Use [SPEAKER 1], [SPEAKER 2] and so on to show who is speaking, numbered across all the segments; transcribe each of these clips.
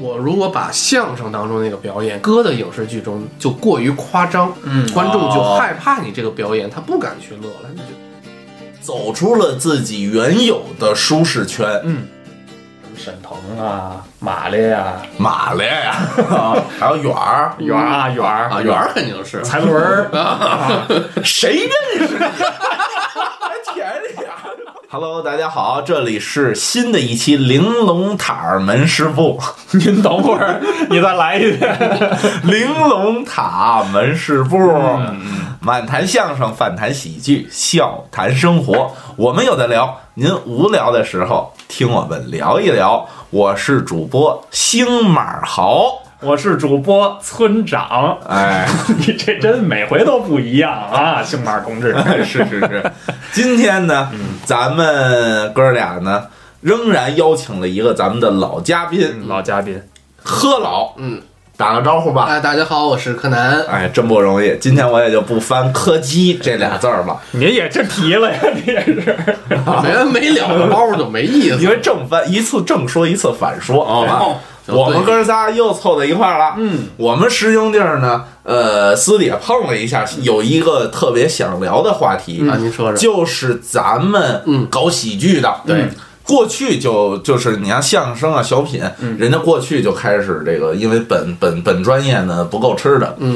[SPEAKER 1] 我如果把相声当中那个表演搁到影视剧中，就过于夸张，
[SPEAKER 2] 嗯
[SPEAKER 1] 观众就
[SPEAKER 3] 哦
[SPEAKER 1] 害怕你这个表演，他不敢去乐了。你就
[SPEAKER 3] 走出了自己原有的舒适圈。
[SPEAKER 2] 沈腾啊，马丽啊，
[SPEAKER 3] 马来呀， 还有远儿
[SPEAKER 2] 圆儿啊圆儿
[SPEAKER 1] 啊，圆儿肯定是，
[SPEAKER 2] 蔡伦儿，
[SPEAKER 3] 谁认识你？啊还舔脸。Hello，大家好，这里是新的一期玲珑塔尔门师傅，
[SPEAKER 2] 您等会儿，你再来一遍。
[SPEAKER 3] 玲珑塔门市部，满谈相声，反谈喜剧，笑谈生活。我们有的聊，您无聊的时候听我们聊一聊。我是主播星马豪，
[SPEAKER 2] 我是主播村长，
[SPEAKER 3] 哎，
[SPEAKER 2] 你这真每回都不一样啊，姓马同志。
[SPEAKER 3] 是是是。今天呢，咱们哥俩呢，仍然邀请了一个咱们的老嘉宾
[SPEAKER 2] 老嘉宾，
[SPEAKER 3] 何老，
[SPEAKER 1] 嗯，
[SPEAKER 3] 打个招呼吧。
[SPEAKER 1] 哎，大家好，我是柯 南，
[SPEAKER 3] 哎，真不容易。今天我也就不翻“柯基”这俩字儿了，
[SPEAKER 2] 您也这提了呀， 你也是。
[SPEAKER 1] 没完没了的包袱就没意思
[SPEAKER 3] 因。为正翻一次正说一次反说，好吧？
[SPEAKER 1] 嗯哦
[SPEAKER 3] 我们哥仨又凑到一块儿了。
[SPEAKER 2] 嗯，
[SPEAKER 3] 我们师兄弟儿呢，呃，私底下碰了一下，有一个特别想聊的话题，
[SPEAKER 1] 啊，您说说，
[SPEAKER 3] 就是咱们
[SPEAKER 1] 嗯
[SPEAKER 3] 搞喜剧的，
[SPEAKER 1] 对
[SPEAKER 3] 嗯。过去就就是你像相声啊、小品，人家过去就开始这个，因为本本本专业呢不够吃的，
[SPEAKER 1] 嗯，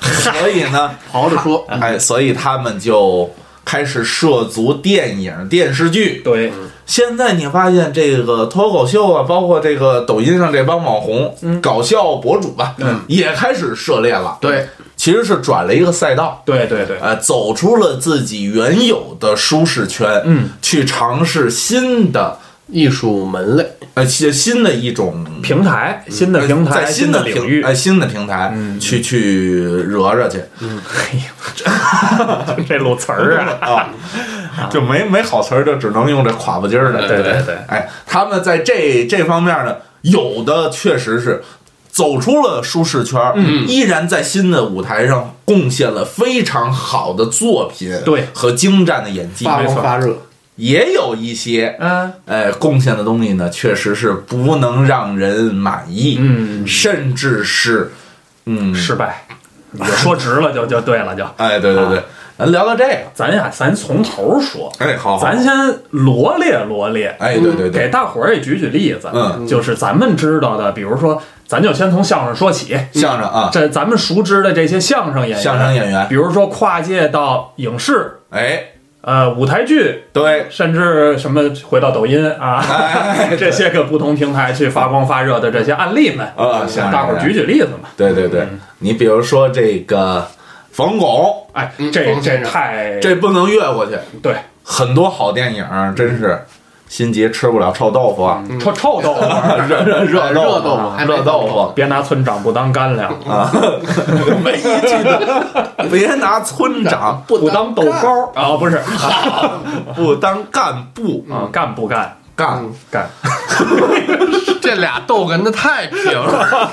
[SPEAKER 3] 所以呢，
[SPEAKER 1] 刨着说，
[SPEAKER 3] 哎，所以他们就开始涉足电影、电视剧。
[SPEAKER 2] 对，
[SPEAKER 3] 现在你发现这个脱口秀啊，包括这个抖音上这帮网红、搞笑博主吧，
[SPEAKER 2] 嗯
[SPEAKER 3] 也开始涉猎了。
[SPEAKER 1] 对，
[SPEAKER 3] 其实是转了一个赛道，
[SPEAKER 2] 对对对，
[SPEAKER 3] 呃，走出了自己原有的舒适圈，
[SPEAKER 2] 嗯，
[SPEAKER 3] 去尝试新的
[SPEAKER 1] 艺术门类，
[SPEAKER 3] 呃新新的一种
[SPEAKER 2] 平台，新的平
[SPEAKER 3] 在
[SPEAKER 2] 台，
[SPEAKER 3] 新
[SPEAKER 2] 的
[SPEAKER 3] 平
[SPEAKER 2] 领域
[SPEAKER 3] 哎、。新的平台、去去惹惹去哎
[SPEAKER 2] 这路词儿啊，
[SPEAKER 3] 啊，就没没好词儿，就只能用这垮不筋儿的。
[SPEAKER 2] 对对对，
[SPEAKER 3] 哎，他们在这这方面呢，有的确实是走出了舒适圈，嗯，依然在新的舞台上贡献了非常好的作品，
[SPEAKER 2] 对
[SPEAKER 3] 和精湛的演技。
[SPEAKER 1] 发
[SPEAKER 2] 没
[SPEAKER 1] 光
[SPEAKER 2] 错
[SPEAKER 1] 发热，
[SPEAKER 3] 也有一些，
[SPEAKER 2] 嗯
[SPEAKER 3] 呃，贡献的东西呢，确实是不能让人满意，
[SPEAKER 2] 嗯，
[SPEAKER 3] 甚至是，嗯，
[SPEAKER 2] 失败，你就说直了就就对了就。
[SPEAKER 3] 哎，对对对，咱聊聊这个，
[SPEAKER 2] 咱呀，咱从头说，
[SPEAKER 3] 哎，好好，
[SPEAKER 2] 咱嗯先罗列罗列，
[SPEAKER 3] 哎，对对对，
[SPEAKER 2] 给大伙儿也举举例子。
[SPEAKER 3] 嗯，
[SPEAKER 2] 就是咱们知道的，比如说，咱就先从相声说起。
[SPEAKER 3] 相声啊，
[SPEAKER 2] 这咱们熟知的这些相声演员，
[SPEAKER 3] 相声演员，
[SPEAKER 2] 比如说跨界到影视，
[SPEAKER 3] 哎，
[SPEAKER 2] 呃，舞台剧，
[SPEAKER 3] 对，
[SPEAKER 2] 甚至什么回到抖音啊，
[SPEAKER 3] 哎
[SPEAKER 2] 这些个不同平台去发光发热的这些案例们，
[SPEAKER 3] 啊，相声
[SPEAKER 2] 大伙
[SPEAKER 3] 演
[SPEAKER 2] 儿
[SPEAKER 3] 员
[SPEAKER 2] 举举例子嘛。
[SPEAKER 3] 对对对，
[SPEAKER 2] 嗯
[SPEAKER 3] 你比如说这个冯巩，
[SPEAKER 2] 哎，
[SPEAKER 1] 嗯
[SPEAKER 2] 这
[SPEAKER 1] 冯
[SPEAKER 2] 这
[SPEAKER 1] 先生
[SPEAKER 2] 太
[SPEAKER 3] 这不能越过去。
[SPEAKER 2] 对，
[SPEAKER 3] 很多好电影真是，辛吉吃不了臭豆腐啊，
[SPEAKER 1] 嗯
[SPEAKER 2] 臭臭豆腐，
[SPEAKER 3] 热热热
[SPEAKER 2] 嗯
[SPEAKER 1] 哎
[SPEAKER 3] 豆啊
[SPEAKER 1] 热豆腐还没
[SPEAKER 3] 热豆腐
[SPEAKER 2] 别拿村长不当干粮，
[SPEAKER 3] 啊，没一句的，别拿村 长
[SPEAKER 1] 不
[SPEAKER 2] 不当豆
[SPEAKER 1] 干，
[SPEAKER 2] 包啊，不是
[SPEAKER 1] 嗯
[SPEAKER 2] 啊嗯
[SPEAKER 3] 不当干部
[SPEAKER 2] 干不干
[SPEAKER 3] 干，
[SPEAKER 2] 干，
[SPEAKER 1] 嗯这俩逗哏的太平 了，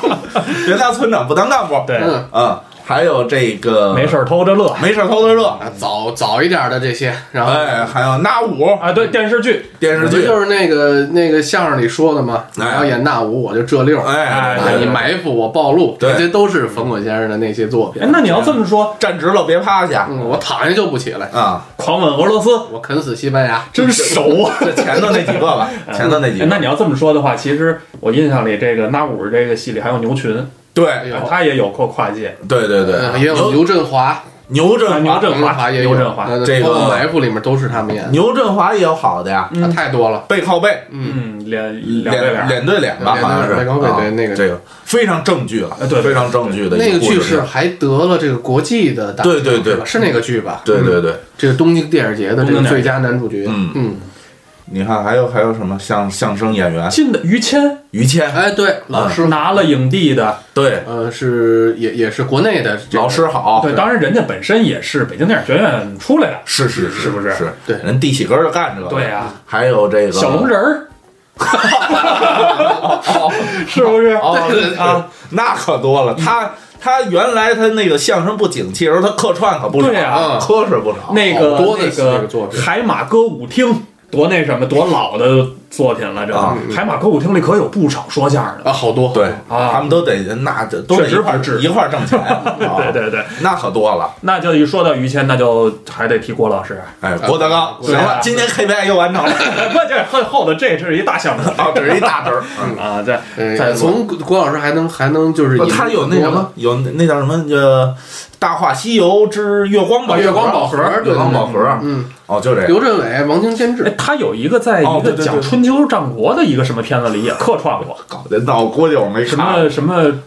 [SPEAKER 3] 别拿村长不当干部。
[SPEAKER 2] 对，
[SPEAKER 1] 嗯
[SPEAKER 3] 啊，还有这个
[SPEAKER 2] 没事儿偷着乐
[SPEAKER 3] 没事儿偷着乐，
[SPEAKER 1] 啊早早一点的这些，然后
[SPEAKER 3] 哎，还有那五
[SPEAKER 2] 啊，对电视剧，
[SPEAKER 3] 电视
[SPEAKER 1] 不
[SPEAKER 3] 剧，
[SPEAKER 1] 就是那个那个相声里说的吗？你
[SPEAKER 3] 哎
[SPEAKER 1] 要演那五，我就这六。
[SPEAKER 3] 哎，
[SPEAKER 2] 哎
[SPEAKER 1] 啊
[SPEAKER 3] 对
[SPEAKER 1] 你
[SPEAKER 3] 对
[SPEAKER 1] 埋伏我暴露，
[SPEAKER 3] 对
[SPEAKER 1] 这些都是冯巩先生的那些作品
[SPEAKER 2] 哎。，那你要这么说，
[SPEAKER 3] 站直了别趴下
[SPEAKER 1] 嗯，我躺下就不起来，
[SPEAKER 3] 啊，
[SPEAKER 2] 狂吻俄罗斯
[SPEAKER 1] 我啃死西班牙。
[SPEAKER 2] 真熟啊。
[SPEAKER 3] 这前头那几个 吧， 前头那几
[SPEAKER 2] 哎
[SPEAKER 3] 个，
[SPEAKER 2] 那你要这么说的话，其实我印象里这个那五这个戏里还有牛群，啊
[SPEAKER 3] 对
[SPEAKER 1] 有
[SPEAKER 2] 他也有过跨界。
[SPEAKER 3] 对对对，
[SPEAKER 1] 嗯也有
[SPEAKER 3] 牛
[SPEAKER 1] 牛振华，
[SPEAKER 3] 牛振
[SPEAKER 2] 啊
[SPEAKER 3] 华
[SPEAKER 2] 牛振华，
[SPEAKER 1] 华也有
[SPEAKER 2] 牛振华，
[SPEAKER 1] 嗯
[SPEAKER 3] 这个
[SPEAKER 1] 包括埋伏里面都是他们演的，
[SPEAKER 3] 牛振华也有好的呀，
[SPEAKER 1] 啊太多了。
[SPEAKER 3] 背靠背，
[SPEAKER 2] 嗯，脸两对
[SPEAKER 3] 脸
[SPEAKER 2] 脸，
[SPEAKER 3] 脸对脸吧，
[SPEAKER 1] 脸对脸
[SPEAKER 3] 好像是
[SPEAKER 1] 背靠背
[SPEAKER 3] 啊
[SPEAKER 1] 对那个
[SPEAKER 3] 这个非常正剧了
[SPEAKER 2] 呃，对
[SPEAKER 3] 非常正剧的
[SPEAKER 1] 那
[SPEAKER 3] 一
[SPEAKER 1] 个
[SPEAKER 3] 嗯故
[SPEAKER 1] 剧
[SPEAKER 3] 事
[SPEAKER 1] 是
[SPEAKER 3] 是，
[SPEAKER 1] 还得了这个国际的嗯大奖，
[SPEAKER 3] 对对对
[SPEAKER 1] 是吧是那个剧吧？
[SPEAKER 3] 对对对，
[SPEAKER 1] 这个东京电影节的这
[SPEAKER 2] 东京
[SPEAKER 1] 个
[SPEAKER 2] 电影
[SPEAKER 1] 最
[SPEAKER 2] 节
[SPEAKER 1] 佳男主角。
[SPEAKER 3] 嗯
[SPEAKER 1] 嗯，
[SPEAKER 3] 你看还有还有什么相相声演员
[SPEAKER 2] 进的于谦
[SPEAKER 3] 于谦，
[SPEAKER 1] 哎，对，老师，
[SPEAKER 2] 拿了影帝的，
[SPEAKER 3] 对，
[SPEAKER 1] 呃，是也也是国内的这个
[SPEAKER 3] 老师好，
[SPEAKER 2] 哦对，当然人家本身也是北京电影学院出来的，
[SPEAKER 3] 是是
[SPEAKER 2] 是不是
[SPEAKER 3] 是，
[SPEAKER 1] 对
[SPEAKER 3] 人地起根儿就干这个，
[SPEAKER 2] 对呀，
[SPEAKER 3] 还有这个
[SPEAKER 2] 小龙人儿，是 不是？
[SPEAKER 3] 哦
[SPEAKER 1] 对对对
[SPEAKER 3] 啊，那可多了，他。他原来他那个相声不景气的时候，他客串可不少，啊
[SPEAKER 2] 对啊呀
[SPEAKER 3] 磕是不少。
[SPEAKER 2] 那
[SPEAKER 1] 好
[SPEAKER 2] 个
[SPEAKER 1] 多的
[SPEAKER 2] 那
[SPEAKER 1] 那
[SPEAKER 2] 个
[SPEAKER 1] 个作品
[SPEAKER 2] 海马歌舞厅多那什么多老的作品了，这
[SPEAKER 3] 啊
[SPEAKER 2] 海马歌舞厅里可有不少说相声的
[SPEAKER 1] 啊，好多
[SPEAKER 3] 对
[SPEAKER 2] 啊
[SPEAKER 3] 他们都得那这都得
[SPEAKER 2] 确实
[SPEAKER 3] 一块儿
[SPEAKER 2] 不至于
[SPEAKER 3] 一块儿挣 钱，对
[SPEAKER 2] 对对对，
[SPEAKER 3] 那可多了。
[SPEAKER 2] 那就一说到于谦，那就还得提郭老师。
[SPEAKER 3] 哎，郭德纲，行
[SPEAKER 2] 德纲
[SPEAKER 3] 了，今天 KPI 又完成 了，
[SPEAKER 2] 不，这后后头这是一大项目
[SPEAKER 3] 啊，这是一大堆儿。嗯
[SPEAKER 2] 啊，这
[SPEAKER 1] 对，
[SPEAKER 2] 再
[SPEAKER 1] 哎从郭郭老师还能还能就是引
[SPEAKER 3] 哦他有那什么，有那叫什么？呃，《大话西游之月光宝
[SPEAKER 1] 啊月光宝盒
[SPEAKER 3] 盒，
[SPEAKER 1] 对
[SPEAKER 3] 月光宝盒。
[SPEAKER 1] 嗯，
[SPEAKER 3] 哦，就这样。
[SPEAKER 1] 刘镇伟、王清监
[SPEAKER 2] 哎
[SPEAKER 1] 制，
[SPEAKER 2] 他有一个在
[SPEAKER 3] 哦
[SPEAKER 2] 一
[SPEAKER 3] 对
[SPEAKER 2] 个
[SPEAKER 3] 对对
[SPEAKER 2] 讲春秋战国的一个什么片子里也客串过，
[SPEAKER 3] 搞得那我估计我没
[SPEAKER 2] 什
[SPEAKER 3] 看。
[SPEAKER 2] 么什么楚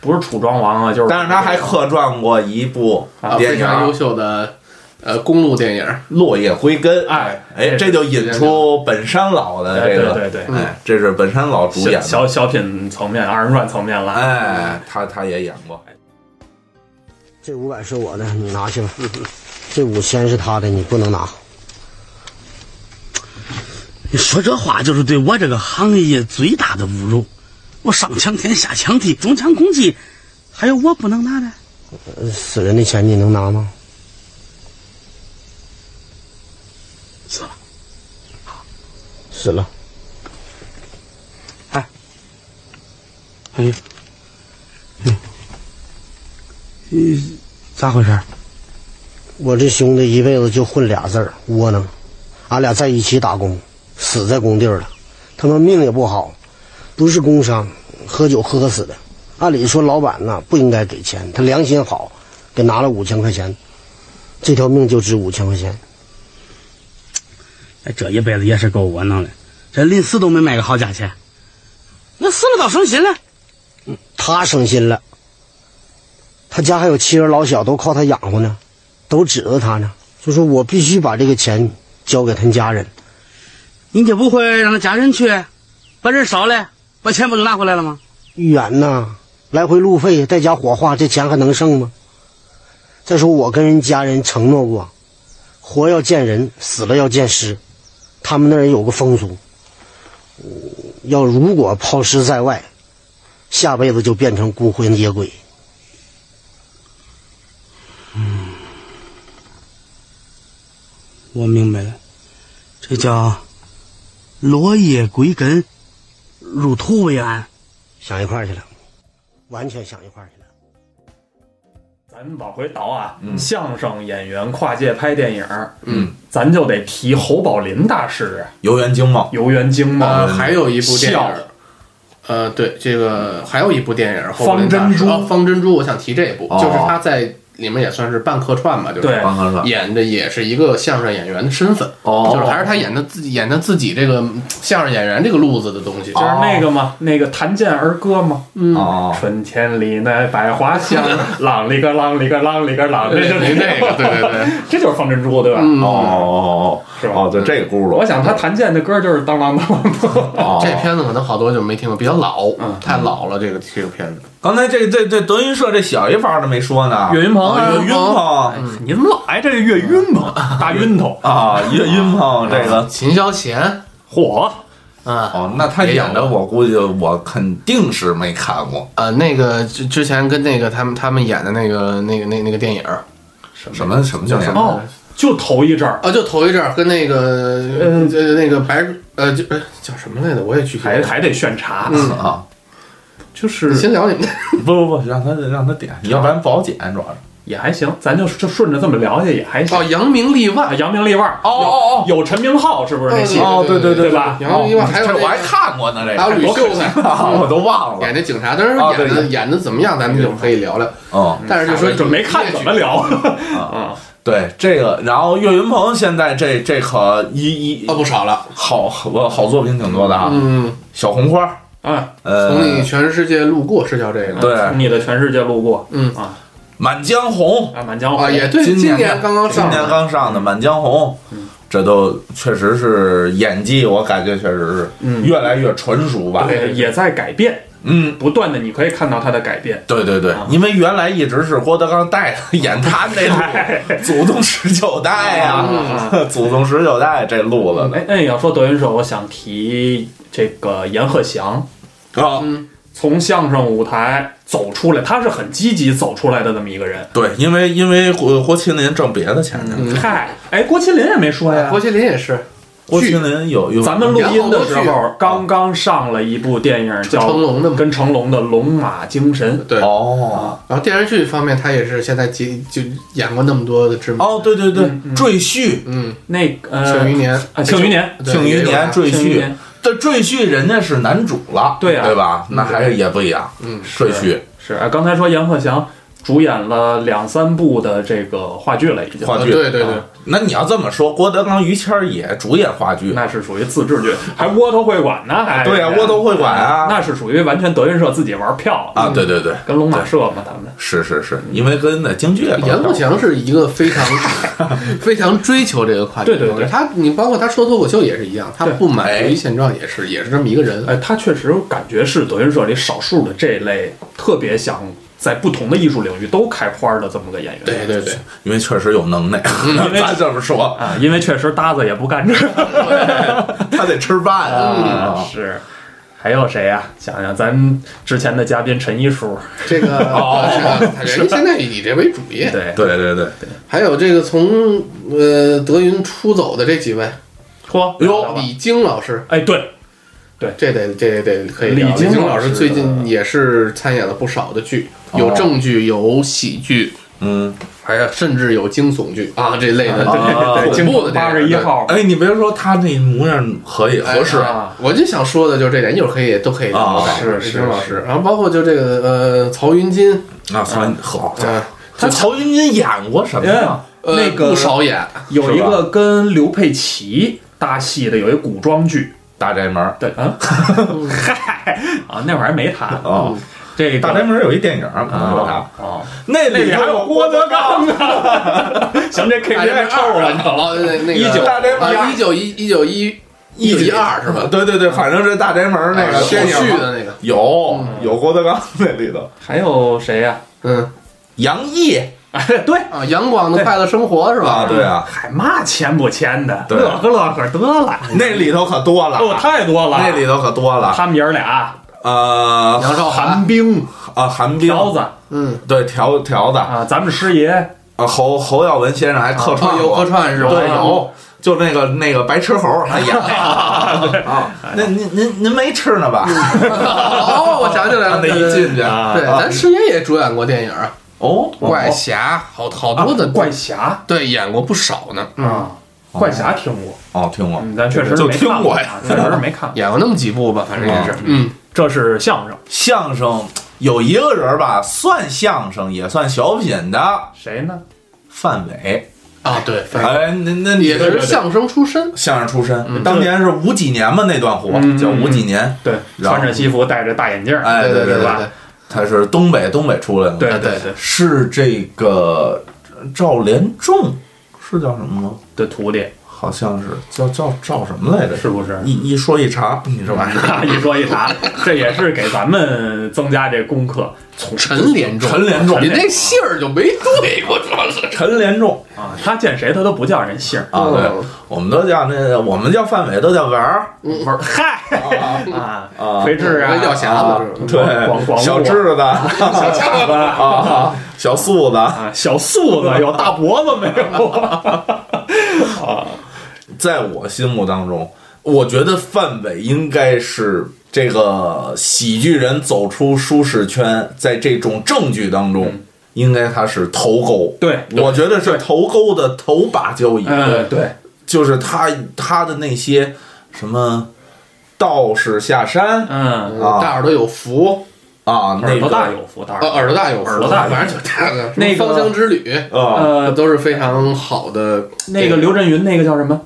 [SPEAKER 2] 不是楚庄王啊，就是
[SPEAKER 3] 但是他还客串过一部
[SPEAKER 1] 啊，
[SPEAKER 3] 哎电
[SPEAKER 1] 非
[SPEAKER 3] 影嗯
[SPEAKER 1] 常优
[SPEAKER 3] 《
[SPEAKER 1] 秀的呃公路电影，
[SPEAKER 3] 落叶归根》。
[SPEAKER 2] 哎
[SPEAKER 3] 哎，这就引出本山老的
[SPEAKER 2] 对
[SPEAKER 3] 这
[SPEAKER 2] 对
[SPEAKER 3] 个，
[SPEAKER 2] 对对，
[SPEAKER 1] 嗯
[SPEAKER 3] 哎，这是本山老主
[SPEAKER 2] 小
[SPEAKER 3] 演的。
[SPEAKER 2] 小小品层面、二人转层面了。
[SPEAKER 3] 哎，他他也演过。
[SPEAKER 4] 这五百是我的，你拿去吧。这五千是他的，你不能拿。
[SPEAKER 5] 你说这话就是对我这个行业最大的侮辱。我上抢天下抢地，中抢公鸡，还有我不能拿的。
[SPEAKER 4] 呃死人的钱你能拿吗？
[SPEAKER 5] 死了，
[SPEAKER 4] 死了。
[SPEAKER 5] 哎呀，嗯，呃咋回事？
[SPEAKER 4] 我这兄弟一辈子就混俩字儿窝囊，俺俩在一起打工，死在工地儿了。他们命也不好，不是工伤，喝酒喝死的。按理说老板呐不应该给钱，他良心好，给拿了五千块钱，这条命就值五千块钱。
[SPEAKER 5] 哎，这一辈子也是够窝囊的，这临死都没卖个好价钱。那死了倒省心了。
[SPEAKER 4] 他省心了，他家还有妻儿老小，都靠他养活呢，都指着他呢。就说我必须把这个钱交给他家人。
[SPEAKER 5] 你就不会让他家人去，把人烧了，把钱不就拿回来了吗？
[SPEAKER 4] 预言呐，来回路费再加火化，这钱还能剩吗？再说我跟人家人承诺过，活要见人，死了要见尸。他们那儿有个风俗，嗯要如果抛尸在外，下辈子就变成孤魂野鬼。
[SPEAKER 5] 我明白了，这叫落叶归根，入土为安。
[SPEAKER 4] 想一块儿去了，完全想一块儿去了。
[SPEAKER 2] 咱们往回倒啊，
[SPEAKER 3] 嗯
[SPEAKER 2] 相声演员跨界拍电影，
[SPEAKER 3] 嗯，
[SPEAKER 2] 咱就得提侯宝林大师，
[SPEAKER 3] 游园惊梦，
[SPEAKER 2] 游园惊梦、
[SPEAKER 1] 呃，还有一部电影
[SPEAKER 2] 笑。
[SPEAKER 1] 呃，对，这个还有一部电影《后
[SPEAKER 2] 方
[SPEAKER 1] 门大
[SPEAKER 2] 珍
[SPEAKER 1] 师
[SPEAKER 2] 珠
[SPEAKER 1] 啊方珍珠，我想提这一部，
[SPEAKER 3] 哦
[SPEAKER 1] 就是他在里面也算是半客串吧，就是
[SPEAKER 2] 对
[SPEAKER 3] 王鹤棣
[SPEAKER 1] 演的也是一个相声演员的身份，
[SPEAKER 3] 哦
[SPEAKER 1] 就是还是他演的自己演的自己这个嗯相声演员这个路子的东西，
[SPEAKER 2] 就是那个嘛，那个弹剑儿歌嘛，
[SPEAKER 1] 嗯
[SPEAKER 3] 哦，
[SPEAKER 2] 春天里那百花香，啷里个啷里个啷里个啷，这
[SPEAKER 1] 对
[SPEAKER 2] 就
[SPEAKER 1] 对
[SPEAKER 2] 是
[SPEAKER 1] 对那个，对对对，
[SPEAKER 2] 这就是方珍珠对吧？
[SPEAKER 1] 嗯，
[SPEAKER 3] 哦哦
[SPEAKER 2] 是
[SPEAKER 3] 哦
[SPEAKER 2] 吧
[SPEAKER 3] 哦，就这个轱辘。
[SPEAKER 2] 我想他弹剑的歌就是当啷当啷当啷，
[SPEAKER 3] 哦
[SPEAKER 1] 这片子可能好多就没听过，比较老，
[SPEAKER 2] 嗯
[SPEAKER 1] 太老了。这个这个片子，
[SPEAKER 3] 刚才这这这德云社这小一方都没说呢，
[SPEAKER 2] 岳云鹏
[SPEAKER 1] 哦
[SPEAKER 2] 啊
[SPEAKER 3] 岳，云鹏
[SPEAKER 1] 嗯
[SPEAKER 2] 你怎么老挨这岳云鹏大晕头
[SPEAKER 3] 啊，岳云鹏这个
[SPEAKER 1] 秦霄贤
[SPEAKER 2] 火？
[SPEAKER 1] 啊，
[SPEAKER 3] 哦，那他
[SPEAKER 1] 也
[SPEAKER 3] 演
[SPEAKER 1] 演
[SPEAKER 3] 的
[SPEAKER 1] 过
[SPEAKER 3] 我估计我肯定是没看过，
[SPEAKER 1] 呃，那个之之前跟那个他们他们演的那个那个那那个电影儿
[SPEAKER 3] 什么什么叫演
[SPEAKER 2] 哦，就头一阵儿，
[SPEAKER 1] 啊，就头一阵儿跟那个
[SPEAKER 3] 嗯
[SPEAKER 1] 呃那个白呃就呃叫什么来着，我也具体
[SPEAKER 2] 还还得炫茶，
[SPEAKER 3] 啊？
[SPEAKER 2] 就是
[SPEAKER 1] 先聊你们
[SPEAKER 3] 不不不，让他让他点，要不然不好剪，主要是。
[SPEAKER 2] 也还行，咱就就顺着这么聊下也还 行
[SPEAKER 1] 哦，。扬名立
[SPEAKER 2] 啊
[SPEAKER 1] 万，
[SPEAKER 2] 扬名立万，
[SPEAKER 3] 哦哦哦
[SPEAKER 2] 有有陈明昊是不是那戏？
[SPEAKER 3] 哦对对
[SPEAKER 2] 对
[SPEAKER 3] 对
[SPEAKER 2] 吧？
[SPEAKER 1] 扬名立万，还有
[SPEAKER 3] 这
[SPEAKER 1] 那个
[SPEAKER 3] 我还看过呢，这
[SPEAKER 1] 还有
[SPEAKER 3] 个
[SPEAKER 1] 吕秀才
[SPEAKER 3] 啊 我都忘了
[SPEAKER 1] 演。那警察，当然
[SPEAKER 3] 哦对
[SPEAKER 1] 演的
[SPEAKER 3] 对
[SPEAKER 1] 演的怎么样，咱们就可以聊聊。
[SPEAKER 3] 嗯，
[SPEAKER 1] 但是就说
[SPEAKER 2] 就没看怎么聊啊？
[SPEAKER 3] 对这个，然后岳云鹏现在这这可一一
[SPEAKER 1] 哦不少了，
[SPEAKER 3] 好好好作品挺多的啊，
[SPEAKER 1] 嗯，
[SPEAKER 3] 小红花，
[SPEAKER 2] 啊，
[SPEAKER 3] 呃
[SPEAKER 1] 从，你全世界路过是叫这个吗
[SPEAKER 3] 对
[SPEAKER 2] 从，你的全世界路过
[SPEAKER 1] 嗯
[SPEAKER 2] 啊
[SPEAKER 3] 满江红，
[SPEAKER 2] 啊，《满江红
[SPEAKER 1] 啊，》也对，
[SPEAKER 3] 年
[SPEAKER 1] 年刚刚上的，嗯
[SPEAKER 3] 今年刚上的《满江红》，这都确实是演技，我感觉确实是
[SPEAKER 2] 嗯
[SPEAKER 3] 越来越纯熟吧。
[SPEAKER 2] 对也在改变，
[SPEAKER 3] 嗯，
[SPEAKER 2] 不断的你可以看到他的改变。
[SPEAKER 3] 对对对
[SPEAKER 2] 啊，
[SPEAKER 3] 因为原来一直是郭德纲带着 演他那 路，祖宗十九代呀，
[SPEAKER 2] 嗯
[SPEAKER 3] 祖宗十九代这路子
[SPEAKER 2] 哎，那你要说德云社，我想提这个阎鹤祥，
[SPEAKER 3] 啊，
[SPEAKER 2] 嗯从相声舞台走出来，他是很积极走出来的这么一个人。
[SPEAKER 3] 对，因呃
[SPEAKER 2] 嗯
[SPEAKER 3] 为因为郭郭麒麟挣别的钱去了。
[SPEAKER 2] 嗨，哎，郭麒麟也没说呀
[SPEAKER 1] 啊郭，麒麟也是，
[SPEAKER 3] 郭麒麟有有
[SPEAKER 2] 咱们录音的时候刚刚上了一部电影叫
[SPEAKER 1] 成龙的吗
[SPEAKER 2] 跟成龙的《龙马精神》。
[SPEAKER 1] 对，
[SPEAKER 3] 哦
[SPEAKER 1] 然后电视剧方面，他也是现在几就演过那么多的知名，
[SPEAKER 3] 哦，对对对，
[SPEAKER 2] 嗯
[SPEAKER 3] 赘婿。
[SPEAKER 1] 嗯，
[SPEAKER 2] 那呃，
[SPEAKER 1] 庆余年
[SPEAKER 2] 啊，庆余年，
[SPEAKER 1] 对
[SPEAKER 3] 庆余
[SPEAKER 1] 也有啊呃
[SPEAKER 3] 年
[SPEAKER 1] 他
[SPEAKER 3] 赘
[SPEAKER 2] 啊庆余
[SPEAKER 3] 婿
[SPEAKER 2] 年，
[SPEAKER 3] 这赘婿人家是男主了，
[SPEAKER 2] 对啊
[SPEAKER 3] 对吧？那还是也不一样。
[SPEAKER 1] 嗯
[SPEAKER 3] 赘婿
[SPEAKER 2] 是哎刚才说阎鹤祥主演了两三部的这个话剧了，已经。
[SPEAKER 3] 话剧，
[SPEAKER 1] 对对对
[SPEAKER 3] 啊。那你要这么说，郭德纲、于谦儿也主演话剧，
[SPEAKER 2] 那是属于自制剧，还窝头会馆呢，还哎
[SPEAKER 3] 对啊，窝头会馆啊，
[SPEAKER 2] 那嗯是属于完全德云社自己玩票
[SPEAKER 3] 啊，，对对对，
[SPEAKER 2] 跟龙马社嘛，他们
[SPEAKER 3] 是是是，因为跟那京剧也
[SPEAKER 1] 阎鹤祥是一个非常非常追求这个跨界
[SPEAKER 2] 对对
[SPEAKER 1] 方式
[SPEAKER 2] 对
[SPEAKER 1] 他你包括他说脱口秀也是一样，他
[SPEAKER 2] 对
[SPEAKER 1] 不满足于现状也是也是这么一个人。
[SPEAKER 2] 哎，他确实感觉是德云社里少数的这类特别想在不同的艺术领域都开花的这么个演员。
[SPEAKER 1] 对对对，
[SPEAKER 3] 因为确实有能耐，
[SPEAKER 2] 嗯
[SPEAKER 3] 咱这么说，
[SPEAKER 2] 啊，因为确实搭子也不干这个。
[SPEAKER 3] 他得吃饭啊。
[SPEAKER 2] 是，还有谁呀、想想咱之前的嘉宾陈一叔，
[SPEAKER 1] 这个 哦，人家现在以这为主业。
[SPEAKER 2] 对，
[SPEAKER 3] 对对对，
[SPEAKER 1] 还有这个从呃德云出走的这几位，
[SPEAKER 2] 嚯，
[SPEAKER 1] 有李菁老师，
[SPEAKER 2] 哎，对，
[SPEAKER 1] 这得这得可以
[SPEAKER 2] 李
[SPEAKER 1] 聊。李
[SPEAKER 2] 菁
[SPEAKER 1] 菁
[SPEAKER 2] 老
[SPEAKER 1] 老
[SPEAKER 2] 师
[SPEAKER 1] 师最近也是参演了不少的剧，有
[SPEAKER 3] 哦
[SPEAKER 1] 正剧，有喜剧，
[SPEAKER 3] 嗯，
[SPEAKER 1] 还有甚至有惊悚剧啊这类的
[SPEAKER 3] 啊
[SPEAKER 1] 恐怖的
[SPEAKER 2] 哎八
[SPEAKER 1] 电
[SPEAKER 2] 十
[SPEAKER 1] 影
[SPEAKER 2] 一
[SPEAKER 1] 对哎
[SPEAKER 2] 号，
[SPEAKER 3] 哎，你别说他那模样可以合适，
[SPEAKER 2] 啊，
[SPEAKER 1] 我就想说的就是这点，一会儿可以都可以聊
[SPEAKER 3] 啊
[SPEAKER 1] 到
[SPEAKER 2] 是是
[SPEAKER 1] 李菁老师，然后包括就这个呃曹云金，
[SPEAKER 2] 哎
[SPEAKER 3] 那啊算好家
[SPEAKER 2] 嗯
[SPEAKER 3] 伙
[SPEAKER 1] 呃，
[SPEAKER 3] 他曹云金演过什么啊呀？
[SPEAKER 1] 呃
[SPEAKER 2] 那个
[SPEAKER 1] 不少演，
[SPEAKER 2] 有一
[SPEAKER 3] 是
[SPEAKER 2] 个跟刘佩琦搭戏的，有一古装剧。
[SPEAKER 3] 大宅门
[SPEAKER 2] 对 啊，嗨啊，那会儿还没他
[SPEAKER 3] 哦，
[SPEAKER 2] 这个
[SPEAKER 3] 大宅门有一电影，可能有他
[SPEAKER 2] 嗯啊，哦
[SPEAKER 3] 那
[SPEAKER 2] 那里还有郭德纲呢。 行，这 K
[SPEAKER 1] 大
[SPEAKER 2] 别
[SPEAKER 1] 宅
[SPEAKER 2] 太
[SPEAKER 1] 门
[SPEAKER 2] 臭
[SPEAKER 1] 二
[SPEAKER 2] 了，你知道吗？
[SPEAKER 1] 哦，那那个
[SPEAKER 2] 19
[SPEAKER 3] 大宅门
[SPEAKER 1] 啊，
[SPEAKER 3] 二
[SPEAKER 1] 一九一一九一一
[SPEAKER 3] 一
[SPEAKER 1] 九一二是吧？
[SPEAKER 3] 对对对，反正是大宅门那
[SPEAKER 2] 啊
[SPEAKER 3] 个
[SPEAKER 1] 后
[SPEAKER 3] 电
[SPEAKER 1] 续
[SPEAKER 3] 影嘛
[SPEAKER 1] 的那个，
[SPEAKER 3] 有
[SPEAKER 2] 嗯
[SPEAKER 3] 有郭德纲在里头，
[SPEAKER 2] 还有谁呀？
[SPEAKER 1] 嗯
[SPEAKER 3] 杨毅
[SPEAKER 2] 哎，对，
[SPEAKER 1] 啊，杨广的快乐生活是吧？
[SPEAKER 3] 啊，对啊，
[SPEAKER 2] 还嘛签不签的，
[SPEAKER 3] 对
[SPEAKER 2] 乐呵乐呵得了。
[SPEAKER 3] 那里头可多了，
[SPEAKER 2] 嗯哦，啊太多了，
[SPEAKER 3] 那里头可多了，
[SPEAKER 2] 他们爷儿俩，
[SPEAKER 3] 呃
[SPEAKER 1] 杨少
[SPEAKER 2] 韩
[SPEAKER 1] 涵，
[SPEAKER 2] 冰、
[SPEAKER 3] 啊，韩冰
[SPEAKER 2] 彪子
[SPEAKER 1] 嗯，
[SPEAKER 3] 对条条子
[SPEAKER 2] 啊，咱们师爷，
[SPEAKER 3] 啊，侯侯耀文先生还客
[SPEAKER 1] 哦
[SPEAKER 3] 串
[SPEAKER 1] 有
[SPEAKER 3] 过，
[SPEAKER 1] 客串是吧？
[SPEAKER 3] 对
[SPEAKER 2] 啊
[SPEAKER 3] 有，就那个那个白痴猴还 演那个啊，
[SPEAKER 1] 哎
[SPEAKER 3] 那您您您没吃呢吧？
[SPEAKER 1] 哦，我想起来了，
[SPEAKER 3] 那
[SPEAKER 1] 对
[SPEAKER 3] 一进去，
[SPEAKER 1] 对，咱师爷也主演过电影《
[SPEAKER 3] 哦，
[SPEAKER 1] 怪侠》，好好
[SPEAKER 2] 啊
[SPEAKER 1] 多的
[SPEAKER 2] 怪侠
[SPEAKER 1] 对，演过不少呢，嗯，
[SPEAKER 2] 啊，怪侠听过，
[SPEAKER 3] 哦，听过，
[SPEAKER 2] 嗯，咱确实
[SPEAKER 3] 就是
[SPEAKER 2] 没
[SPEAKER 3] 听
[SPEAKER 2] 看
[SPEAKER 3] 过
[SPEAKER 2] 啊
[SPEAKER 3] 呀嗯
[SPEAKER 2] 确实是没看过。
[SPEAKER 1] 演过那么几部吧，反正也是，嗯，
[SPEAKER 2] 这是相声，
[SPEAKER 3] 相声有一个人吧，算相声也算小品的
[SPEAKER 2] 谁呢？
[SPEAKER 3] 范伟，
[SPEAKER 1] 啊，对，反正
[SPEAKER 3] 哎，那那你
[SPEAKER 1] 也是相嗯声出身，
[SPEAKER 3] 相声出身，当年是五几年嘛那段火
[SPEAKER 2] 嗯
[SPEAKER 3] 叫五几年，
[SPEAKER 2] 对，
[SPEAKER 3] 然后
[SPEAKER 2] 穿着西服，戴着大眼镜儿，
[SPEAKER 3] 哎，
[SPEAKER 1] 对
[SPEAKER 3] 对
[SPEAKER 1] 对
[SPEAKER 3] 吧？他是东北东北出来的，
[SPEAKER 2] 对
[SPEAKER 1] 哎
[SPEAKER 2] 对
[SPEAKER 1] 对
[SPEAKER 2] 对
[SPEAKER 3] 是这个赵连仲是叫什么吗？
[SPEAKER 2] 的徒弟，
[SPEAKER 3] 好像是叫叫赵什么来着？
[SPEAKER 2] 是不是？嗯
[SPEAKER 3] 一一说一查，你这玩意儿。
[SPEAKER 2] 一说一查，这也是给咱们增加这功课。从
[SPEAKER 1] 陈连仲，
[SPEAKER 3] 陈连仲
[SPEAKER 1] 你这姓儿就没对过，主要是
[SPEAKER 3] 陈连仲
[SPEAKER 2] 啊，他见谁他都不叫人姓儿，
[SPEAKER 3] 啊，对
[SPEAKER 1] 嗯，
[SPEAKER 3] 我们都叫那，我们叫范伟，都叫文儿
[SPEAKER 2] 不是嗨啊
[SPEAKER 3] 啊，哦
[SPEAKER 2] 肥志啊，
[SPEAKER 1] 叫匣子是吧，
[SPEAKER 2] 广
[SPEAKER 3] 对，
[SPEAKER 2] 广
[SPEAKER 3] 小
[SPEAKER 2] 智
[SPEAKER 3] 智子
[SPEAKER 2] 小匣子啊，
[SPEAKER 3] 啊，小素子，
[SPEAKER 2] 小素子有大脖子没有？ 啊，
[SPEAKER 3] 在我心目当中，我觉得范伟应该是这个喜剧人走出舒适圈，在这种正剧当中，应该他是头钩。
[SPEAKER 2] 嗯对对
[SPEAKER 3] 我觉得是头钩的头把交椅。
[SPEAKER 2] 嗯，对，
[SPEAKER 3] 就是他他的那些什么道士下山
[SPEAKER 2] 嗯，
[SPEAKER 1] 嗯大耳朵有福，
[SPEAKER 3] 啊，那
[SPEAKER 2] 耳朵大
[SPEAKER 3] 个
[SPEAKER 2] 有福，大
[SPEAKER 1] 呃，耳朵大有福，
[SPEAKER 2] 耳朵大有福
[SPEAKER 1] 反正就大的
[SPEAKER 2] 那个
[SPEAKER 1] 芳香之旅。
[SPEAKER 3] 啊，
[SPEAKER 2] 呃，
[SPEAKER 1] 都是非常好的，
[SPEAKER 2] 那个刘震云那个叫什么？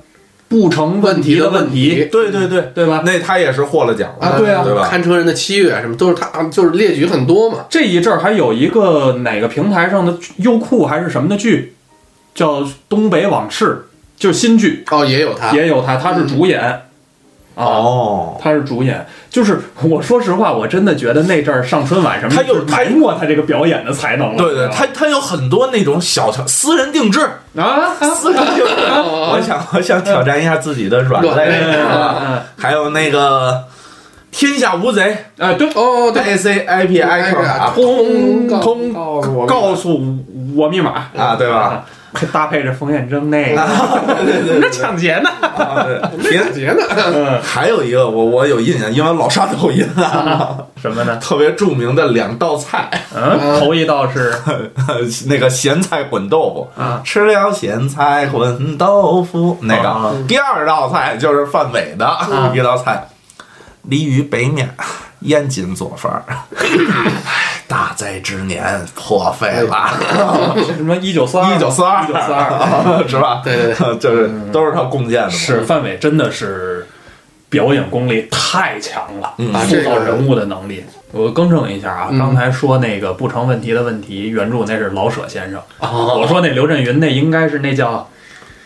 [SPEAKER 2] 不成
[SPEAKER 1] 问
[SPEAKER 2] 题
[SPEAKER 1] 题
[SPEAKER 2] 的
[SPEAKER 1] 的
[SPEAKER 2] 问
[SPEAKER 1] 问
[SPEAKER 2] 题
[SPEAKER 1] 题，
[SPEAKER 3] 对对对，
[SPEAKER 2] 对吧？
[SPEAKER 3] 那他也是获了奖了
[SPEAKER 2] 嗯啊对啊
[SPEAKER 3] 对吧？
[SPEAKER 1] 看车人的七月什么都是他，就是列举很多嘛。
[SPEAKER 2] 这一阵儿还有一个哪个平台上的优酷还是什么的剧，叫《东北往事》，就是新剧，
[SPEAKER 1] 哦，也有他，
[SPEAKER 2] 也有他，他是主演。啊，
[SPEAKER 3] 哦，
[SPEAKER 2] 他是主演，就是我说实话，我真的觉得那阵儿上春晚什么的，
[SPEAKER 3] 他有
[SPEAKER 2] 就是埋没他这个表演的才能了。
[SPEAKER 3] 对对，
[SPEAKER 2] 你知道吗
[SPEAKER 3] 他他有很多那种小小私人定制，
[SPEAKER 2] 啊，
[SPEAKER 3] 私人定制。我想我想挑战一下自己的软肋，啊
[SPEAKER 2] 哎
[SPEAKER 3] 还有那个天下无贼
[SPEAKER 2] 哎，对，
[SPEAKER 1] 哦，对，
[SPEAKER 3] I C I P I Q 啊
[SPEAKER 1] 通
[SPEAKER 2] 通
[SPEAKER 1] 告诉我们
[SPEAKER 2] 告诉我密码
[SPEAKER 3] 啊，对吧？？
[SPEAKER 2] 搭配着冯远征那个，那抢劫呢？
[SPEAKER 3] 啊 对，别
[SPEAKER 1] 感觉呢？
[SPEAKER 2] 嗯，
[SPEAKER 3] 还有一个我我有印象，因为老刷抖音啊，
[SPEAKER 2] 什么呢？
[SPEAKER 3] 特别著名的两道菜，
[SPEAKER 2] 嗯，头一道 是
[SPEAKER 3] 那个咸菜混豆腐，
[SPEAKER 2] 啊，
[SPEAKER 3] 吃了咸菜混豆腐那个。
[SPEAKER 2] 啊
[SPEAKER 3] 第二道菜就是范伟的、一道菜，鲤鱼北面，燕京做法儿。 唉大灾之年破费了，
[SPEAKER 2] 什么一九四二，
[SPEAKER 3] 一九四二，
[SPEAKER 2] 一九四 二，
[SPEAKER 3] 是吧？
[SPEAKER 1] 对对
[SPEAKER 3] 对，就是都是他贡献的嘛。
[SPEAKER 2] 是范伟真的是表演功力太强了，
[SPEAKER 3] 嗯
[SPEAKER 1] 啊
[SPEAKER 2] 塑
[SPEAKER 1] 这
[SPEAKER 2] 造
[SPEAKER 1] 个
[SPEAKER 2] 人物的能力。我更正一下啊，刚才说那个不成问题的问题，原著那是老舍先生，我说那刘震云那应该是那叫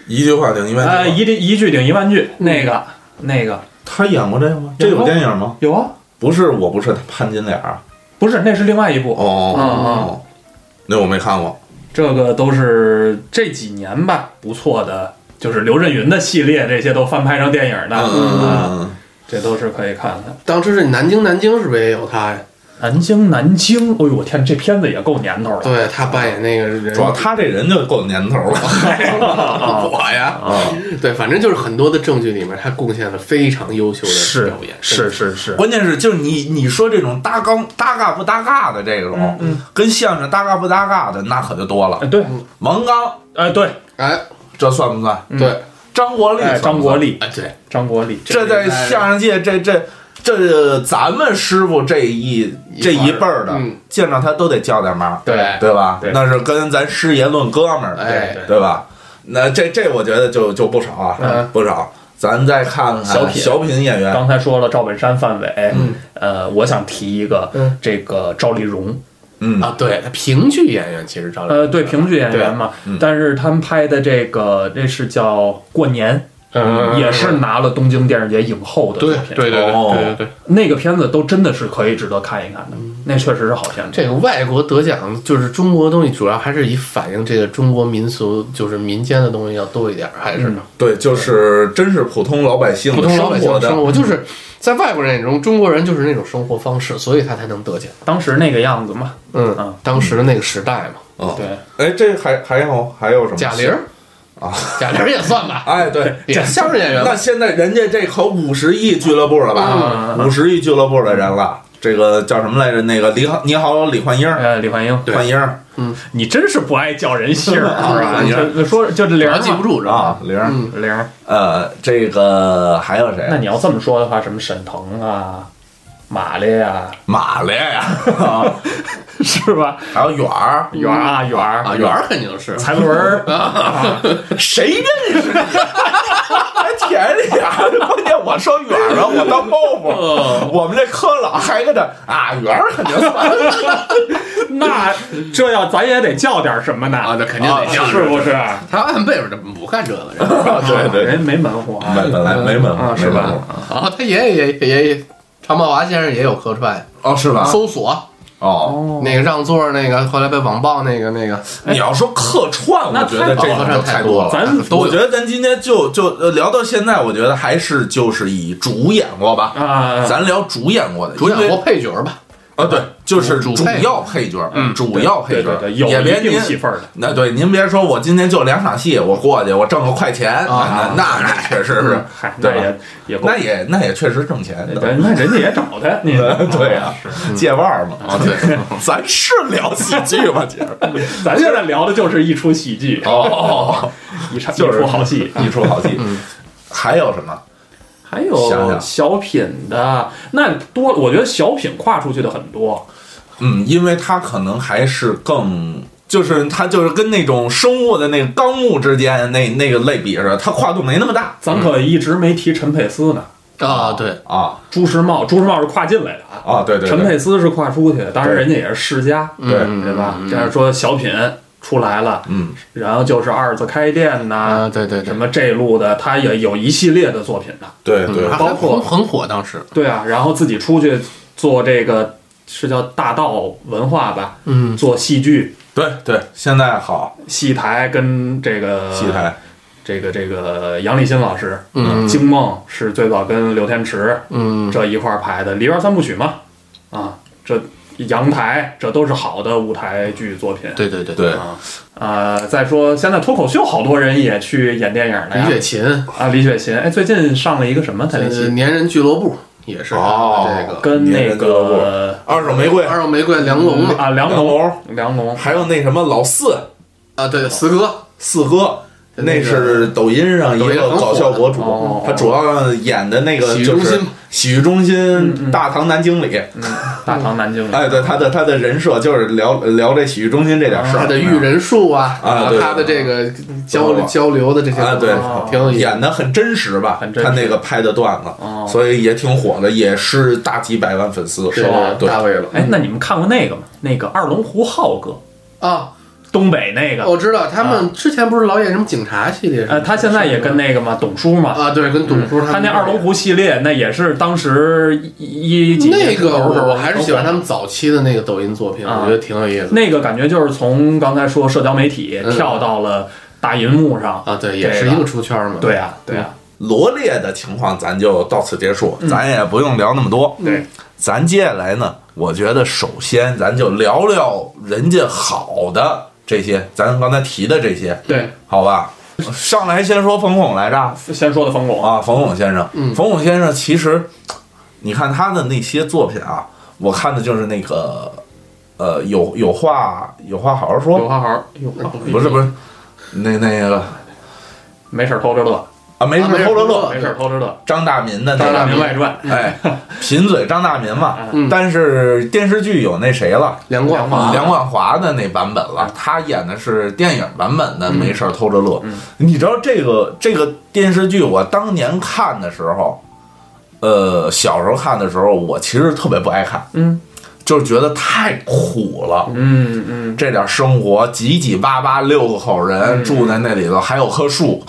[SPEAKER 3] 一句话顶一
[SPEAKER 2] 呃
[SPEAKER 3] 万句。
[SPEAKER 2] 一句一句顶一万句那个那个
[SPEAKER 3] 他演过这个吗？这有电影吗？
[SPEAKER 2] 有啊，
[SPEAKER 3] 不是，我不是潘金莲啊。
[SPEAKER 2] 不是那是另外一部，
[SPEAKER 3] 哦，那我没看过。
[SPEAKER 2] 这个都是这几年吧不错的，就是刘震云的系列，这些都翻拍成电影的，啊，
[SPEAKER 3] 嗯，
[SPEAKER 2] 这都是可以看看。
[SPEAKER 1] 当时是南京，南京是不是也有他呀？
[SPEAKER 2] 南京，南京，哎呦我天，这片子也够年头 了。
[SPEAKER 1] 对他扮演那个人，
[SPEAKER 3] 主要他这人就够年头了。
[SPEAKER 1] 我呀，
[SPEAKER 3] 啊，
[SPEAKER 1] 对，反正就是很多的证据里面，他贡献了非常优秀的
[SPEAKER 2] 是
[SPEAKER 1] 表演，
[SPEAKER 2] 是是是，
[SPEAKER 3] 关键是就是你你说这种搭纲搭嘎不搭嘎的这种，跟相声搭嘎不搭嘎的那可就多了
[SPEAKER 2] 哎。对，
[SPEAKER 3] 王刚
[SPEAKER 2] 哎对，
[SPEAKER 1] 哎，
[SPEAKER 3] 这算不算？
[SPEAKER 1] 对，
[SPEAKER 3] 张国立
[SPEAKER 2] 哎
[SPEAKER 3] 算
[SPEAKER 2] 张
[SPEAKER 3] 不算
[SPEAKER 2] 国，立，
[SPEAKER 1] 哎对，
[SPEAKER 2] 张国立，
[SPEAKER 3] 这在相声界这这这呃咱们师傅这一这一辈儿的
[SPEAKER 1] 嗯，
[SPEAKER 3] 见着他都得叫点妈，
[SPEAKER 1] 对
[SPEAKER 3] 对吧
[SPEAKER 2] 对？
[SPEAKER 3] 那是跟咱师爷论哥们儿的，
[SPEAKER 1] 哎
[SPEAKER 2] 对
[SPEAKER 3] 对吧？那这这我觉得就就不少啊
[SPEAKER 1] 嗯，
[SPEAKER 3] 不少。咱再看看
[SPEAKER 2] 小品
[SPEAKER 3] 小品演员，
[SPEAKER 2] 刚才说了赵本山、范伟，呃，我想提一个
[SPEAKER 1] 嗯，
[SPEAKER 2] 这个赵丽蓉，
[SPEAKER 3] 嗯
[SPEAKER 1] 啊，对，他评剧演员其实张
[SPEAKER 2] 呃，对，评剧演员嘛
[SPEAKER 3] 嗯，
[SPEAKER 2] 但是他们拍的这个，这是叫《过年》，
[SPEAKER 1] 嗯
[SPEAKER 2] 也是拿了东京电视节影后的作
[SPEAKER 1] 对
[SPEAKER 2] 品，
[SPEAKER 1] 对对对
[SPEAKER 3] 哦
[SPEAKER 1] 对对对，
[SPEAKER 2] 那个片子都真的是可以值得看一看的，那确实是好片子。
[SPEAKER 1] 这个外国得奖就是中国东西，主要还是以反映这个中国民俗，就是民间的东西要多一点，还是
[SPEAKER 2] 嗯
[SPEAKER 3] 对，就是真是普通老百姓
[SPEAKER 1] 普通老百姓
[SPEAKER 3] 活
[SPEAKER 1] 的
[SPEAKER 3] 的
[SPEAKER 1] 生活，就是在外国人眼中，中国人就是那种生活方式，所以他才能得奖。
[SPEAKER 2] 当时那个样子嘛，
[SPEAKER 1] 嗯
[SPEAKER 2] 啊，
[SPEAKER 1] 当时那个时代嘛，
[SPEAKER 3] 哦
[SPEAKER 2] 对，
[SPEAKER 3] 哎，这还还有还有什么？
[SPEAKER 1] 贾玲儿
[SPEAKER 3] 啊，
[SPEAKER 1] 贾玲儿也算吧，
[SPEAKER 3] 哎，对，
[SPEAKER 1] 也是相声演员吧
[SPEAKER 3] 那现在人家这可五十亿俱乐部了吧？
[SPEAKER 2] 嗯
[SPEAKER 3] 五十亿俱乐部的人了，这个叫什么来着？那个李好，你好，李焕英
[SPEAKER 1] 哎
[SPEAKER 3] 儿，
[SPEAKER 2] 呃，李焕英，
[SPEAKER 3] 焕英儿
[SPEAKER 2] 你真是不爱叫 人姓儿啊！
[SPEAKER 3] 你
[SPEAKER 2] 你
[SPEAKER 3] 看
[SPEAKER 2] 就说就这
[SPEAKER 1] 主
[SPEAKER 2] 零
[SPEAKER 1] 要
[SPEAKER 2] 儿
[SPEAKER 1] 记不
[SPEAKER 2] 嘛，
[SPEAKER 1] 住，知道吧？
[SPEAKER 3] 啊，玲儿，
[SPEAKER 1] 嗯
[SPEAKER 2] 零儿。
[SPEAKER 3] 呃，这个还有
[SPEAKER 2] 那
[SPEAKER 3] 谁？
[SPEAKER 2] 你要这么说的话，什么沈腾啊、马丽啊，
[SPEAKER 3] 马来呀， 啊
[SPEAKER 2] 是吧？
[SPEAKER 3] 还有远儿，
[SPEAKER 2] 圆儿
[SPEAKER 3] 嗯
[SPEAKER 2] 啊圆儿
[SPEAKER 1] 啊，，圆儿肯定是，
[SPEAKER 2] 蔡文 儿啊，
[SPEAKER 3] 谁认识你？还舔脸儿，关键我说远儿了，我当包袱。我们这科老还跟着啊，远儿肯定算
[SPEAKER 2] 那这要咱也得叫点什么呢？
[SPEAKER 1] 啊，那肯定得
[SPEAKER 2] 是
[SPEAKER 1] 讲。
[SPEAKER 2] 不是？
[SPEAKER 1] 台湾辈分不干这个的，
[SPEAKER 3] 对对，
[SPEAKER 2] 人家没门户啊，
[SPEAKER 3] 本本来没门
[SPEAKER 2] 啊
[SPEAKER 3] 户，
[SPEAKER 2] 是吧
[SPEAKER 3] 没门户？
[SPEAKER 1] 然后他爷爷也也也，常宝华先生也有客串，
[SPEAKER 3] 哦，是吧？
[SPEAKER 1] 搜索
[SPEAKER 3] 哦，
[SPEAKER 1] 那个让座那个，后来被网暴那个那个，
[SPEAKER 3] 你要说客串，我
[SPEAKER 2] 那
[SPEAKER 3] 觉得这
[SPEAKER 1] 太多
[SPEAKER 3] 个
[SPEAKER 1] 了
[SPEAKER 3] 就太多了。
[SPEAKER 2] 咱
[SPEAKER 1] 都
[SPEAKER 3] 我
[SPEAKER 1] 有
[SPEAKER 3] 觉得咱今天就就呃聊到现在，我觉得还是就是以主演过吧，
[SPEAKER 2] 啊，
[SPEAKER 3] 咱聊主演过的，
[SPEAKER 1] 主
[SPEAKER 3] 因
[SPEAKER 1] 演
[SPEAKER 3] 为
[SPEAKER 1] 或配角吧，
[SPEAKER 3] 啊，对，就是
[SPEAKER 1] 主
[SPEAKER 3] 主
[SPEAKER 1] 主配
[SPEAKER 3] 要配角，
[SPEAKER 2] 嗯
[SPEAKER 3] 主要配
[SPEAKER 2] 对对
[SPEAKER 3] 角，
[SPEAKER 2] 对，有
[SPEAKER 3] 也别
[SPEAKER 2] 一
[SPEAKER 3] 您
[SPEAKER 2] 定戏份儿的。
[SPEAKER 3] 那对您别说，我今天就两场戏，我过去我挣个快钱，
[SPEAKER 1] 啊嗯
[SPEAKER 3] 那那那确实是，
[SPEAKER 2] 嗨，
[SPEAKER 3] 对
[SPEAKER 2] 那
[SPEAKER 3] 吧
[SPEAKER 2] 也也够
[SPEAKER 3] 那，也那也确实挣钱
[SPEAKER 2] 那
[SPEAKER 3] 的，
[SPEAKER 2] 人那人家也嗯找他，你
[SPEAKER 3] 对啊，借腕儿嘛，
[SPEAKER 1] 啊，对，
[SPEAKER 3] 咱是聊喜剧吗？ 姐儿？
[SPEAKER 2] 咱现在聊的就是一出喜剧，
[SPEAKER 3] 哦，
[SPEAKER 2] 一场一
[SPEAKER 3] 就是
[SPEAKER 2] 出好戏。
[SPEAKER 3] 一出好戏，
[SPEAKER 2] 嗯
[SPEAKER 3] 还有什么？
[SPEAKER 2] 还
[SPEAKER 3] 想
[SPEAKER 2] 有
[SPEAKER 3] 想
[SPEAKER 2] 小品的，那多，我觉得小品跨出去的很多。
[SPEAKER 3] 嗯，因为他可能还是更。就是他就是跟那种生物的那个纲目之间那那个类比似的，它跨度没那么大
[SPEAKER 2] 咱可一直没提陈佩斯呢，
[SPEAKER 1] 啊，对，
[SPEAKER 3] 啊
[SPEAKER 2] 朱时茂，朱时茂是跨进来的啊，
[SPEAKER 3] 啊对对
[SPEAKER 2] 陈
[SPEAKER 3] 对
[SPEAKER 2] 佩斯是跨出去的，当然
[SPEAKER 3] 对嗯
[SPEAKER 2] 人家也是世家，
[SPEAKER 3] 对
[SPEAKER 2] 对吧？这样说小品出来了，
[SPEAKER 3] 嗯
[SPEAKER 2] 然后就是二次开店呐、
[SPEAKER 1] 啊，对对对
[SPEAKER 2] 什，么这路的，他也有一系列的作品的。
[SPEAKER 3] 对对
[SPEAKER 1] 还
[SPEAKER 2] 包括
[SPEAKER 1] 很很火当时，
[SPEAKER 2] 对啊，然后自己出去做这个是叫大道文化吧，
[SPEAKER 1] 嗯，
[SPEAKER 2] 做戏剧、
[SPEAKER 3] 对对，现在好
[SPEAKER 2] 戏台跟这个
[SPEAKER 3] 戏台
[SPEAKER 2] 这个这个杨立新老师，呃
[SPEAKER 1] 嗯
[SPEAKER 2] 惊梦是最早跟刘天池
[SPEAKER 1] 嗯，
[SPEAKER 2] 这一块儿排的《梨园三部曲》嘛，啊，这阳台这都是好的舞台剧作品。
[SPEAKER 1] 对对对，
[SPEAKER 3] 对
[SPEAKER 2] 啊，呃，再说现在脱口秀好多人也去演电影了呀
[SPEAKER 1] 李雪琴，
[SPEAKER 2] 啊，李雪琴，哎，最近上了一个什么台
[SPEAKER 1] 呃
[SPEAKER 2] 那期，
[SPEAKER 1] 年人俱乐部也是他的这个
[SPEAKER 2] 跟
[SPEAKER 3] 年
[SPEAKER 2] 那
[SPEAKER 3] 人俱乐部
[SPEAKER 2] 个
[SPEAKER 3] 二手玫瑰，
[SPEAKER 1] 二手玫瑰梁龙嘛，
[SPEAKER 2] 啊梁
[SPEAKER 3] 梁
[SPEAKER 2] 龙
[SPEAKER 3] 龙
[SPEAKER 2] 梁龙
[SPEAKER 3] 还有那什么老四
[SPEAKER 1] 啊，对，四哥，
[SPEAKER 3] 四哥，
[SPEAKER 1] 那
[SPEAKER 3] 那
[SPEAKER 1] 个
[SPEAKER 3] 是抖音上一
[SPEAKER 1] 抖音
[SPEAKER 3] 个
[SPEAKER 1] 很火
[SPEAKER 3] 搞笑博主
[SPEAKER 2] 哦，
[SPEAKER 3] 他主要演的那个
[SPEAKER 1] 洗浴
[SPEAKER 3] 就
[SPEAKER 1] 中
[SPEAKER 3] 是
[SPEAKER 1] 心
[SPEAKER 3] 洗浴中心大堂男经理。
[SPEAKER 2] 大唐南京，
[SPEAKER 3] 哎，对，他的他的人设就是聊聊这洗浴中心这点事
[SPEAKER 1] 他
[SPEAKER 3] 儿
[SPEAKER 1] 的，育人术啊，嗯
[SPEAKER 3] 啊
[SPEAKER 1] 然后
[SPEAKER 3] 对
[SPEAKER 1] 他的这个交
[SPEAKER 3] 对
[SPEAKER 1] 交流的这些
[SPEAKER 3] 啊对
[SPEAKER 2] 哦
[SPEAKER 1] 挺有意思。
[SPEAKER 3] 演的很真实吧？
[SPEAKER 2] 很真实
[SPEAKER 3] 他那个拍的段子，
[SPEAKER 2] 哦
[SPEAKER 3] 所以也挺火的，也是大几百万粉丝，
[SPEAKER 1] 是吧？
[SPEAKER 3] 对，
[SPEAKER 1] 大卫了
[SPEAKER 2] 哎，那你们看过那个吗？那个二龙湖浩哥，
[SPEAKER 1] 啊！
[SPEAKER 2] 东北那个，
[SPEAKER 1] 我知道他们之前不是老演什么警察系列什么
[SPEAKER 2] 啊呃，
[SPEAKER 1] 的，
[SPEAKER 2] 他现在也跟那个嘛董叔嘛，
[SPEAKER 1] 啊，对，跟董叔
[SPEAKER 2] 他
[SPEAKER 1] 们
[SPEAKER 2] 那二龙湖系列，那也是当时一一几
[SPEAKER 1] 那
[SPEAKER 2] 年
[SPEAKER 1] 个，
[SPEAKER 2] 头的时候
[SPEAKER 1] 我还是喜欢他
[SPEAKER 2] 们。
[SPEAKER 1] 们早期的那个抖音作品，
[SPEAKER 2] 啊
[SPEAKER 1] 我觉得挺有意思的。
[SPEAKER 2] 那个感觉就是从刚才说社交媒体
[SPEAKER 1] 嗯
[SPEAKER 2] 跳到了大银幕上
[SPEAKER 1] 啊，对，也是
[SPEAKER 2] 这
[SPEAKER 1] 一个出圈嘛。
[SPEAKER 2] 对啊，对啊，
[SPEAKER 3] 罗列的情况咱就到此结束，咱也不用聊那么多。
[SPEAKER 2] 嗯对，
[SPEAKER 3] 咱接下来呢，我觉得首先咱就聊聊人家好的这些，咱刚才提的这些，
[SPEAKER 2] 对，嗯
[SPEAKER 3] 好吧？上来先说冯巩来着
[SPEAKER 2] 先说的冯巩，
[SPEAKER 3] 啊，冯巩先生，
[SPEAKER 1] 嗯
[SPEAKER 3] 冯巩先生其实，你看他的那些作品啊，我看的就是那个，呃，有有话有话好好
[SPEAKER 2] 有
[SPEAKER 3] 说，
[SPEAKER 2] 话好，有话好
[SPEAKER 1] 有
[SPEAKER 3] 不是不是，那那个
[SPEAKER 2] 没事儿偷着乐，
[SPEAKER 3] 啊，没事
[SPEAKER 1] 啊没事
[SPEAKER 3] 偷着乐，
[SPEAKER 1] 对
[SPEAKER 2] 没事儿偷着乐，
[SPEAKER 3] 张大民的那
[SPEAKER 2] 张
[SPEAKER 3] 个
[SPEAKER 2] 大民外传，
[SPEAKER 3] 哎，贫嘴张大民嘛
[SPEAKER 1] 嗯，
[SPEAKER 3] 但是电视剧有那谁了，
[SPEAKER 1] 梁冠
[SPEAKER 2] 梁
[SPEAKER 1] 华啊
[SPEAKER 2] 冠
[SPEAKER 3] 梁冠华的那版本
[SPEAKER 2] 嗯
[SPEAKER 3] 了，他演的是电影版本的《没事儿偷着乐》。
[SPEAKER 2] 嗯
[SPEAKER 3] 你知道这个这个电视剧，我当年看的时候，呃，小时候看的时候，我其实特别不爱看，
[SPEAKER 2] 嗯
[SPEAKER 3] 就是觉得太苦了。
[SPEAKER 2] 嗯嗯，
[SPEAKER 3] 这点生活，挤挤巴巴六个口人住在那里头，还有棵 树，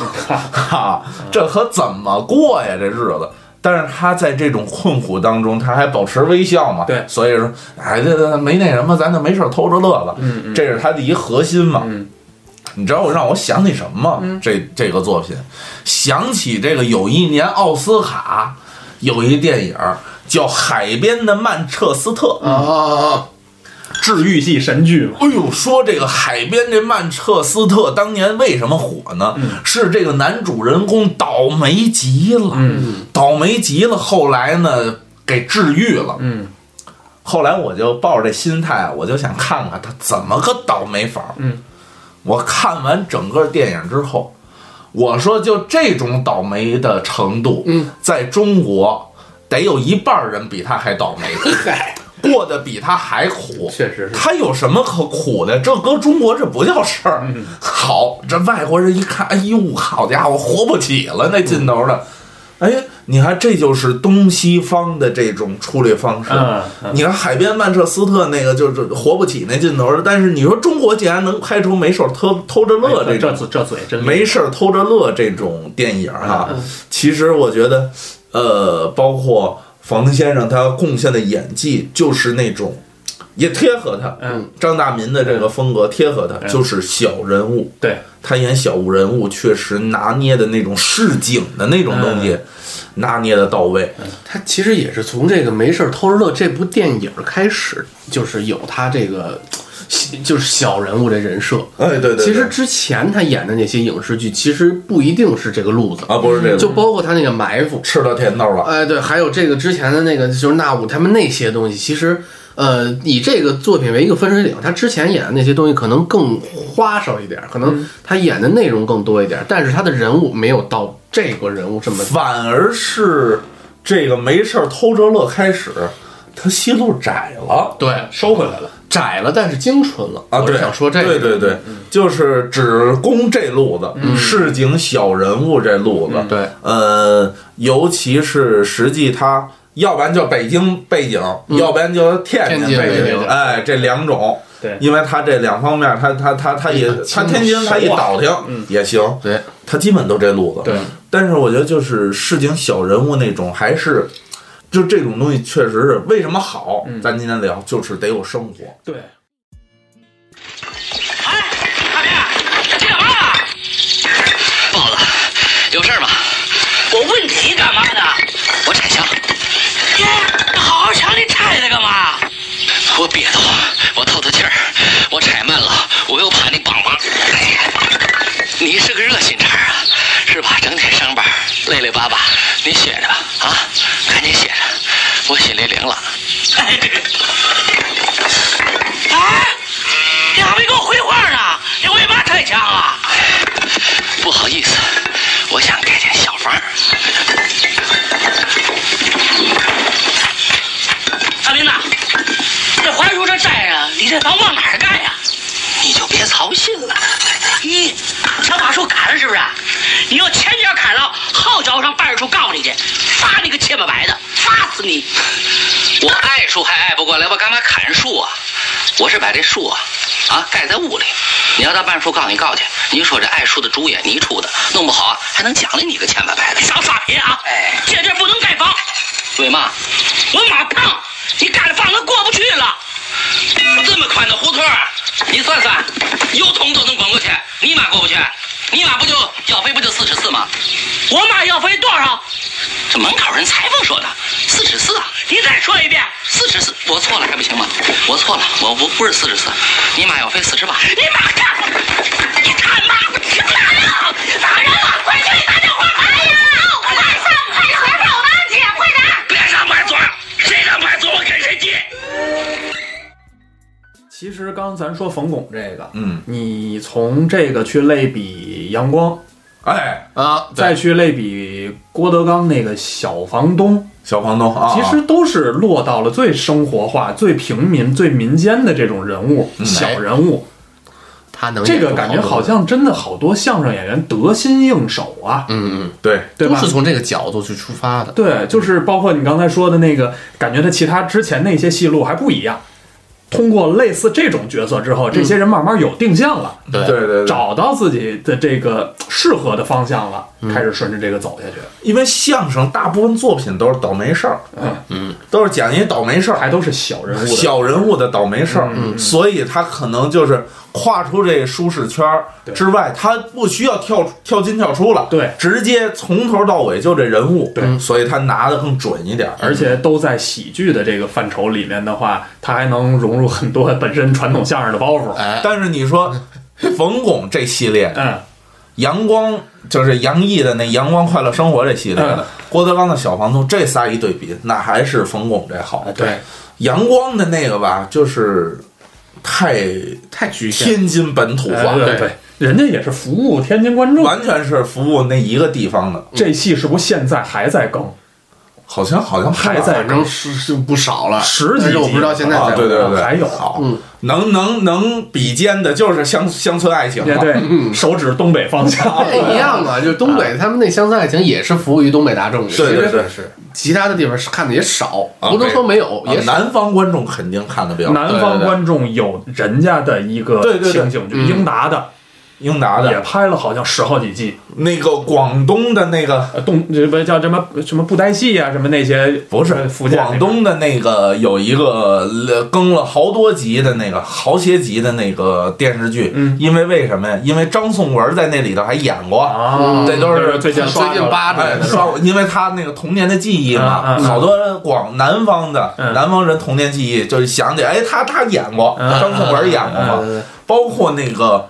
[SPEAKER 3] 哈、这可怎么过呀？这日子。但是他在这种困苦当中，他还保持微笑嘛？
[SPEAKER 2] 对
[SPEAKER 3] 所以说，哎，这这没那什么，咱就没事儿偷着乐吧。
[SPEAKER 2] 嗯
[SPEAKER 3] 这是他的一核心嘛。
[SPEAKER 2] 嗯
[SPEAKER 3] 你知道我让我想起什么吗？这这个作品，想起这个有一年奥斯卡有一电影儿叫《海边的曼彻斯特》，
[SPEAKER 1] 啊啊啊！
[SPEAKER 2] 治愈系神剧嘛，
[SPEAKER 3] 哎呦，说这个海边这曼彻斯特当年为什么火呢？
[SPEAKER 2] 嗯
[SPEAKER 3] 是这个男主人公倒霉极了，
[SPEAKER 2] 嗯
[SPEAKER 3] 倒霉极了。后来呢，给治愈了。
[SPEAKER 2] 嗯
[SPEAKER 3] 后来我就抱着这心态，我就想看看他怎么个倒霉法儿。
[SPEAKER 2] 嗯
[SPEAKER 3] 我看完整个电影之后，我说就这种倒霉的程度，
[SPEAKER 1] 嗯，
[SPEAKER 3] 在中国得有一半儿人比他还倒霉，
[SPEAKER 1] 嗨，
[SPEAKER 3] 过得比他还苦。
[SPEAKER 1] 确实是。
[SPEAKER 3] 他有什么可苦的？这搁中国这不叫事儿。
[SPEAKER 1] 嗯
[SPEAKER 3] 好，这外国人一看，哎呦，好家伙，活不起了那劲头了。哎，你看，这就是东西方的这种处理方式。
[SPEAKER 2] 嗯嗯
[SPEAKER 3] 你看海边曼彻斯特那个就是活不起那劲头了，但是你说中国竟然能拍出没事儿偷偷着
[SPEAKER 1] 哎
[SPEAKER 3] 乐
[SPEAKER 2] 这
[SPEAKER 3] 这种
[SPEAKER 2] 这嘴这嘴真厉害
[SPEAKER 3] 没事儿偷着乐这种电影哈、其实我觉得，呃，包括房先生他贡献的演技，就是那种也贴合他，
[SPEAKER 2] 嗯，
[SPEAKER 3] 张大民的这个风格贴合他，就是小人物，
[SPEAKER 2] 对，
[SPEAKER 3] 他演小物人物确实拿捏的那种市井的那种东西，拿捏的到位，
[SPEAKER 1] 他其实也是从这个《没事儿偷着乐》这部电影开始，就是有他这个，就是小人物这人设。
[SPEAKER 3] 哎，对
[SPEAKER 1] 其实之前他演的那些影视剧，其实不一定是这个路子，
[SPEAKER 3] 啊，不是这嗯
[SPEAKER 1] 就
[SPEAKER 3] 种
[SPEAKER 1] 包括他那个《埋伏》，
[SPEAKER 3] 吃到甜头了，
[SPEAKER 1] 哎，对，还有这个之前的那个就是那武他们那些东西，其实呃以这个作品为一个分水岭，他之前演的那些东西可能更花哨一点，可能他演的内容更多一点，但是他的人物没有到这个人物这么
[SPEAKER 3] 反而是这个没事儿偷着乐开始，他戏路窄了。
[SPEAKER 1] 对
[SPEAKER 2] 收回来了，
[SPEAKER 1] 窄了，但是精纯了。
[SPEAKER 3] 啊，
[SPEAKER 1] 我
[SPEAKER 3] 对，
[SPEAKER 1] 是想说这个，嗯
[SPEAKER 3] 对对对，就是只攻这路子，市井小人物这路子，
[SPEAKER 1] 对，
[SPEAKER 3] 呃，尤其是实际他，要不然叫北京背景，要不然叫天
[SPEAKER 1] 嗯天津
[SPEAKER 3] 背
[SPEAKER 1] 背景
[SPEAKER 3] 哎，这两种，
[SPEAKER 2] 对
[SPEAKER 3] 因为他这两方面，他他他他也
[SPEAKER 1] 嗯
[SPEAKER 3] 他天津他一
[SPEAKER 2] 熟啊
[SPEAKER 3] 倒腾也行，
[SPEAKER 1] 对嗯
[SPEAKER 3] 他基本都这路子，
[SPEAKER 2] 对，
[SPEAKER 3] 但是我觉得就是市井小人物那种还是。就这种东西确实是为什么好，
[SPEAKER 1] 嗯
[SPEAKER 3] 咱今天聊就是得有生活。
[SPEAKER 2] 对。
[SPEAKER 6] 哎大明，你干嘛呢？豹子，有事吗？我问你干嘛呢？我拆墙。耶，好好墙你拆它干嘛？我憋得慌，我透透气儿。我拆慢了，我又怕你帮忙。啊啊这灵了。哎，你还没给我回话呢，你为嘛太强啊？不好意思，我想开间小房。大斌呐，这槐树这寨啊，你这房往哪儿盖呀、你就别操心了。咦，想把树砍了是不是？啊你要前脚砍了，后脚上半树告你去，杀你个千八百的，杀死你！我爱树还爱不过来，我干嘛砍树啊？我是把这树啊啊盖在屋里。你要到半树告你告去，你说这爱树的主也你出的，弄不好啊还能奖励你个千八百的。少耍贫啊！哎，这这不能盖房。对嘛？我马胖，你盖了房子过不去了。这么宽的胡同儿，你算算，油桶都能滚过去，你妈过不去？你妈不就要费不就四尺四吗？我妈要费多少？这门口人裁缝说的，四尺四啊！你再说一遍，四尺四，我错了还不行吗？我错了，我不不是四十四，你妈要费四十八。你妈看，你他妈的，打人了，打人了，快去打电话！哎呀，我快上派出所找妈去，快点！别上派出所，谁上派出所我跟谁急。
[SPEAKER 2] 其实刚咱说冯巩这个，
[SPEAKER 3] 嗯，
[SPEAKER 2] 你从这个去类比阳光，
[SPEAKER 3] 哎，
[SPEAKER 1] 啊，
[SPEAKER 2] 再去类比郭德纲那个小房东，
[SPEAKER 3] 小房东啊，
[SPEAKER 2] 其实都是落到了最生活化、最平民、最民间的这种人物，
[SPEAKER 1] 嗯
[SPEAKER 2] 小人物。
[SPEAKER 1] 他能
[SPEAKER 2] 这
[SPEAKER 1] 演
[SPEAKER 2] 个
[SPEAKER 1] 出
[SPEAKER 2] 感觉
[SPEAKER 1] 多
[SPEAKER 2] 好，像真的好多相声演员得心应手啊，
[SPEAKER 1] 嗯嗯，
[SPEAKER 3] 对，
[SPEAKER 2] 对
[SPEAKER 1] 都
[SPEAKER 2] 吧
[SPEAKER 1] 是？从这个角度去出发的。
[SPEAKER 2] 对，就是包括你刚才说的那个，感觉他其他之前那些戏路还不一样。通过类似这种角色之
[SPEAKER 1] 嗯
[SPEAKER 2] 后，这些人慢慢有定向了，
[SPEAKER 1] 对
[SPEAKER 3] 对对，
[SPEAKER 2] 找到自己的这个适合的方向了，
[SPEAKER 1] 嗯
[SPEAKER 2] 开始顺着这个走下去。
[SPEAKER 3] 因为相声大部分作品都是倒霉事儿，嗯，都是讲一倒霉事儿，
[SPEAKER 2] 还都是小人物的嗯
[SPEAKER 3] 小人物的倒霉事儿，所以他可能就是跨出这舒适圈儿之外，他不需要跳出跳进跳出了，
[SPEAKER 2] 对
[SPEAKER 3] 直接从头到尾就这人物，
[SPEAKER 2] 对嗯
[SPEAKER 3] 所以他拿的更准一点儿。
[SPEAKER 2] 而且都在喜剧的这个范畴里面的话，它还能融入很多本身传统相声的包袱。
[SPEAKER 1] 哎，
[SPEAKER 3] 但是你说冯巩这系列，
[SPEAKER 2] 嗯，
[SPEAKER 3] 阳光就是杨毅的那《阳光快乐生活》这系列
[SPEAKER 2] 嗯，
[SPEAKER 3] 郭德纲的小房东这仨一对比，那还是冯巩这好。
[SPEAKER 2] 哎对，
[SPEAKER 3] 阳光的那个吧，就是太
[SPEAKER 1] 太局限了。
[SPEAKER 3] 天津本土化，
[SPEAKER 2] 哎对对，人家也是服务天津观众。
[SPEAKER 3] 完嗯全是服务那一个地方的，
[SPEAKER 2] 这戏是不是现在还在更？
[SPEAKER 3] 好像好像
[SPEAKER 2] 还在
[SPEAKER 1] 反正是是不少了，
[SPEAKER 2] 十几
[SPEAKER 1] 但是我
[SPEAKER 2] 集
[SPEAKER 1] 不知道现在
[SPEAKER 3] 啊，
[SPEAKER 1] 在
[SPEAKER 3] 对对对，
[SPEAKER 2] 还有
[SPEAKER 3] 好，
[SPEAKER 1] 嗯
[SPEAKER 3] 能能能比肩的就是乡乡村爱情
[SPEAKER 2] 也
[SPEAKER 3] 了，嗯
[SPEAKER 2] 对，手指东北 方向。
[SPEAKER 1] 一样啊，就是东北他们那乡村爱情也是服务于东北大众的，
[SPEAKER 3] 对对
[SPEAKER 1] 其实
[SPEAKER 3] 对是，
[SPEAKER 1] 其他的地方是看的也少，
[SPEAKER 3] 啊
[SPEAKER 1] 不能说没有，
[SPEAKER 3] 啊
[SPEAKER 1] 也少。
[SPEAKER 3] 南方观众肯定看的比较多，
[SPEAKER 2] 南方观众有人家的一个
[SPEAKER 3] 对对对
[SPEAKER 2] 情景剧，英达的
[SPEAKER 3] 英达
[SPEAKER 2] 也
[SPEAKER 3] 的
[SPEAKER 2] 拍了好像十好几季，
[SPEAKER 3] 那个广东的那个
[SPEAKER 2] 呃东这不叫什么什么布袋戏啊，什么那些
[SPEAKER 3] 不是
[SPEAKER 2] 呃福建那
[SPEAKER 3] 广
[SPEAKER 2] 边
[SPEAKER 3] 东的那个有一个呃更了好多集的那个好些集的那个电视剧，
[SPEAKER 2] 嗯
[SPEAKER 3] 因为为什么呀？因为张颂文在那里头还演过，
[SPEAKER 2] 啊，
[SPEAKER 3] 这都是
[SPEAKER 2] 最近
[SPEAKER 1] 最近扒
[SPEAKER 2] 八。
[SPEAKER 1] 出来
[SPEAKER 3] 哎，
[SPEAKER 1] 的是
[SPEAKER 3] 刷
[SPEAKER 1] 吧，
[SPEAKER 3] 过，因为他那个童年的记忆
[SPEAKER 2] 嗯
[SPEAKER 3] 嘛，
[SPEAKER 2] 嗯嗯
[SPEAKER 3] 好多广南方的
[SPEAKER 2] 嗯
[SPEAKER 3] 南方人童年记忆就是想起，哎，他他演过，
[SPEAKER 2] 嗯
[SPEAKER 3] 张颂文演过
[SPEAKER 1] 对
[SPEAKER 3] 嘛，
[SPEAKER 1] 对对
[SPEAKER 3] 包括那个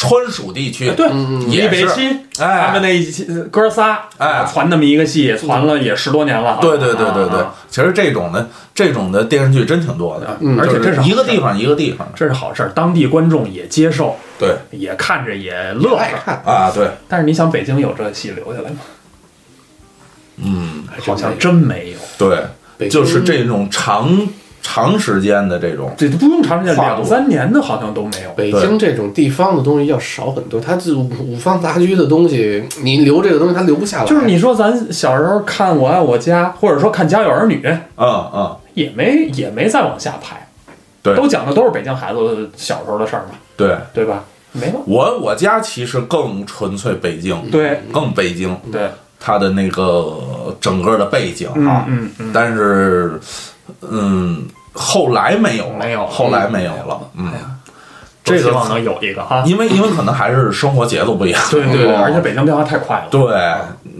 [SPEAKER 3] 川蜀地区，
[SPEAKER 2] 啊对，
[SPEAKER 1] 嗯
[SPEAKER 3] 也
[SPEAKER 2] 李北
[SPEAKER 3] 是
[SPEAKER 2] 七，
[SPEAKER 3] 哎
[SPEAKER 2] 他们那一期哥仨，
[SPEAKER 3] 哎
[SPEAKER 2] 传那么一个戏，传了也十多年了。
[SPEAKER 3] 对对对对对
[SPEAKER 2] 啊，
[SPEAKER 3] 其实这种的这种的电视剧真挺多的，
[SPEAKER 2] 嗯而且
[SPEAKER 3] 就
[SPEAKER 2] 这是
[SPEAKER 3] 一个
[SPEAKER 2] 好事
[SPEAKER 3] 地方一个地方的，
[SPEAKER 2] 这是好事儿，当地观众也接受，
[SPEAKER 3] 对
[SPEAKER 2] 也看着也乐
[SPEAKER 1] 爱
[SPEAKER 2] 呵。
[SPEAKER 1] 看，
[SPEAKER 3] 啊，对，
[SPEAKER 2] 但是你想，北京有这戏留下来吗？
[SPEAKER 3] 嗯，
[SPEAKER 2] 好像哎真没有，
[SPEAKER 3] 对，就是这种长长时间的这种，
[SPEAKER 2] 这不用长时间，
[SPEAKER 3] 跨度
[SPEAKER 2] 两三年的好像都没有。
[SPEAKER 1] 北
[SPEAKER 3] 对
[SPEAKER 1] 京这种地方的东西要少很多，它这五方杂居的东西，你留这个东西它留不下来。
[SPEAKER 2] 就是你说咱小时候看《我爱我家》，或者说看《家有儿女》，
[SPEAKER 3] 嗯嗯，
[SPEAKER 2] 也没也没再往下拍，
[SPEAKER 3] 对
[SPEAKER 2] 都讲的都是北京孩子小时候的事儿嘛，
[SPEAKER 3] 对
[SPEAKER 2] 对吧？没了，
[SPEAKER 3] 我我家其实更纯粹北京，
[SPEAKER 2] 对
[SPEAKER 3] 更北京，
[SPEAKER 2] 对，
[SPEAKER 3] 它的那个整个的背景
[SPEAKER 2] 嗯
[SPEAKER 3] 啊，
[SPEAKER 2] 嗯嗯，
[SPEAKER 3] 但是，嗯，后来没有了，
[SPEAKER 2] 没有哎
[SPEAKER 3] 后来没有了，嗯，
[SPEAKER 2] 都
[SPEAKER 3] 这
[SPEAKER 2] 希
[SPEAKER 3] 个
[SPEAKER 2] 望能有一个啊哈。
[SPEAKER 3] 因为因为可能还是生活节奏不一样，
[SPEAKER 2] 对
[SPEAKER 1] 对
[SPEAKER 2] 而且北京变化太快了。
[SPEAKER 3] 对，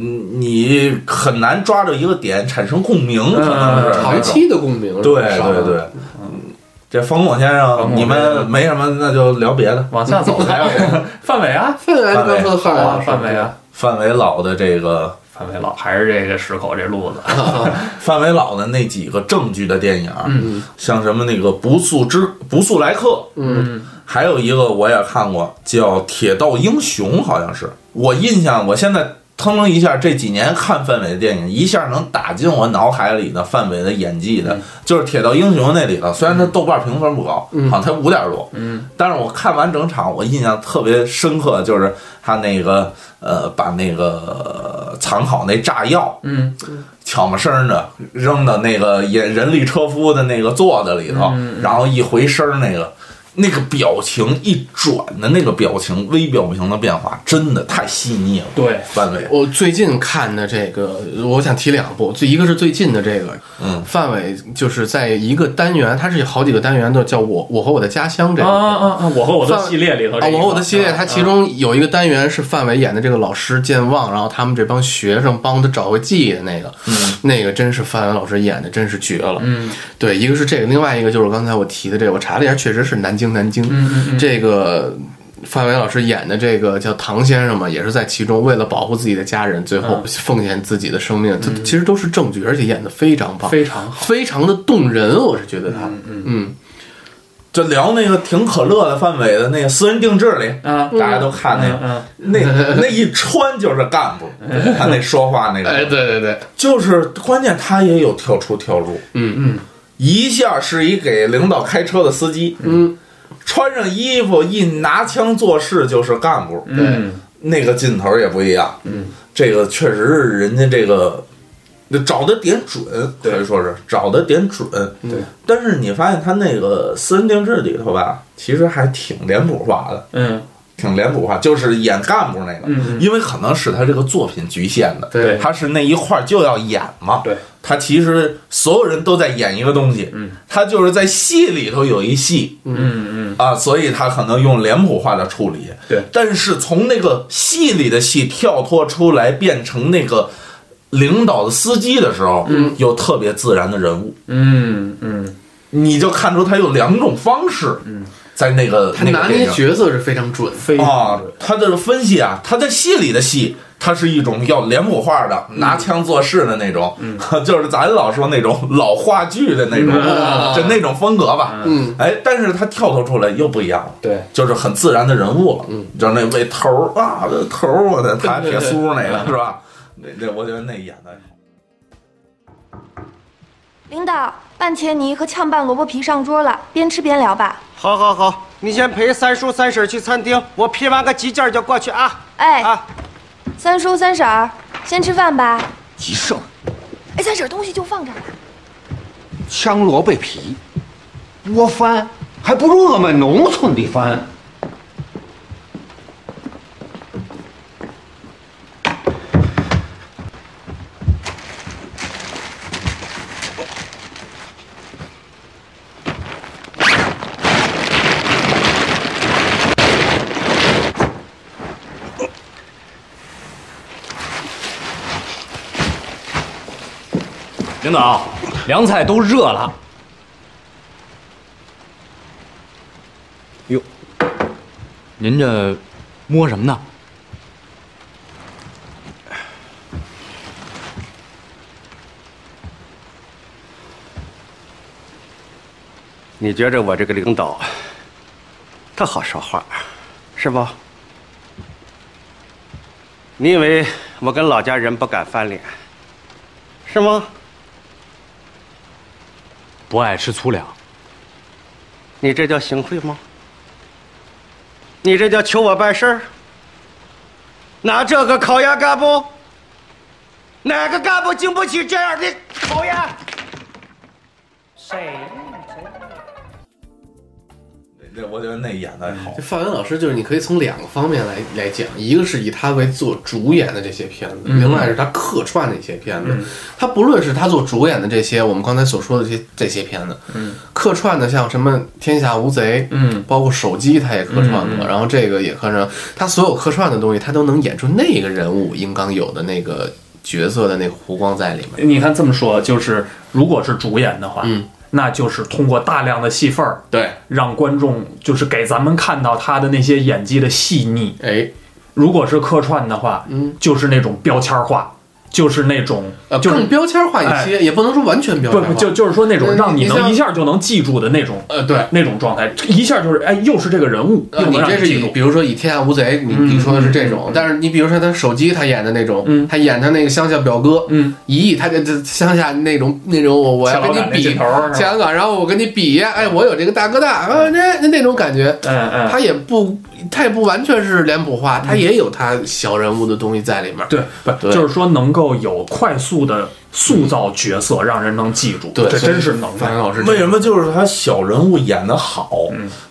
[SPEAKER 3] 嗯你很难抓着一个点产生共鸣，可能是
[SPEAKER 2] 嗯
[SPEAKER 3] 那
[SPEAKER 1] 长
[SPEAKER 3] 种
[SPEAKER 1] 期的共鸣，
[SPEAKER 3] 对
[SPEAKER 1] 少
[SPEAKER 3] 对对，嗯这冯巩先
[SPEAKER 2] 冯
[SPEAKER 3] 生，
[SPEAKER 2] 巩
[SPEAKER 3] 你
[SPEAKER 2] 先
[SPEAKER 3] 们
[SPEAKER 2] 生
[SPEAKER 3] 没什么，那就聊别的。
[SPEAKER 2] 往 下走，范伟啊，
[SPEAKER 1] 氛围刚说的氛
[SPEAKER 2] 啊，
[SPEAKER 1] 围，
[SPEAKER 2] 范伟啊，
[SPEAKER 3] 范伟老的这个
[SPEAKER 2] 范伟老还是这个石口这路子，
[SPEAKER 3] 范伟老的那几个正剧的电影，嗯，像什么那个《不速之不速来客》，嗯，还有一个我也看过，叫《铁道英雄》，好像是我印象，我现在腾楞一下，这几年看范伟的电影，一下能打进我脑海里的范伟的演技的，就是《铁道英雄》那里头，虽然他豆瓣评分不高，好像才五点多，嗯，但是我看完整场，我印象特别深刻，就是他那个呃，把那个呃藏好那炸药，
[SPEAKER 2] 嗯，
[SPEAKER 3] 悄没声儿的扔到那个人人力车夫的那个座子里头，然后一回身儿那个那个表情一转的那个表情微表情的变化，真的太细腻了。
[SPEAKER 2] 对
[SPEAKER 3] 范伟，
[SPEAKER 1] 我最近看的这个，我想提两部，最一个是最近的这个，
[SPEAKER 3] 嗯
[SPEAKER 1] 范伟就是在一个单元，它是有好几个单元都叫我我和我的家乡这
[SPEAKER 2] 啊
[SPEAKER 1] 个。
[SPEAKER 2] 啊啊！我和我的系列里头
[SPEAKER 1] 啊，
[SPEAKER 2] 这一个，
[SPEAKER 1] 我和我的系列，它其中有一个单元是范伟演的这个老师健忘，然后他们这帮学生帮他找回记忆的那个，那个真是范伟老师演的，真是绝了。
[SPEAKER 2] 嗯，
[SPEAKER 1] 对，一个是这个，另外一个就是刚才我提的这个，我查了一下，确实是南京，南
[SPEAKER 2] 嗯
[SPEAKER 1] 京、这个。范伟老师演的这个叫唐先生嘛，也是在其中为了保护自己的家人，最后奉献自己的生命，这、其实都是证据，而且演的非常棒，
[SPEAKER 2] 嗯非常好。
[SPEAKER 1] 非常的动人，我是觉得他，嗯
[SPEAKER 3] 就聊那个挺可乐的范伟的那个私人定制里，
[SPEAKER 2] 啊
[SPEAKER 3] 大家都看那个、
[SPEAKER 2] 嗯，
[SPEAKER 3] 那那一穿就是干部，他那说话 那个，
[SPEAKER 1] 哎，对对对，
[SPEAKER 3] 就是关键他也有跳出跳入，
[SPEAKER 1] 嗯
[SPEAKER 3] 嗯，一下是一给领导开车的司机，
[SPEAKER 1] 嗯，
[SPEAKER 3] 穿上衣服一拿枪做事就是干部，
[SPEAKER 2] 嗯，
[SPEAKER 3] 那个劲头也不一样，嗯，这个确实是人家这个找的点准，可以说是找的点准，对。但是你发现他那个私人定制里头吧，其实还挺脸谱化的，
[SPEAKER 2] 嗯，
[SPEAKER 3] 挺脸谱化，就是演干部那个，
[SPEAKER 2] 嗯
[SPEAKER 3] 因为可能是他这个作品局限的，
[SPEAKER 2] 对
[SPEAKER 3] 他是那一块儿就要演嘛，
[SPEAKER 2] 对，
[SPEAKER 3] 他其实所有人都在演一个东西，嗯，他就是在戏里头有一戏，
[SPEAKER 2] 嗯嗯，
[SPEAKER 3] 啊，所以他可能用脸谱化的处理，
[SPEAKER 2] 对
[SPEAKER 3] 但是从那个戏里的戏跳脱出来，变成那个领导的司机的时候，嗯，有特别自然的人物，
[SPEAKER 2] 嗯嗯，
[SPEAKER 3] 你就看出他有两种方式，嗯，在那个
[SPEAKER 1] 他
[SPEAKER 3] 那个
[SPEAKER 1] 拿
[SPEAKER 3] 电
[SPEAKER 1] 捏
[SPEAKER 3] 影
[SPEAKER 1] 角色是非常准，哦
[SPEAKER 2] 非
[SPEAKER 3] 啊
[SPEAKER 2] 常，
[SPEAKER 3] 他的分析啊，他在戏里的戏，他是一种要脸谱化的，拿枪做事的那种， 就是咱老说那种老话剧的那种，
[SPEAKER 1] 嗯
[SPEAKER 3] 就那种风格吧。
[SPEAKER 1] 嗯，
[SPEAKER 3] 哎，但是他跳脱出来又不一样了，
[SPEAKER 2] 对，
[SPEAKER 3] 就是很自然的人物了。嗯，就是那位头儿啊，这头儿我的弹铁苏那个是吧？那那我觉得那演的
[SPEAKER 7] 领导，拌茄泥和炝拌萝卜皮上桌了，边吃边聊吧。
[SPEAKER 8] 好好好，你先陪三叔三婶去餐厅，我批完个急件就过去啊。
[SPEAKER 7] 哎，
[SPEAKER 8] 啊，
[SPEAKER 7] 三叔三婶儿，先吃饭吧。
[SPEAKER 8] 急剩
[SPEAKER 7] 哎，三婶儿东西就放这儿了。
[SPEAKER 8] 炝萝卜皮、窝翻，还不如我们农村的翻。
[SPEAKER 9] 领导，凉菜都热了。哟，您这摸什么呢？
[SPEAKER 8] 你觉着我这个领导，他好说话，是不？你以为我跟老家人不敢翻脸，是吗？
[SPEAKER 9] 不爱吃粗粮。
[SPEAKER 8] 你这叫行贿吗？你这叫求我办事儿？拿这个考验干部？哪个干部经不起这样的考验？
[SPEAKER 3] 那我觉得那演的好
[SPEAKER 1] 这。范文老师就是你可以从两个方面来来讲，一个是以他为做主演的这些片子，另
[SPEAKER 2] 嗯
[SPEAKER 1] 外是他客串的一些片子。他不论是他做主演的这些，我们刚才所说的这些这些片子，客串的像什么《天下无贼》，
[SPEAKER 2] 嗯，
[SPEAKER 1] 包括手机他也客串过，然后这个也客串，他所有客串的东西，他都能演出那个人物应当有的那个角色的那个弧光在里面。
[SPEAKER 2] 你看这么说，就是如果是主演的话，
[SPEAKER 1] 嗯，
[SPEAKER 2] 那就是通过大量的戏份儿，
[SPEAKER 1] 对，
[SPEAKER 2] 让观众就是给咱们看到他的那些演技的细腻。
[SPEAKER 1] 哎，
[SPEAKER 2] 如果是客串的话，
[SPEAKER 1] 嗯，
[SPEAKER 2] 就是那种标签化，就是那种
[SPEAKER 1] 呃，
[SPEAKER 2] 就是
[SPEAKER 1] 更标签化一些，也不能说完全标
[SPEAKER 2] 不
[SPEAKER 1] 签化，
[SPEAKER 2] 哎不就就是说那种
[SPEAKER 1] 嗯
[SPEAKER 2] 让你
[SPEAKER 1] 你像
[SPEAKER 2] 能一下就能记住的那种
[SPEAKER 1] 呃对。
[SPEAKER 2] 那种状态，一下就是哎，又是这个人物，
[SPEAKER 1] 呃
[SPEAKER 2] 又
[SPEAKER 1] 你
[SPEAKER 2] 能让
[SPEAKER 1] 这是
[SPEAKER 2] 记
[SPEAKER 1] 以
[SPEAKER 2] 住。
[SPEAKER 1] 比如说以《天下无贼》，你你说的是这种，但是你比如说他手机他演的那种，
[SPEAKER 2] 嗯
[SPEAKER 1] 他演他那个乡下表哥，
[SPEAKER 2] 嗯，
[SPEAKER 1] 一亿他跟这乡下那种那种我我要跟
[SPEAKER 2] 香
[SPEAKER 1] 你
[SPEAKER 2] 港那
[SPEAKER 1] 比
[SPEAKER 2] 劲头儿是吧
[SPEAKER 1] 香港，然后我跟你比呀，哎，我有这个大哥大啊，那那种感觉，
[SPEAKER 2] 嗯嗯，
[SPEAKER 1] 他也不他也不完全是脸谱化，他也有他小人物的东西在里面，
[SPEAKER 2] 对，不
[SPEAKER 1] 对
[SPEAKER 2] 就是说能够有快速的塑造角色，让人能记住，
[SPEAKER 1] 对，
[SPEAKER 2] 这
[SPEAKER 1] 所以
[SPEAKER 2] 真是嗯能
[SPEAKER 1] 樊
[SPEAKER 2] 耐。
[SPEAKER 1] 老师
[SPEAKER 3] 为什么就是他小人物演得好，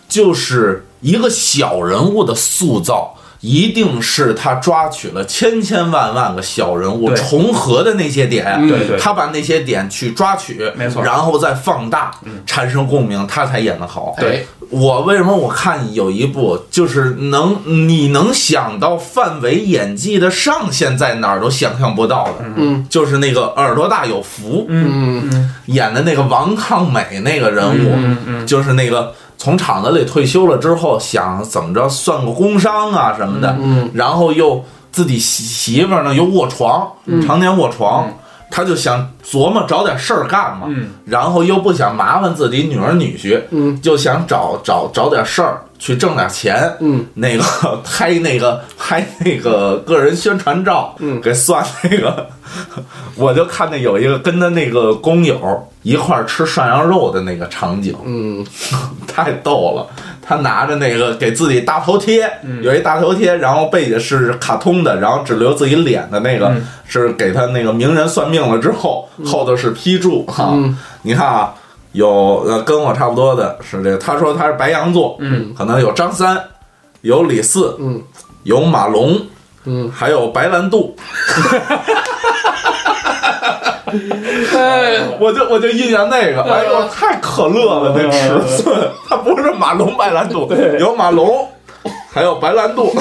[SPEAKER 3] 就是一个小人物的塑造。一定是他抓取了千千万万个小人物
[SPEAKER 2] 对嗯
[SPEAKER 3] 重合的那些点，
[SPEAKER 2] 对对
[SPEAKER 3] 他把那些点去抓取，
[SPEAKER 2] 没错嗯
[SPEAKER 3] 然后再放大，产生共鸣，他才演得好。
[SPEAKER 1] 对
[SPEAKER 3] 我为什么我看有一部就是能你能想到范伟演技的上限在哪儿都想象不到的，
[SPEAKER 1] 嗯，
[SPEAKER 3] 就是那个耳朵大有福，嗯，
[SPEAKER 1] 嗯
[SPEAKER 3] 演的那个王抗美那个人物，就是那个从厂子里退休了之后，想怎么着算个工伤啊什么的，然后又自己媳媳妇儿呢又卧床，常年卧床。他就想琢磨找点事儿干嘛，然后又不想麻烦自己女儿女婿，就想找找找点事儿去挣点钱， 那个拍那个拍那个个人宣传照，给算那个，我就看见有一个跟他那个工友一块儿吃涮羊肉的那个场景，
[SPEAKER 1] 嗯
[SPEAKER 3] 太逗了。他拿着那个给自己大头贴，
[SPEAKER 1] 嗯
[SPEAKER 3] 有一大头贴，然后背景是卡通的，然后只留自己脸的那个、
[SPEAKER 1] 嗯
[SPEAKER 3] 是给他那个名人算命了之后，后头是批注哈、
[SPEAKER 1] 嗯
[SPEAKER 3] 你看啊，有呃跟我差不多的是这个，他说他是白羊座，嗯，可能有张三，有李四，
[SPEAKER 1] 嗯，
[SPEAKER 3] 有马龙，
[SPEAKER 1] 嗯，
[SPEAKER 3] 还有白兰度。哎，我就我就印象那个，哎呦，太可乐了，那尺寸，它不是马龙白兰度，有马龙，还有白兰度。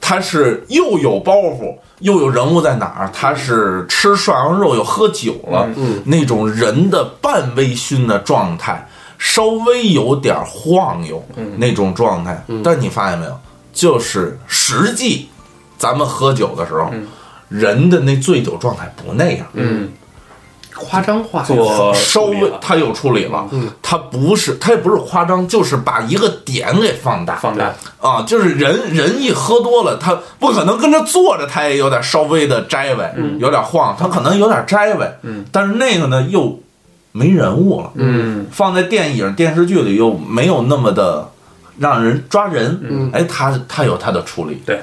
[SPEAKER 3] 他是又有包袱，又有人物在哪儿？他是吃涮羊肉又喝酒了，那种人的半微醺的状态，稍微有点晃悠、那种状态。但你发现没有，就是实际咱们喝酒的时候，人的那醉酒状态不那样，
[SPEAKER 2] 嗯
[SPEAKER 1] 夸张化
[SPEAKER 2] 做
[SPEAKER 3] 稍
[SPEAKER 2] 处理
[SPEAKER 3] 微
[SPEAKER 2] 了
[SPEAKER 3] 他有处理了，他不是他也不是夸张，就是把一个点给放大，
[SPEAKER 2] 放大
[SPEAKER 3] 啊，就是人人一喝多了，他不可能跟着坐着，他也有点稍微的摘歪，有点晃，他可能有点摘歪，嗯，但是那个呢又没人物了，嗯，放在电影电视剧里又没有那么的让人抓人，嗯，哎，他他有他的处理，
[SPEAKER 2] 对。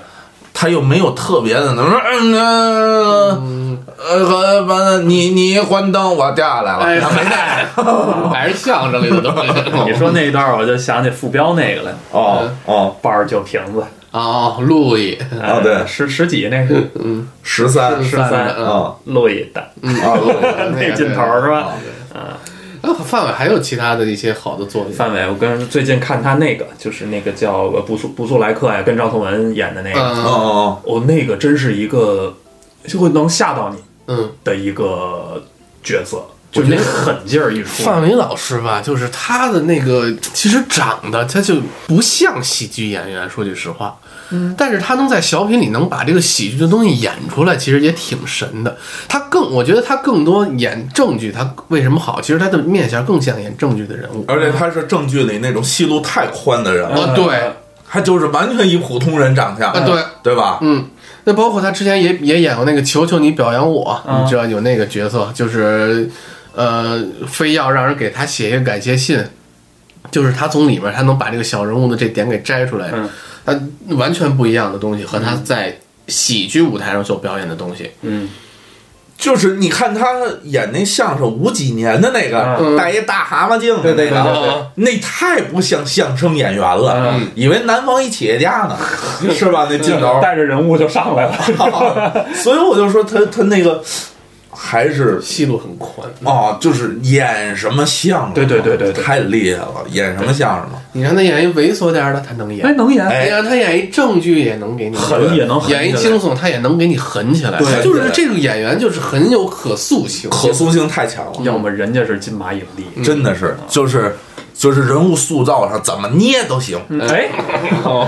[SPEAKER 3] 他又没有特别的，怎么说？嗯，呃呃，完了，你你关灯，我掉下来了。
[SPEAKER 1] 哎，没 带，还是相声里的东西。
[SPEAKER 2] 你说那一段儿，我就想起副标那个了，
[SPEAKER 3] 哦哦
[SPEAKER 2] 八十九瓶子呃
[SPEAKER 1] 哦，路易，
[SPEAKER 3] 啊，对，
[SPEAKER 2] 十十几那是
[SPEAKER 3] 十三
[SPEAKER 2] 十三
[SPEAKER 1] 嗯
[SPEAKER 3] 啊
[SPEAKER 2] 路易的
[SPEAKER 3] 啊，
[SPEAKER 2] 那劲头儿是吧？
[SPEAKER 1] 然后啊范伟还有其他的一些好的作品，
[SPEAKER 2] 范伟，我跟最近看他那个，就是那个叫呃布苏布苏莱克呀，跟张颂文演的那个，
[SPEAKER 3] 哦
[SPEAKER 1] 嗯
[SPEAKER 3] 哦，
[SPEAKER 2] 哦，那个真是一个就会能吓到你
[SPEAKER 1] 嗯，
[SPEAKER 2] 的一个角色，就那狠劲儿一出，
[SPEAKER 1] 范伟老师吧，就是他的那个，其实长得他就不像喜剧演员，说句实话，嗯，但是他能在小品里能把这个喜剧的东西演出来，其实也挺神的。他更，我觉得他更多演正剧，他为什么好？其实他的面相更像演正剧的人物。
[SPEAKER 3] 而且他是正剧里那种戏路太宽的人了，
[SPEAKER 1] 啊，对，
[SPEAKER 3] 他就是完全以普通人长相，
[SPEAKER 1] 啊对
[SPEAKER 3] 对吧？
[SPEAKER 1] 嗯，那包括他之前也也演过那个《求求你表扬我》，你知道有那个角色，就是呃，非要让人给他写一个感谢信，就是他从里面他能把这个小人物的这点给摘出来，他完全不一样的东西和他在喜剧舞台上所表演的东西，
[SPEAKER 2] 嗯
[SPEAKER 3] 就是你看他演那相声五几年的那
[SPEAKER 2] 嗯
[SPEAKER 3] 个，戴一大蛤蟆镜的那个，那太不像相声演员了，
[SPEAKER 2] 嗯
[SPEAKER 3] 以为南方一企业家 呢，是吧？那镜头，
[SPEAKER 2] 带着人物就上来 了。
[SPEAKER 3] 所以我就说他他那个还是
[SPEAKER 1] 戏路很宽。
[SPEAKER 3] 哦，就是演什么相声，
[SPEAKER 2] 对对对对对
[SPEAKER 3] 太厉害了，哎演什么相声嘛，
[SPEAKER 1] 你让他演一猥琐点儿的，他能演；
[SPEAKER 2] 能演
[SPEAKER 1] 你让他演一正剧，也能给你
[SPEAKER 2] 狠也能狠
[SPEAKER 1] 演一
[SPEAKER 2] 起来
[SPEAKER 1] 惊悚，他也能给你狠起来。
[SPEAKER 3] 对
[SPEAKER 1] 就是
[SPEAKER 3] 对
[SPEAKER 1] 这个演员就是很有可塑性，
[SPEAKER 3] 可塑性太强了，
[SPEAKER 2] 要么人家是金马影帝，
[SPEAKER 3] 真的是就是。就是人物塑造上怎么捏都行
[SPEAKER 1] 嗯
[SPEAKER 2] 哎，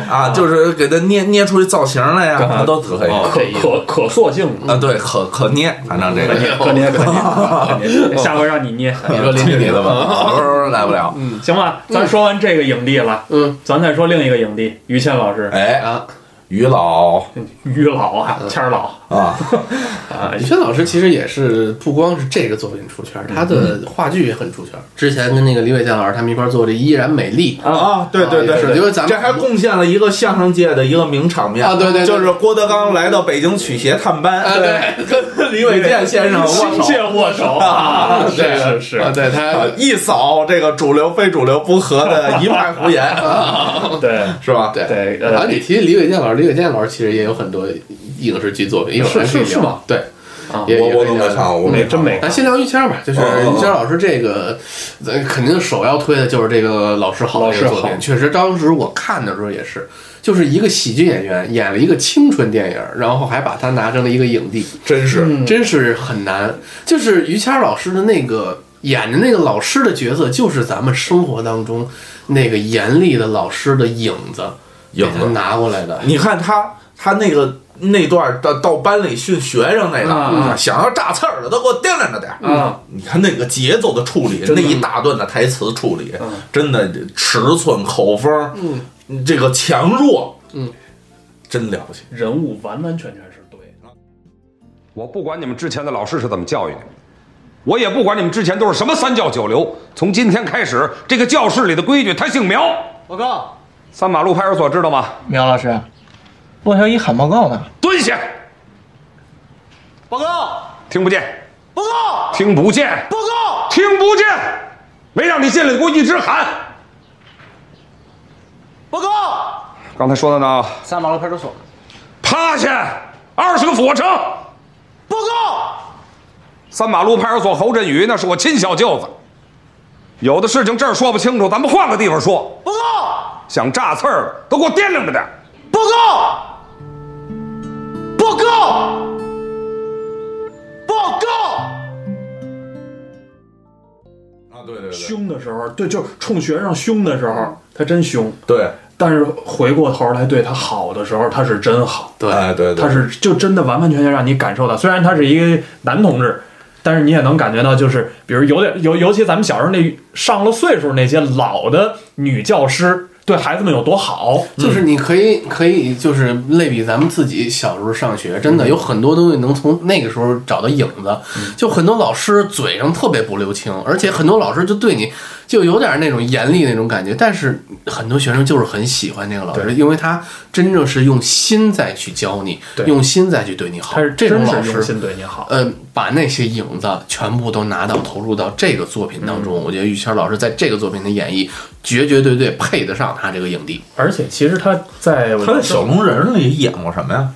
[SPEAKER 3] 啊，就是给他捏捏出一造型
[SPEAKER 1] 嗯
[SPEAKER 3] 来呀，他都可以。
[SPEAKER 2] 可可可塑性，
[SPEAKER 3] 啊，对，可可捏，反正这
[SPEAKER 2] 可
[SPEAKER 3] 个
[SPEAKER 1] 嗯
[SPEAKER 2] 捏可捏可捏，下回让你捏。
[SPEAKER 1] 你说邻
[SPEAKER 3] 去你
[SPEAKER 1] 居
[SPEAKER 3] 的吧，来不了。
[SPEAKER 2] 行吧，咱说完这个影帝了，
[SPEAKER 1] 嗯，
[SPEAKER 2] 咱再说另一个影帝于谦老师，
[SPEAKER 3] 哎，
[SPEAKER 1] 啊，
[SPEAKER 3] 于老
[SPEAKER 2] 于老啊，谦儿老
[SPEAKER 3] 啊，
[SPEAKER 2] 啊
[SPEAKER 1] 李，轩老师其实也是不光是这个作品出圈，他的话剧也很出圈。之前跟那个李伟健老师他们一块儿做这《依然美丽》
[SPEAKER 3] 啊，对对对，
[SPEAKER 1] 是因为咱们
[SPEAKER 3] 这还贡献了一个相声界的一个名场面
[SPEAKER 1] 啊对对对
[SPEAKER 3] 就是郭德纲来到北京曲协探班，
[SPEAKER 1] 啊对，
[SPEAKER 3] 跟李伟健先 生握
[SPEAKER 2] 心
[SPEAKER 3] 手。
[SPEAKER 2] 切握手啊，
[SPEAKER 1] 对
[SPEAKER 2] 是是
[SPEAKER 1] 啊，
[SPEAKER 2] 是，
[SPEAKER 1] 对他
[SPEAKER 3] 啊，一扫这个主流非主流不合的一派胡言，
[SPEAKER 2] 对
[SPEAKER 3] 是吧？
[SPEAKER 1] 啊对
[SPEAKER 2] 对
[SPEAKER 1] 然后
[SPEAKER 2] 呃
[SPEAKER 1] 你提李伟健老师，李伟健老师其实也有很多影视剧作品，一会儿咱可以
[SPEAKER 2] 是是
[SPEAKER 1] 聊
[SPEAKER 2] 吗？
[SPEAKER 1] 对，
[SPEAKER 2] 啊
[SPEAKER 1] 也
[SPEAKER 3] 我我都
[SPEAKER 1] 也嗯
[SPEAKER 3] 没看过，我没
[SPEAKER 2] 没真没
[SPEAKER 1] 咱先聊于谦儿吧，就是于谦儿老师这个，咱肯定首要推的就是这个《老师好》这个作
[SPEAKER 2] 老师
[SPEAKER 1] 品。
[SPEAKER 2] 好
[SPEAKER 1] 确实，当时我看的时候也是，就是一个喜剧演员演了一个青春电影，然后还把他拿成了一个影帝，
[SPEAKER 3] 真是
[SPEAKER 1] 真是很难。就是于谦儿老师的那个演的那个老师的角色，就是咱们生活当中那个严厉的老师的影子，给
[SPEAKER 3] 影
[SPEAKER 1] 他
[SPEAKER 3] 子。
[SPEAKER 1] 拿过来的。
[SPEAKER 3] 你看他他那个那段到到班里训学生那个，啊
[SPEAKER 2] 嗯
[SPEAKER 3] 想要炸刺儿的都给我掂量着点儿。
[SPEAKER 2] 啊，
[SPEAKER 3] 你看那个节奏的处理，
[SPEAKER 2] 真
[SPEAKER 3] 那
[SPEAKER 2] 的
[SPEAKER 3] 一大段的台词处理，真的尺寸、口风，嗯，这个强弱，嗯，真了不起。
[SPEAKER 2] 人物完完全全是对的。
[SPEAKER 9] 我不管你们之前的老师是怎么教育你们，我也不管你们之前都是什么三教九流。从今天开始，这个教室里的规矩，他姓苗。
[SPEAKER 8] 报告，
[SPEAKER 9] 三马路派出所知道吗？
[SPEAKER 10] 苗老师，骆小一喊报告呢。
[SPEAKER 9] 蹲下，
[SPEAKER 8] 报告，
[SPEAKER 9] 听不见，
[SPEAKER 8] 报告，
[SPEAKER 9] 听不见，
[SPEAKER 8] 报告！
[SPEAKER 9] 听不见，没让你进来，给我一直喊。
[SPEAKER 8] 报告！
[SPEAKER 9] 刚才说到哪？
[SPEAKER 10] 三马路派出所，
[SPEAKER 9] 趴下，二十个俯卧撑。
[SPEAKER 8] 报告！
[SPEAKER 9] 三马路派出所侯振宇那是我亲小舅子，有的事情这儿说不清楚，咱们换个地方说。
[SPEAKER 8] 报告！
[SPEAKER 9] 想炸刺儿的都给我掂量着点儿。
[SPEAKER 8] 报告！报告！报告！
[SPEAKER 3] 啊，对对对，
[SPEAKER 2] 凶的时候，对，就是冲学生凶的时候，他真凶；
[SPEAKER 3] 对，
[SPEAKER 2] 但是回过头来对他好的时候，他是真好。
[SPEAKER 1] 对，
[SPEAKER 3] 哎对对，
[SPEAKER 2] 他是就真的完完全全让你感受到，虽然他是一个男同志，但是你也能感觉到，就是比如有点尤尤其咱们小时候那上了岁数那些老的女教师对孩子们有多好，
[SPEAKER 1] 就是你可以可以就是类比咱们自己小时候上学，真
[SPEAKER 2] 嗯
[SPEAKER 1] 的有很多东西能从那个时候找到影子。就很多老师嘴上特别不留情，而且很多老师就对你就有点那种严厉那种感觉，但是很多学生就是很喜欢这个老师，因为他真正是用心在去教你，
[SPEAKER 2] 对
[SPEAKER 1] 用心在去对你好。
[SPEAKER 2] 他是
[SPEAKER 1] 这种
[SPEAKER 2] 真
[SPEAKER 1] 老
[SPEAKER 2] 是用
[SPEAKER 1] 师
[SPEAKER 2] 心对你好。
[SPEAKER 1] 嗯，把那些影子全部都拿到投入到这个作品当中，
[SPEAKER 2] 嗯
[SPEAKER 1] 我觉得于谦老师在这个作品的演绎，绝绝对对配得上他这个影帝。
[SPEAKER 2] 而且其实他在
[SPEAKER 3] 他在小龙人里演过什么呀？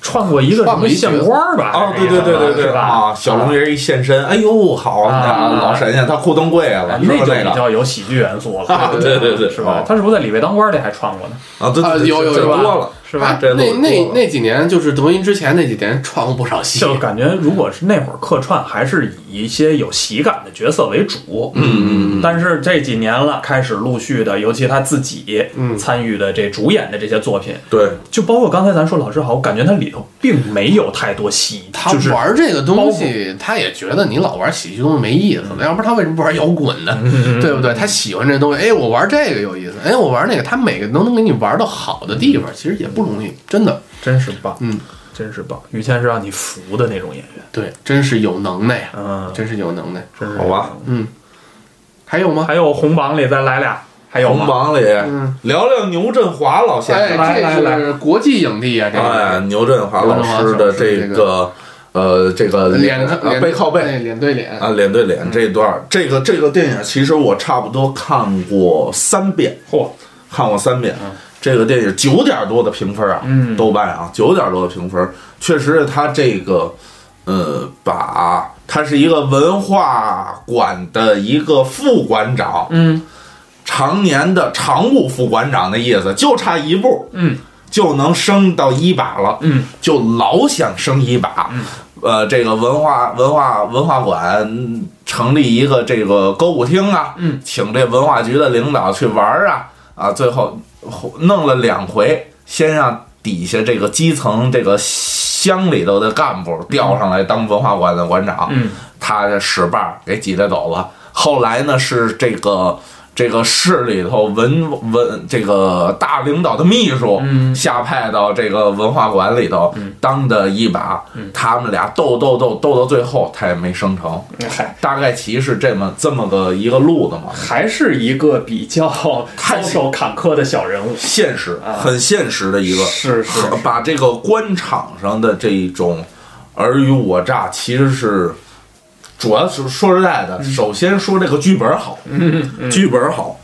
[SPEAKER 2] 串过一个什
[SPEAKER 1] 串过
[SPEAKER 2] 么
[SPEAKER 1] 一
[SPEAKER 2] 县
[SPEAKER 1] 角色
[SPEAKER 2] 官儿吧？
[SPEAKER 3] 哦，对
[SPEAKER 2] 还是
[SPEAKER 3] 对对对
[SPEAKER 2] 什么
[SPEAKER 3] 对
[SPEAKER 2] 是吧？
[SPEAKER 3] 啊！小龙人一现身，哎呦，好
[SPEAKER 2] 啊
[SPEAKER 3] 老神仙，他裤裆跪下了，是不
[SPEAKER 2] 那
[SPEAKER 3] 是
[SPEAKER 2] 就
[SPEAKER 3] 那
[SPEAKER 2] 比
[SPEAKER 3] 个？
[SPEAKER 2] 较有喜剧元素了，
[SPEAKER 3] 啊， 对对对，
[SPEAKER 2] 是吧
[SPEAKER 3] 哦？
[SPEAKER 2] 他是不是在李卫当官里还串过呢？
[SPEAKER 3] 啊，对
[SPEAKER 1] 啊
[SPEAKER 3] 对，对
[SPEAKER 1] 有有
[SPEAKER 3] 这
[SPEAKER 1] 有吧
[SPEAKER 3] 多了，啊
[SPEAKER 2] 是吧？
[SPEAKER 3] 这
[SPEAKER 1] 哎那
[SPEAKER 3] 路
[SPEAKER 1] 那
[SPEAKER 3] 多了
[SPEAKER 1] 那几年就是德云之前那几年 串过不少戏，
[SPEAKER 2] 就感觉，如果是那会儿客串，还是以一些有喜感的角色为主。嗯嗯。但是这几年了，开始陆续的，尤其他自己参与的这主演的这些作品，
[SPEAKER 3] 对
[SPEAKER 2] 就包括刚才咱说老师好，我感觉它里头并没有太多戏，
[SPEAKER 1] 他
[SPEAKER 2] 就是
[SPEAKER 1] 玩这个
[SPEAKER 2] 包
[SPEAKER 1] 东西
[SPEAKER 2] 袱，嗯
[SPEAKER 1] 他也觉得你老玩喜剧东西没意思，要不然他为什么不玩摇滚呢？对不对？他喜欢这东西，哎，我玩这个有意思，哎，我玩那个，他每个都能给你玩到好的地方，其实也不容易，真的。
[SPEAKER 2] 真是棒，
[SPEAKER 1] 嗯，
[SPEAKER 2] 真是棒。于谦是让你服的那种演员，
[SPEAKER 1] 对，真是有能耐啊，
[SPEAKER 2] 嗯，
[SPEAKER 1] 真是有能耐。嗯
[SPEAKER 2] 真是
[SPEAKER 3] 好吧。
[SPEAKER 1] 还有吗？
[SPEAKER 2] 还有红榜里再来俩，还有
[SPEAKER 3] 红
[SPEAKER 2] 吗？
[SPEAKER 3] 榜里
[SPEAKER 1] 嗯
[SPEAKER 3] 聊聊牛振华老先生，
[SPEAKER 2] 来来
[SPEAKER 1] 哎，这是国际影帝啊，这
[SPEAKER 3] 哎，
[SPEAKER 1] 个
[SPEAKER 3] 牛振华老师的
[SPEAKER 1] 牛振华老
[SPEAKER 3] 这
[SPEAKER 1] 师这
[SPEAKER 3] 个呃这个
[SPEAKER 1] 脸
[SPEAKER 3] 啊
[SPEAKER 1] 脸
[SPEAKER 3] 背靠背
[SPEAKER 1] 哎脸对脸，
[SPEAKER 3] 啊脸对脸这段儿，这个这个电影其实我差不多看过三遍，
[SPEAKER 2] 嚯，
[SPEAKER 3] 看过三遍。
[SPEAKER 1] 嗯
[SPEAKER 3] 这个电影九点多的评分啊，豆瓣啊九点多的评分，确实它这个呃把他是一个文化馆的一个副馆长，嗯，常年的常务副馆长的意思，就差一步，嗯，就能升到一把了，嗯，就老想升一把，嗯。呃，这个文化文化文化馆成立一个这个歌舞厅啊，嗯，请这文化局的领导去玩儿啊，啊，最后弄了两回，先让底下这个基层这个乡里头的干部调上来当文化馆的馆长，
[SPEAKER 2] 嗯，
[SPEAKER 3] 他的使绊儿给挤兑走了。后来呢，是这个这个市里头文文这个大领导的秘书下派到这个文化馆里头
[SPEAKER 2] 嗯
[SPEAKER 3] 当的一把，他们俩斗斗斗斗到最后，他也没生成。
[SPEAKER 2] 嗨，
[SPEAKER 3] 大概其是这么这么个一个路子嘛，
[SPEAKER 2] 还是一个比较遭受坎坷的小人物。
[SPEAKER 3] 现实
[SPEAKER 2] 啊
[SPEAKER 3] 很现实的一个，
[SPEAKER 2] 是是
[SPEAKER 3] 把这个官场上的这种尔虞我诈，其实是主要是说实在
[SPEAKER 1] 嗯
[SPEAKER 3] 的，首先说这个剧本好，剧本好，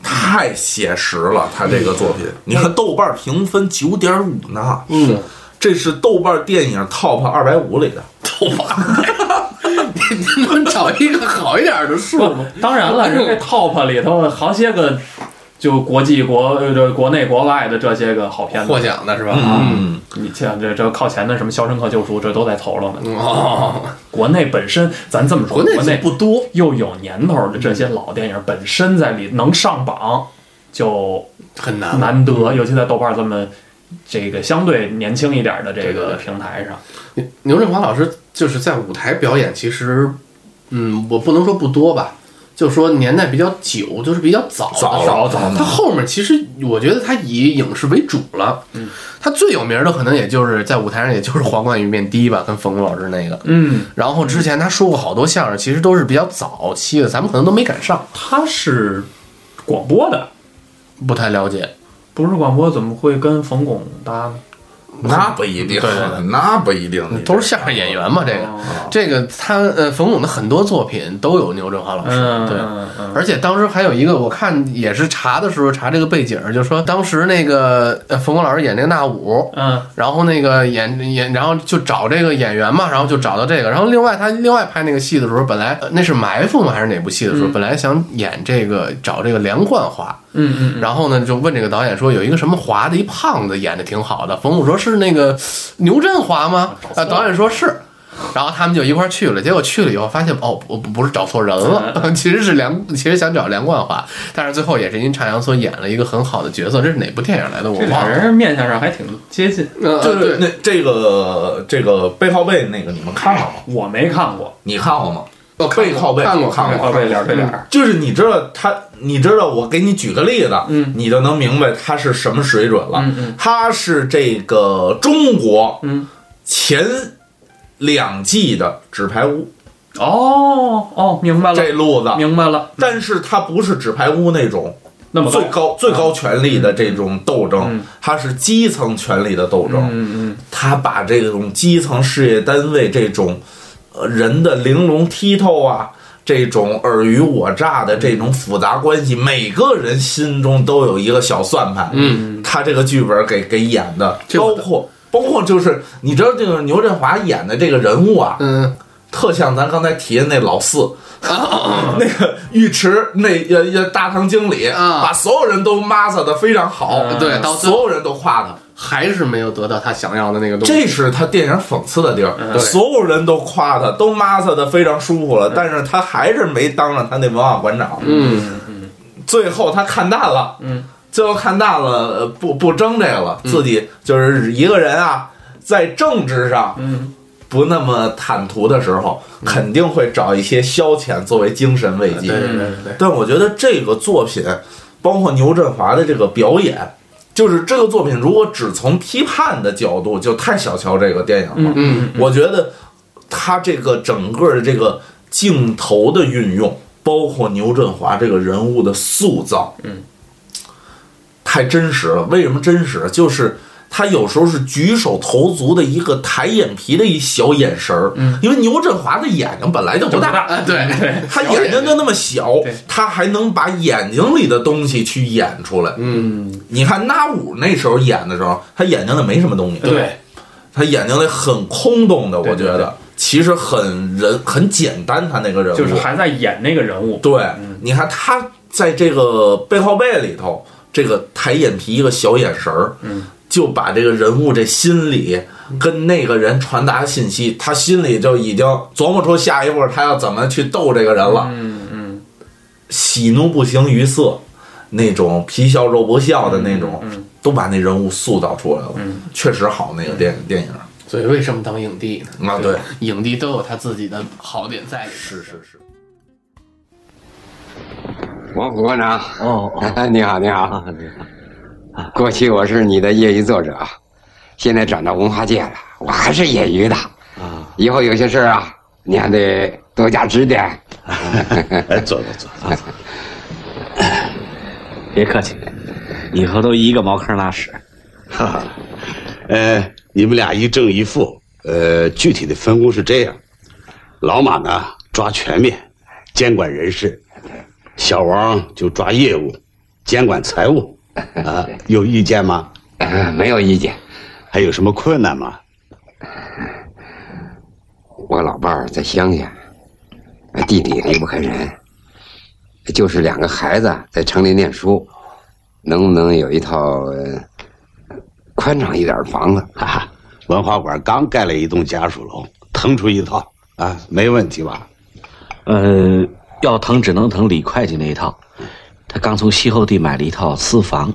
[SPEAKER 3] 太写实了，他这个作品，你看豆瓣评分九点五呢，
[SPEAKER 1] 嗯，
[SPEAKER 3] 这是豆瓣电影 Top 二百五里的，
[SPEAKER 1] 你能找一个好一点的数 吗？
[SPEAKER 2] 当 然了，人这 top 里头好些个，就国际国呃这国内国外的这些个好片
[SPEAKER 1] 获
[SPEAKER 2] 子，
[SPEAKER 1] 奖的是吧？
[SPEAKER 3] 嗯，
[SPEAKER 2] 你像这这靠前的什么《肖申克救赎》，这都在头了呢。
[SPEAKER 1] 哦，
[SPEAKER 2] 国内本身，咱这么说，
[SPEAKER 1] 国内
[SPEAKER 2] 国
[SPEAKER 1] 就
[SPEAKER 2] 内
[SPEAKER 1] 不多，
[SPEAKER 2] 又有年头的这些老电影，本身在里能上榜就
[SPEAKER 1] 很难。
[SPEAKER 2] 难得，尤其在豆瓣这么这个相对年轻一点的这
[SPEAKER 1] 对对
[SPEAKER 2] 个
[SPEAKER 1] 对
[SPEAKER 2] 平台上，
[SPEAKER 1] 牛牛振华老师就是在舞台表演，其实，嗯，我不能说不多吧，就说年代比较久，就是比较早的
[SPEAKER 3] 早
[SPEAKER 1] 时候
[SPEAKER 3] 了早了
[SPEAKER 1] 他后面其实我觉得他以影视为主了，嗯，他最有名的可能也就是在舞台上，也就是皇冠与面的吧，跟冯巩老师那个。
[SPEAKER 2] 嗯，
[SPEAKER 1] 然后之前他说过好多相声，其实都是比较早期的，咱们可能都没赶上，
[SPEAKER 2] 它是广播的，
[SPEAKER 1] 不太了解。
[SPEAKER 2] 不是广播怎么会跟冯巩搭呢？
[SPEAKER 3] 那不一
[SPEAKER 1] 对
[SPEAKER 3] 定
[SPEAKER 1] 对对，
[SPEAKER 3] 那不一定，
[SPEAKER 1] 都是相声演员嘛，这
[SPEAKER 2] 哦
[SPEAKER 1] 个，这个他呃，冯巩的很多作品都有牛振华老师，
[SPEAKER 2] 嗯
[SPEAKER 1] 对，
[SPEAKER 2] 嗯嗯
[SPEAKER 1] 而且当时还有一个，我看也是查的时候查这个背景，就说当时那个呃冯巩老师演那个那舞，
[SPEAKER 2] 嗯，
[SPEAKER 1] 然后那个演演，然后就找这个演员嘛，然后就找到这个，然后另外他另外拍那个戏的时候，本来呃那是埋伏吗还是哪部戏的时候，本来想演这个找这个梁冠华，
[SPEAKER 2] 嗯嗯，
[SPEAKER 1] 然后呢，就问这个导演说，有一个什么华的一胖子演的挺好的，冯巩说是那个呃牛振华吗？啊，导演说是，然后他们就一块儿去了。结果去了以后发现，哦，不不不是找错人 了，其实是梁，其实想找梁冠华，但是最后也是因差阳所演了一个很好的角色。这是哪部电影来的？我
[SPEAKER 2] 这俩
[SPEAKER 1] 忘了。
[SPEAKER 2] 人面相上还挺接近，
[SPEAKER 1] 呃，
[SPEAKER 3] 就
[SPEAKER 1] 对
[SPEAKER 3] 是那这个这个背靠背那个你们看了吗？
[SPEAKER 2] 我没看过，哦
[SPEAKER 3] 你看过吗？
[SPEAKER 1] 哦看过
[SPEAKER 3] 背靠背
[SPEAKER 1] 看过
[SPEAKER 3] 看过
[SPEAKER 2] 靠背脸儿对脸儿，
[SPEAKER 3] 就是你知道他，你知道我给你举个例子，
[SPEAKER 2] 嗯
[SPEAKER 3] 你就能明白他是什么水准了。
[SPEAKER 2] 嗯嗯
[SPEAKER 3] 他是这个中国
[SPEAKER 2] 嗯，
[SPEAKER 3] 前两季的纸牌屋
[SPEAKER 2] 哦哦，明白了，
[SPEAKER 3] 这路子，
[SPEAKER 2] 明白了，
[SPEAKER 3] 但是他不是纸牌屋那种
[SPEAKER 2] 那么
[SPEAKER 3] 最高最高权力的这种斗争
[SPEAKER 2] 嗯，
[SPEAKER 3] 他是基层权力的斗争。
[SPEAKER 2] 嗯嗯
[SPEAKER 3] 他把这种基层事业单位这种呃人的玲珑剔透啊，这种尔虞我诈的这种复杂关系，每个人心中都有一个小算盘。
[SPEAKER 1] 嗯，
[SPEAKER 3] 他这个剧本给给演的，
[SPEAKER 2] 嗯
[SPEAKER 1] 这
[SPEAKER 3] 包
[SPEAKER 1] 我
[SPEAKER 3] 括包括就是你知道这个牛振华演的这个人物啊，
[SPEAKER 1] 嗯，
[SPEAKER 3] 特像咱刚才提的那老四， 那个尉迟那呃呃大堂经理，
[SPEAKER 1] 啊
[SPEAKER 3] 把所有人都抹擦的非常好，嗯
[SPEAKER 1] 对嗯到最
[SPEAKER 3] 所
[SPEAKER 1] 后
[SPEAKER 3] 有人都夸他。
[SPEAKER 1] 还是没有得到他想要的那个东西。
[SPEAKER 3] 这是他电影讽刺的地儿，
[SPEAKER 1] 嗯对
[SPEAKER 3] 所有人都夸他，都骂他的非常舒服了，但是他还是没当上他那文化馆长。
[SPEAKER 1] 嗯，
[SPEAKER 3] 最后他看淡了，
[SPEAKER 2] 嗯，
[SPEAKER 3] 最后看淡了，呃不不争这个了，
[SPEAKER 1] 嗯
[SPEAKER 3] 自己就是一个人啊，在政治上
[SPEAKER 2] 嗯
[SPEAKER 3] 不那么坦途的时候，肯定会找一些消遣作为精神慰
[SPEAKER 1] 嗯
[SPEAKER 3] 藉。
[SPEAKER 1] 对对对对，
[SPEAKER 3] 但我觉得这个作品，包括牛振华的这个表演，就是这个作品如果只从批判的角度，就太小瞧这个电影了。
[SPEAKER 2] 嗯
[SPEAKER 1] 嗯，
[SPEAKER 3] 我觉得他这个整个的这个镜头的运用，包括牛振华这个人物的塑造，
[SPEAKER 2] 嗯，
[SPEAKER 3] 太真实了。为什么真实？就是他有时候是举手投足的一个抬眼皮的一小眼神儿，嗯，因为牛振华的眼睛本来就不大，
[SPEAKER 1] 啊对对，
[SPEAKER 3] 他眼睛就那么小
[SPEAKER 2] 对，
[SPEAKER 3] 他还能把眼睛里的东西去演出来。
[SPEAKER 1] 嗯，
[SPEAKER 3] 你看那五那时候演的时候，他眼睛里没什么东西，
[SPEAKER 2] 对，
[SPEAKER 3] 他眼睛里很空洞的，我
[SPEAKER 2] 对
[SPEAKER 3] 觉
[SPEAKER 2] 对
[SPEAKER 3] 得其实很人很简单，他那个人物
[SPEAKER 2] 就是还在演那个人物，
[SPEAKER 3] 对，你看他在这个背靠背里头，这个抬眼皮一个小眼神儿，
[SPEAKER 2] 嗯，
[SPEAKER 3] 就把这个人物这心理跟那个人传达信息，他心里就已经琢磨出下一步他要怎么去逗这个人了。嗯嗯，喜怒不形于色，那种皮笑肉不笑的那种，都把那人物塑造出来了。确实好，那个电电影。
[SPEAKER 1] 所以为什么当影帝呢？
[SPEAKER 3] 啊，对，
[SPEAKER 1] 影帝都有他自己的好点在里面。是
[SPEAKER 3] 是是。
[SPEAKER 11] 王副馆长，哦， 你好，你好， 你好。过去我是你的业余作者，现在转到文化界了，我还是业余的。
[SPEAKER 5] 哦
[SPEAKER 12] 啊，
[SPEAKER 11] 以后有些事儿啊，你还得多加指点。
[SPEAKER 12] 哎，坐坐坐坐坐，
[SPEAKER 5] 别客气，以后都一个茅坑拉屎。
[SPEAKER 12] 哈哈，呃，你们俩一正一负，呃，具体的分工是这样：老马呢抓全面，监管人事；小王就抓业务，监管财务。啊，有意见吗？
[SPEAKER 11] 没有意见。
[SPEAKER 12] 还有什么困难吗？
[SPEAKER 11] 我老伴儿在乡下，地里离不开人，就是两个孩子在城里念书，能不能有一套呃宽敞一点的房子？
[SPEAKER 12] 哈哈，文化馆刚盖了一栋家属楼，腾出一套啊，没问题吧？
[SPEAKER 5] 呃，要腾只能腾李会计那一套，他刚从西后地买了一套私房，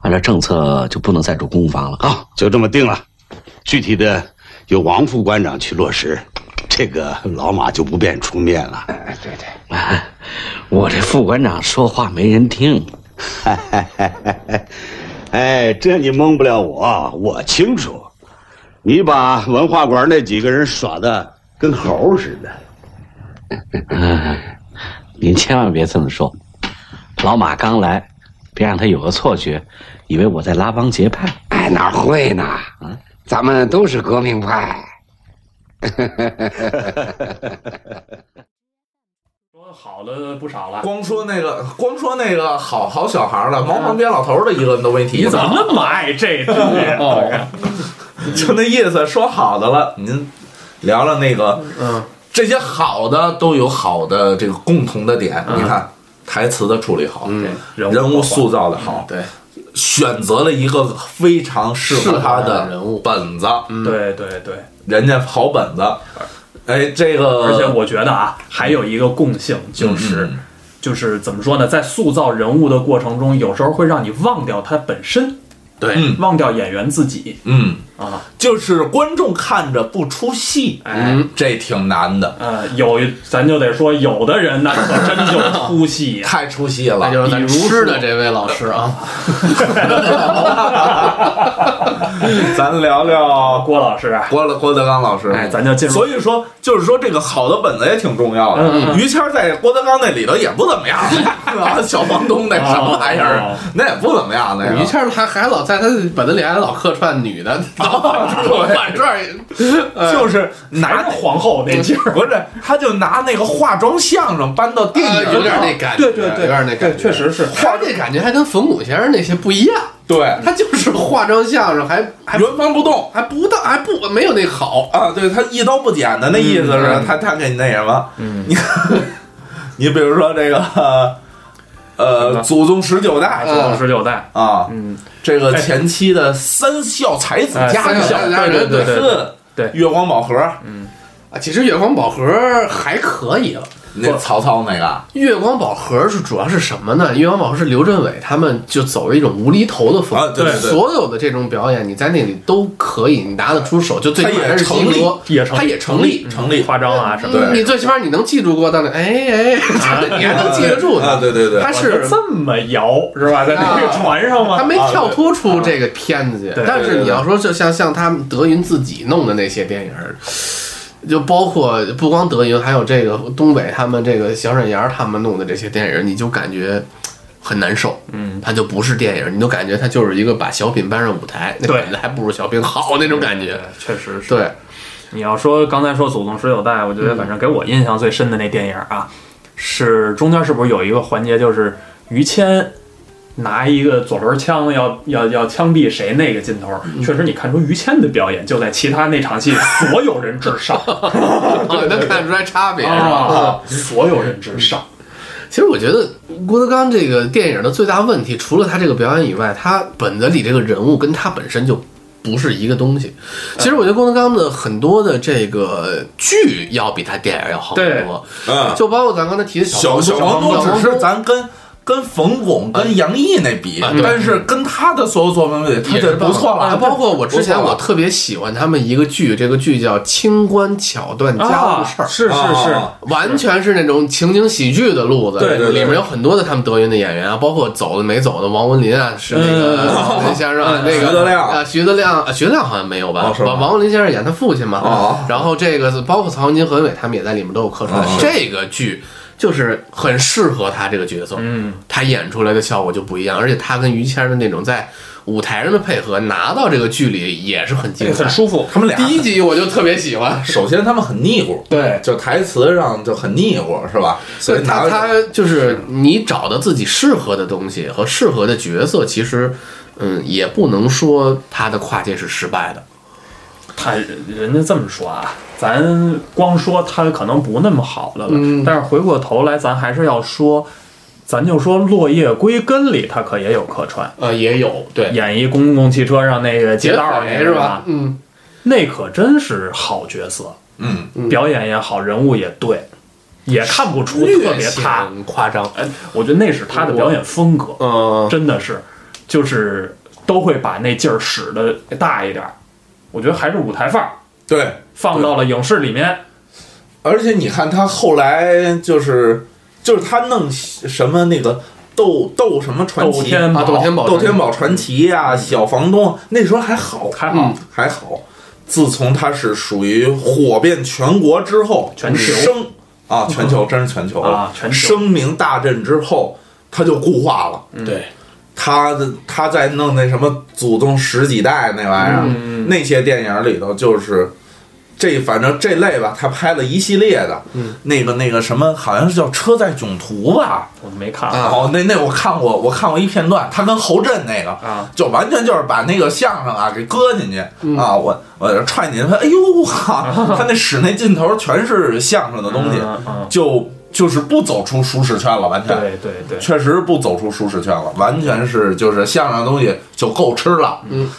[SPEAKER 5] 按照政策就不能再住公房了
[SPEAKER 12] 啊。就这么定了，具体的由王副馆长去落实，这个老马就不便出面了。
[SPEAKER 11] 对对，
[SPEAKER 5] 我这副馆长说话没人听。
[SPEAKER 12] 哎，这你蒙不了我，我清楚。你把文化馆那几个人耍的跟猴儿似的。
[SPEAKER 5] 哎您千万别这么说，老马刚来，别让他有个错觉，以为我在拉帮结派。啊
[SPEAKER 11] 哎，哪会呢？咱们都是革命派。
[SPEAKER 2] 好了不少了。
[SPEAKER 3] 光说那个，光说那个好好小孩儿了，毛旁边老头儿的一个都没提。
[SPEAKER 2] 你怎么那么爱这句
[SPEAKER 3] 哦 就那意思，说好的了，您聊聊那个，
[SPEAKER 1] 嗯，
[SPEAKER 3] 这些好的都有好的这个共同的点，你看台词的处理好，
[SPEAKER 2] 嗯
[SPEAKER 1] 人物
[SPEAKER 3] 人物塑造的好，
[SPEAKER 1] 对，
[SPEAKER 3] 选择了一个非常适合他
[SPEAKER 1] 适合他
[SPEAKER 3] 的
[SPEAKER 1] 的
[SPEAKER 3] 人物本子，
[SPEAKER 2] 对对对，
[SPEAKER 3] 人家好本子，哎，这个，
[SPEAKER 2] 而且我觉得啊，还有一个共性就是，就是怎么说呢，在塑造人物的过程中，有时候会让你忘掉他本身，
[SPEAKER 1] 对，
[SPEAKER 2] 忘掉演员自己
[SPEAKER 3] 嗯，
[SPEAKER 2] 啊。
[SPEAKER 3] 就是观众看着不出戏，这挺难的，
[SPEAKER 2] 呃，有咱就得说，有的人那可真就出戏呀、
[SPEAKER 3] 太出戏了，
[SPEAKER 1] 那就是
[SPEAKER 2] 比
[SPEAKER 1] 咱
[SPEAKER 2] 如
[SPEAKER 1] 吃的
[SPEAKER 2] 说
[SPEAKER 1] 这位老师 啊，
[SPEAKER 3] 咱聊聊
[SPEAKER 2] 郭老师啊，
[SPEAKER 3] 郭郭德纲老师，
[SPEAKER 2] 哎咱就进入
[SPEAKER 3] 所以说，就是说这个好的本子也挺重要的。于谦在郭德纲那里头也不怎么样，啊，小房东那什么玩意儿
[SPEAKER 2] 哦，
[SPEAKER 3] 那也不怎么样，那
[SPEAKER 1] 于
[SPEAKER 3] 个。
[SPEAKER 1] 谦还还老在他本子里还老客串女 的，哦反 转，哎
[SPEAKER 3] 就是拿
[SPEAKER 2] 还是皇后那劲 儿。
[SPEAKER 3] 不是，他就拿那个化妆相声搬到电
[SPEAKER 1] 啊
[SPEAKER 3] 影，
[SPEAKER 1] 有点那感觉，
[SPEAKER 2] 对对对
[SPEAKER 1] 有点那感觉，
[SPEAKER 2] 对确实是
[SPEAKER 1] 他这感觉还跟冯巩先生那些不一样，
[SPEAKER 3] 对，
[SPEAKER 1] 他就是化妆相声，还还
[SPEAKER 3] 原封不动
[SPEAKER 1] 还不到，还不没有那好。
[SPEAKER 3] 啊，对他一刀不剪的那意思是，他他给你那什么， 你你比如说这个，呃，祖宗十九代
[SPEAKER 2] 老十九代，
[SPEAKER 3] 啊，嗯，这个前期的三孝才子
[SPEAKER 2] 哎
[SPEAKER 3] 家
[SPEAKER 1] 三孝
[SPEAKER 3] 小
[SPEAKER 1] 家
[SPEAKER 3] 对
[SPEAKER 1] 人
[SPEAKER 3] 对
[SPEAKER 2] 对
[SPEAKER 3] 是
[SPEAKER 2] 对
[SPEAKER 3] 月光宝盒
[SPEAKER 1] 啊，其实月光宝盒还可以了。
[SPEAKER 3] 那曹操那个，
[SPEAKER 1] 月光宝盒是主要是什么呢？月光宝盒是刘镇伟他们就走了一种无厘头的风格，
[SPEAKER 3] 啊对对对
[SPEAKER 1] 所有的这种表演你在那里都可以，你拿得出手，就最
[SPEAKER 3] 它
[SPEAKER 1] 起码
[SPEAKER 3] 也
[SPEAKER 1] 还是
[SPEAKER 3] 成
[SPEAKER 1] 西
[SPEAKER 3] 立
[SPEAKER 1] 河，
[SPEAKER 2] 也成
[SPEAKER 1] 它也成立。嗯
[SPEAKER 3] 成立
[SPEAKER 2] 夸张啊什么的。
[SPEAKER 3] 对
[SPEAKER 1] 你最起码你能记住过当那，哎哎， 你还能记得住
[SPEAKER 3] 啊，
[SPEAKER 1] 它。
[SPEAKER 3] 对对对，
[SPEAKER 1] 它
[SPEAKER 2] 我就是这么摇是吧？在那个船上
[SPEAKER 1] 他
[SPEAKER 2] 吗？
[SPEAKER 1] 没跳脱出这个片子去。
[SPEAKER 2] 啊对
[SPEAKER 1] 但是你要说，就像像他们德云自己弄的那些电影儿，就包括不光德云，还有这个东北他们这个小沈阳他们弄的这些电影儿，你就感觉。很难受，嗯，它就不是电影儿，你就感觉它就是一个把小品搬上舞台，那
[SPEAKER 2] 对
[SPEAKER 1] 感觉还不如小品好那种感觉。
[SPEAKER 2] 确实是。
[SPEAKER 1] 对，
[SPEAKER 2] 你要说刚才说祖宗十九代，我觉得反正给我印象最深的那电影啊，是中间是不是有一个环节就是于谦拿一个左轮枪要要要枪毙谁那个镜头，确实你看出于谦的表演就在其他那场戏所有人之上，
[SPEAKER 1] 对，能哦看出来差别是吧？
[SPEAKER 2] 啊，所有人之上，
[SPEAKER 1] 其实我觉得郭德纲这个电影的最大问题，除了他这个表演以外，他本子里这个人物跟他本身就不是一个东西。其实我觉得郭德纲的很多的这个剧要比他电影要好很多，
[SPEAKER 3] 嗯
[SPEAKER 1] 就包括咱刚才提的
[SPEAKER 3] 小
[SPEAKER 1] 小
[SPEAKER 3] 黄
[SPEAKER 1] 东，
[SPEAKER 3] 只是
[SPEAKER 1] 小
[SPEAKER 3] 咱跟跟冯巩、跟杨毅那比
[SPEAKER 1] 嗯啊对，
[SPEAKER 3] 但是跟他的所有作品比，他
[SPEAKER 1] 也啊
[SPEAKER 3] 就是不错了。
[SPEAKER 1] 包括我之前我
[SPEAKER 3] 不错了
[SPEAKER 1] 特别喜欢他们一个剧，这个剧叫《清官巧断家务事儿》，
[SPEAKER 3] 啊是是是啊
[SPEAKER 1] 完全是那种情景喜剧的路子。
[SPEAKER 3] 对对对
[SPEAKER 1] 里面有很多的他们德云的演员啊，包括走的没走的王文林啊，是那
[SPEAKER 3] 嗯
[SPEAKER 1] 个王文林先生啊
[SPEAKER 3] 嗯，
[SPEAKER 1] 那个
[SPEAKER 3] 徐德亮
[SPEAKER 1] 啊，徐德亮，啊徐德亮好像没有吧
[SPEAKER 3] 哦？是吗
[SPEAKER 1] 王王文林先生演他父亲
[SPEAKER 3] 哦
[SPEAKER 1] 嘛。然后这个包括曹云金、何云伟他们也在里面都有客串
[SPEAKER 3] 哦。
[SPEAKER 1] 这个剧。就是很适合他这个角色，嗯，他演出来的效果就不一样，而且他跟于谦的那种在舞台上的配合，拿到这个剧里也是很精彩，
[SPEAKER 3] 哎很舒
[SPEAKER 1] 服
[SPEAKER 3] 他们俩
[SPEAKER 1] 第一集我就特别喜欢，
[SPEAKER 3] 首先他们很腻乎，对，就台词上就很腻乎，是吧？所
[SPEAKER 1] 所
[SPEAKER 3] 以
[SPEAKER 1] 以
[SPEAKER 3] 拿
[SPEAKER 1] 他
[SPEAKER 3] 着
[SPEAKER 1] 他就是你找到自己适合的东西和适合的角色，其实嗯，也不能说他的跨界是失败的。
[SPEAKER 2] 他人家这么说啊，咱光说他可能不那么好的了，
[SPEAKER 1] 嗯
[SPEAKER 2] 但是回过头来，咱还是要说，咱就说《落叶归根》里他可也有客串，
[SPEAKER 1] 呃，也有对
[SPEAKER 2] 演绎公共汽车上那个
[SPEAKER 1] 劫
[SPEAKER 2] 劫道儿
[SPEAKER 1] 匪
[SPEAKER 2] 那个
[SPEAKER 1] 是吧
[SPEAKER 2] 吧？？
[SPEAKER 1] 嗯
[SPEAKER 2] 那可真是好角色，
[SPEAKER 3] 嗯，
[SPEAKER 2] 表演也好，人物也对，也看不出
[SPEAKER 1] 略呃
[SPEAKER 2] 特别他
[SPEAKER 1] 夸张。啊
[SPEAKER 2] 哎，我觉得那是他的表演风格，
[SPEAKER 1] 嗯，
[SPEAKER 2] 真的是，就是都会把那劲儿使得大一点儿。我觉得还是舞台范儿
[SPEAKER 3] 对
[SPEAKER 2] 放到了影视里面，
[SPEAKER 3] 而且你看他后来就是就是他弄什么那个斗斗什么传奇
[SPEAKER 2] 斗天
[SPEAKER 1] 嗯
[SPEAKER 2] 宝
[SPEAKER 3] 啊，
[SPEAKER 2] 啊斗天宝
[SPEAKER 3] 斗天宝传奇呀、小房东那时候还好，还
[SPEAKER 2] 好
[SPEAKER 3] 还好。自从他是属于火遍全国之后，
[SPEAKER 2] 全球
[SPEAKER 3] 声啊，全球真是全球
[SPEAKER 2] 啊全球
[SPEAKER 3] 声名大振之后，他就固化了。
[SPEAKER 2] 嗯
[SPEAKER 1] 对，
[SPEAKER 3] 他的他在弄那什么祖宗十几代那玩意儿，
[SPEAKER 1] 嗯
[SPEAKER 3] 那些电影里头就是这反正这类吧，他拍了一系列的，
[SPEAKER 1] 嗯
[SPEAKER 3] 那个那个什么好像是叫《车载囧途》吧。
[SPEAKER 2] 我没看
[SPEAKER 3] 哦，那那我看过，我看过一片段，他跟侯震那个，
[SPEAKER 2] 啊，
[SPEAKER 3] 就完全就是把那个相声啊给搁进去、啊，我我这踹进去，他哎呦哈，他那使那劲头全是相声的东西，
[SPEAKER 2] 嗯嗯
[SPEAKER 3] 就就是不走出舒适圈了，完全
[SPEAKER 2] 对对对，
[SPEAKER 3] 确实不走出舒适圈了，完全是就是相声的东西就够吃了。
[SPEAKER 1] 嗯，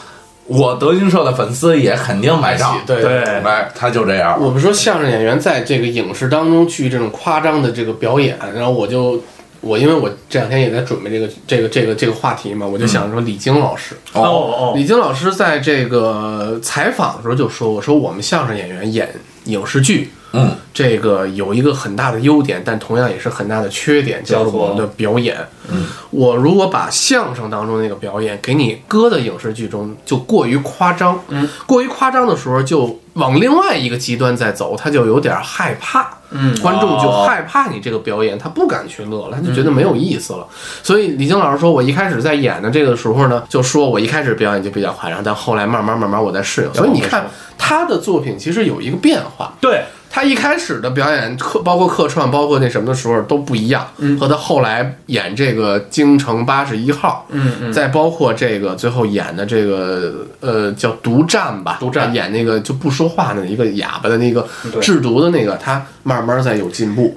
[SPEAKER 3] 我德云社的粉丝也肯定买账
[SPEAKER 1] 买，戏对对
[SPEAKER 3] 哎，他就这样。
[SPEAKER 1] 我们说相声演员在这个影视当中去这种夸张的这个表演，然后我就我因为我这两天也在准备这个这个这个这个话题嘛，我就想说李菁老师。
[SPEAKER 2] 哦哦
[SPEAKER 1] 李菁老师在这个采访的时候就说：“我说我们相声演员演影视剧，
[SPEAKER 3] 嗯，
[SPEAKER 1] 这个有一个很大的优点，但同样也是很大的缺点，叫做我们的表演。
[SPEAKER 3] 嗯，
[SPEAKER 1] 我如果把相声当中那个表演给你搁到影视剧中，就过于夸张。嗯，过于夸张的时候，就往另外一个极端再走，他就有点害怕。
[SPEAKER 2] 嗯
[SPEAKER 1] 观众就
[SPEAKER 3] 哦
[SPEAKER 1] 害怕你这个表演，他不敢去乐了，他就觉得没有意思了。所以李菁老师说，我一开始在演的这个时候呢，就说我一开始表演就比较夸张，但后来慢慢慢慢我在适应。所以你看他的作品其实有一个变化，
[SPEAKER 2] 对
[SPEAKER 1] 他一开始的表演客，包括客串，包括那什么的时候都不一样，
[SPEAKER 2] 嗯
[SPEAKER 1] 和他后来演这个《京城八十一号》，
[SPEAKER 2] 嗯嗯
[SPEAKER 1] 再包括这个最后演的这个呃叫独占吧，独占演那个就不说话的一个哑巴的那个
[SPEAKER 2] 对
[SPEAKER 1] 制毒的那个，他慢慢在有进步。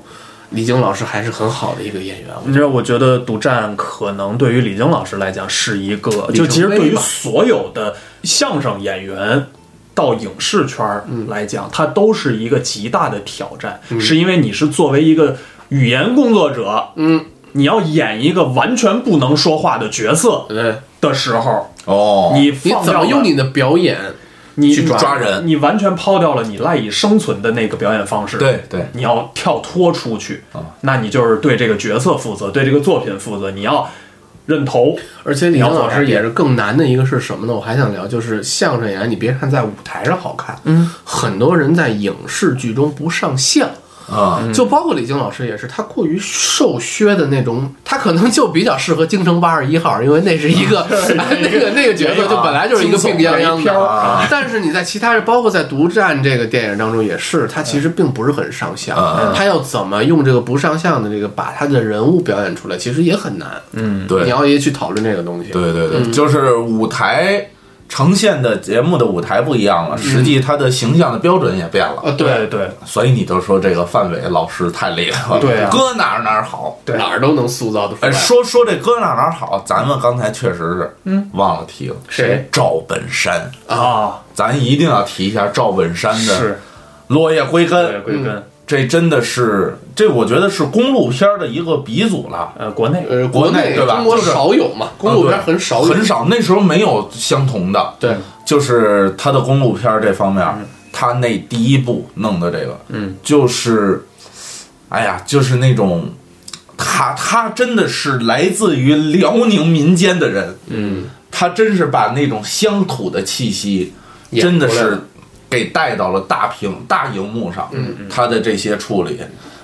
[SPEAKER 1] 李菁老师还是很好的一个演员，
[SPEAKER 2] 你知道，我觉得《独占》可能对于李菁老师来讲是一个，就其实对于所有的相声演员到影视圈儿来讲，它都是一个极大的挑战，是因为你是作为一个语言工作者，
[SPEAKER 1] 嗯，
[SPEAKER 2] 你要演一个完全不能说话的角色
[SPEAKER 1] 对
[SPEAKER 2] 的时候，
[SPEAKER 3] 哦
[SPEAKER 1] 嗯你
[SPEAKER 2] 你放
[SPEAKER 1] 怎
[SPEAKER 2] 掉
[SPEAKER 1] 么
[SPEAKER 2] 了
[SPEAKER 1] 用你的表演
[SPEAKER 2] 你
[SPEAKER 1] 去抓
[SPEAKER 2] 你
[SPEAKER 1] 人
[SPEAKER 2] 你完全抛掉了你赖以生存的那个表演方式，
[SPEAKER 3] 对对
[SPEAKER 2] 你要跳脱出去，那你就是对这个角色负责，对这个作品负责，你要认头。
[SPEAKER 1] 而且李菁老师也是更难的一个是什么呢？我还想聊，就是相声演员，你别看在舞台上好看，嗯，很多人在影视剧中不上相。
[SPEAKER 3] 啊
[SPEAKER 1] 就包括李菁老师也是，他过于瘦削的那种，他可能就比较适合京城八十一号，因为那是一个 那个那个角色，就本来就是一个病殃殃
[SPEAKER 2] 轻松的一
[SPEAKER 1] 的
[SPEAKER 2] 飘啊。
[SPEAKER 1] 但是你在其他，包括在《独占》这个电影当中也是，他其实并不是很上相
[SPEAKER 3] 嗯，
[SPEAKER 1] 他要怎么用这个不上相的这个把他的人物表演出来，其实也很难。
[SPEAKER 2] 嗯
[SPEAKER 3] 对
[SPEAKER 1] 你要也去讨论这个东西。
[SPEAKER 3] 对对对，
[SPEAKER 1] 嗯
[SPEAKER 3] 就是舞台呈现的节目的舞台不一样了，实际它的形象的标准也变了。
[SPEAKER 1] 啊，对对，
[SPEAKER 3] 所以你就说这个范伟老师太厉害了，
[SPEAKER 1] 对啊
[SPEAKER 3] 搁哪儿哪儿好，
[SPEAKER 1] 哪儿都能塑造的。
[SPEAKER 3] 哎，说说这搁哪儿哪儿好，咱们刚才确实是，
[SPEAKER 1] 嗯，
[SPEAKER 3] 忘了提了，
[SPEAKER 1] 谁？
[SPEAKER 3] 赵本山
[SPEAKER 2] 啊，
[SPEAKER 3] 咱一定要提一下赵本山的
[SPEAKER 2] 是
[SPEAKER 3] 落叶归根，
[SPEAKER 2] 归根
[SPEAKER 3] 嗯这真的是，这我觉得是公路片儿的一个鼻祖了。
[SPEAKER 2] 呃，国内，
[SPEAKER 3] 呃，
[SPEAKER 1] 国内
[SPEAKER 3] 内对吧？
[SPEAKER 1] 中国
[SPEAKER 3] 就是
[SPEAKER 1] 少有嘛公路片儿很少有
[SPEAKER 3] 啊对很少。嗯那时候没有相同的，
[SPEAKER 1] 对，
[SPEAKER 3] 就是他的公路片儿这方面儿，
[SPEAKER 1] 嗯
[SPEAKER 3] 他那第一部弄的这个，
[SPEAKER 2] 嗯，
[SPEAKER 3] 就是，哎呀，就是那种，他他真的是来自于辽宁民间的人，
[SPEAKER 1] 嗯，
[SPEAKER 3] 他真是把那种乡土的气息，
[SPEAKER 1] 演
[SPEAKER 3] 真的
[SPEAKER 1] 出来了
[SPEAKER 3] 是给带到了大屏大荧幕上，
[SPEAKER 1] 嗯嗯
[SPEAKER 3] 他的这些处理。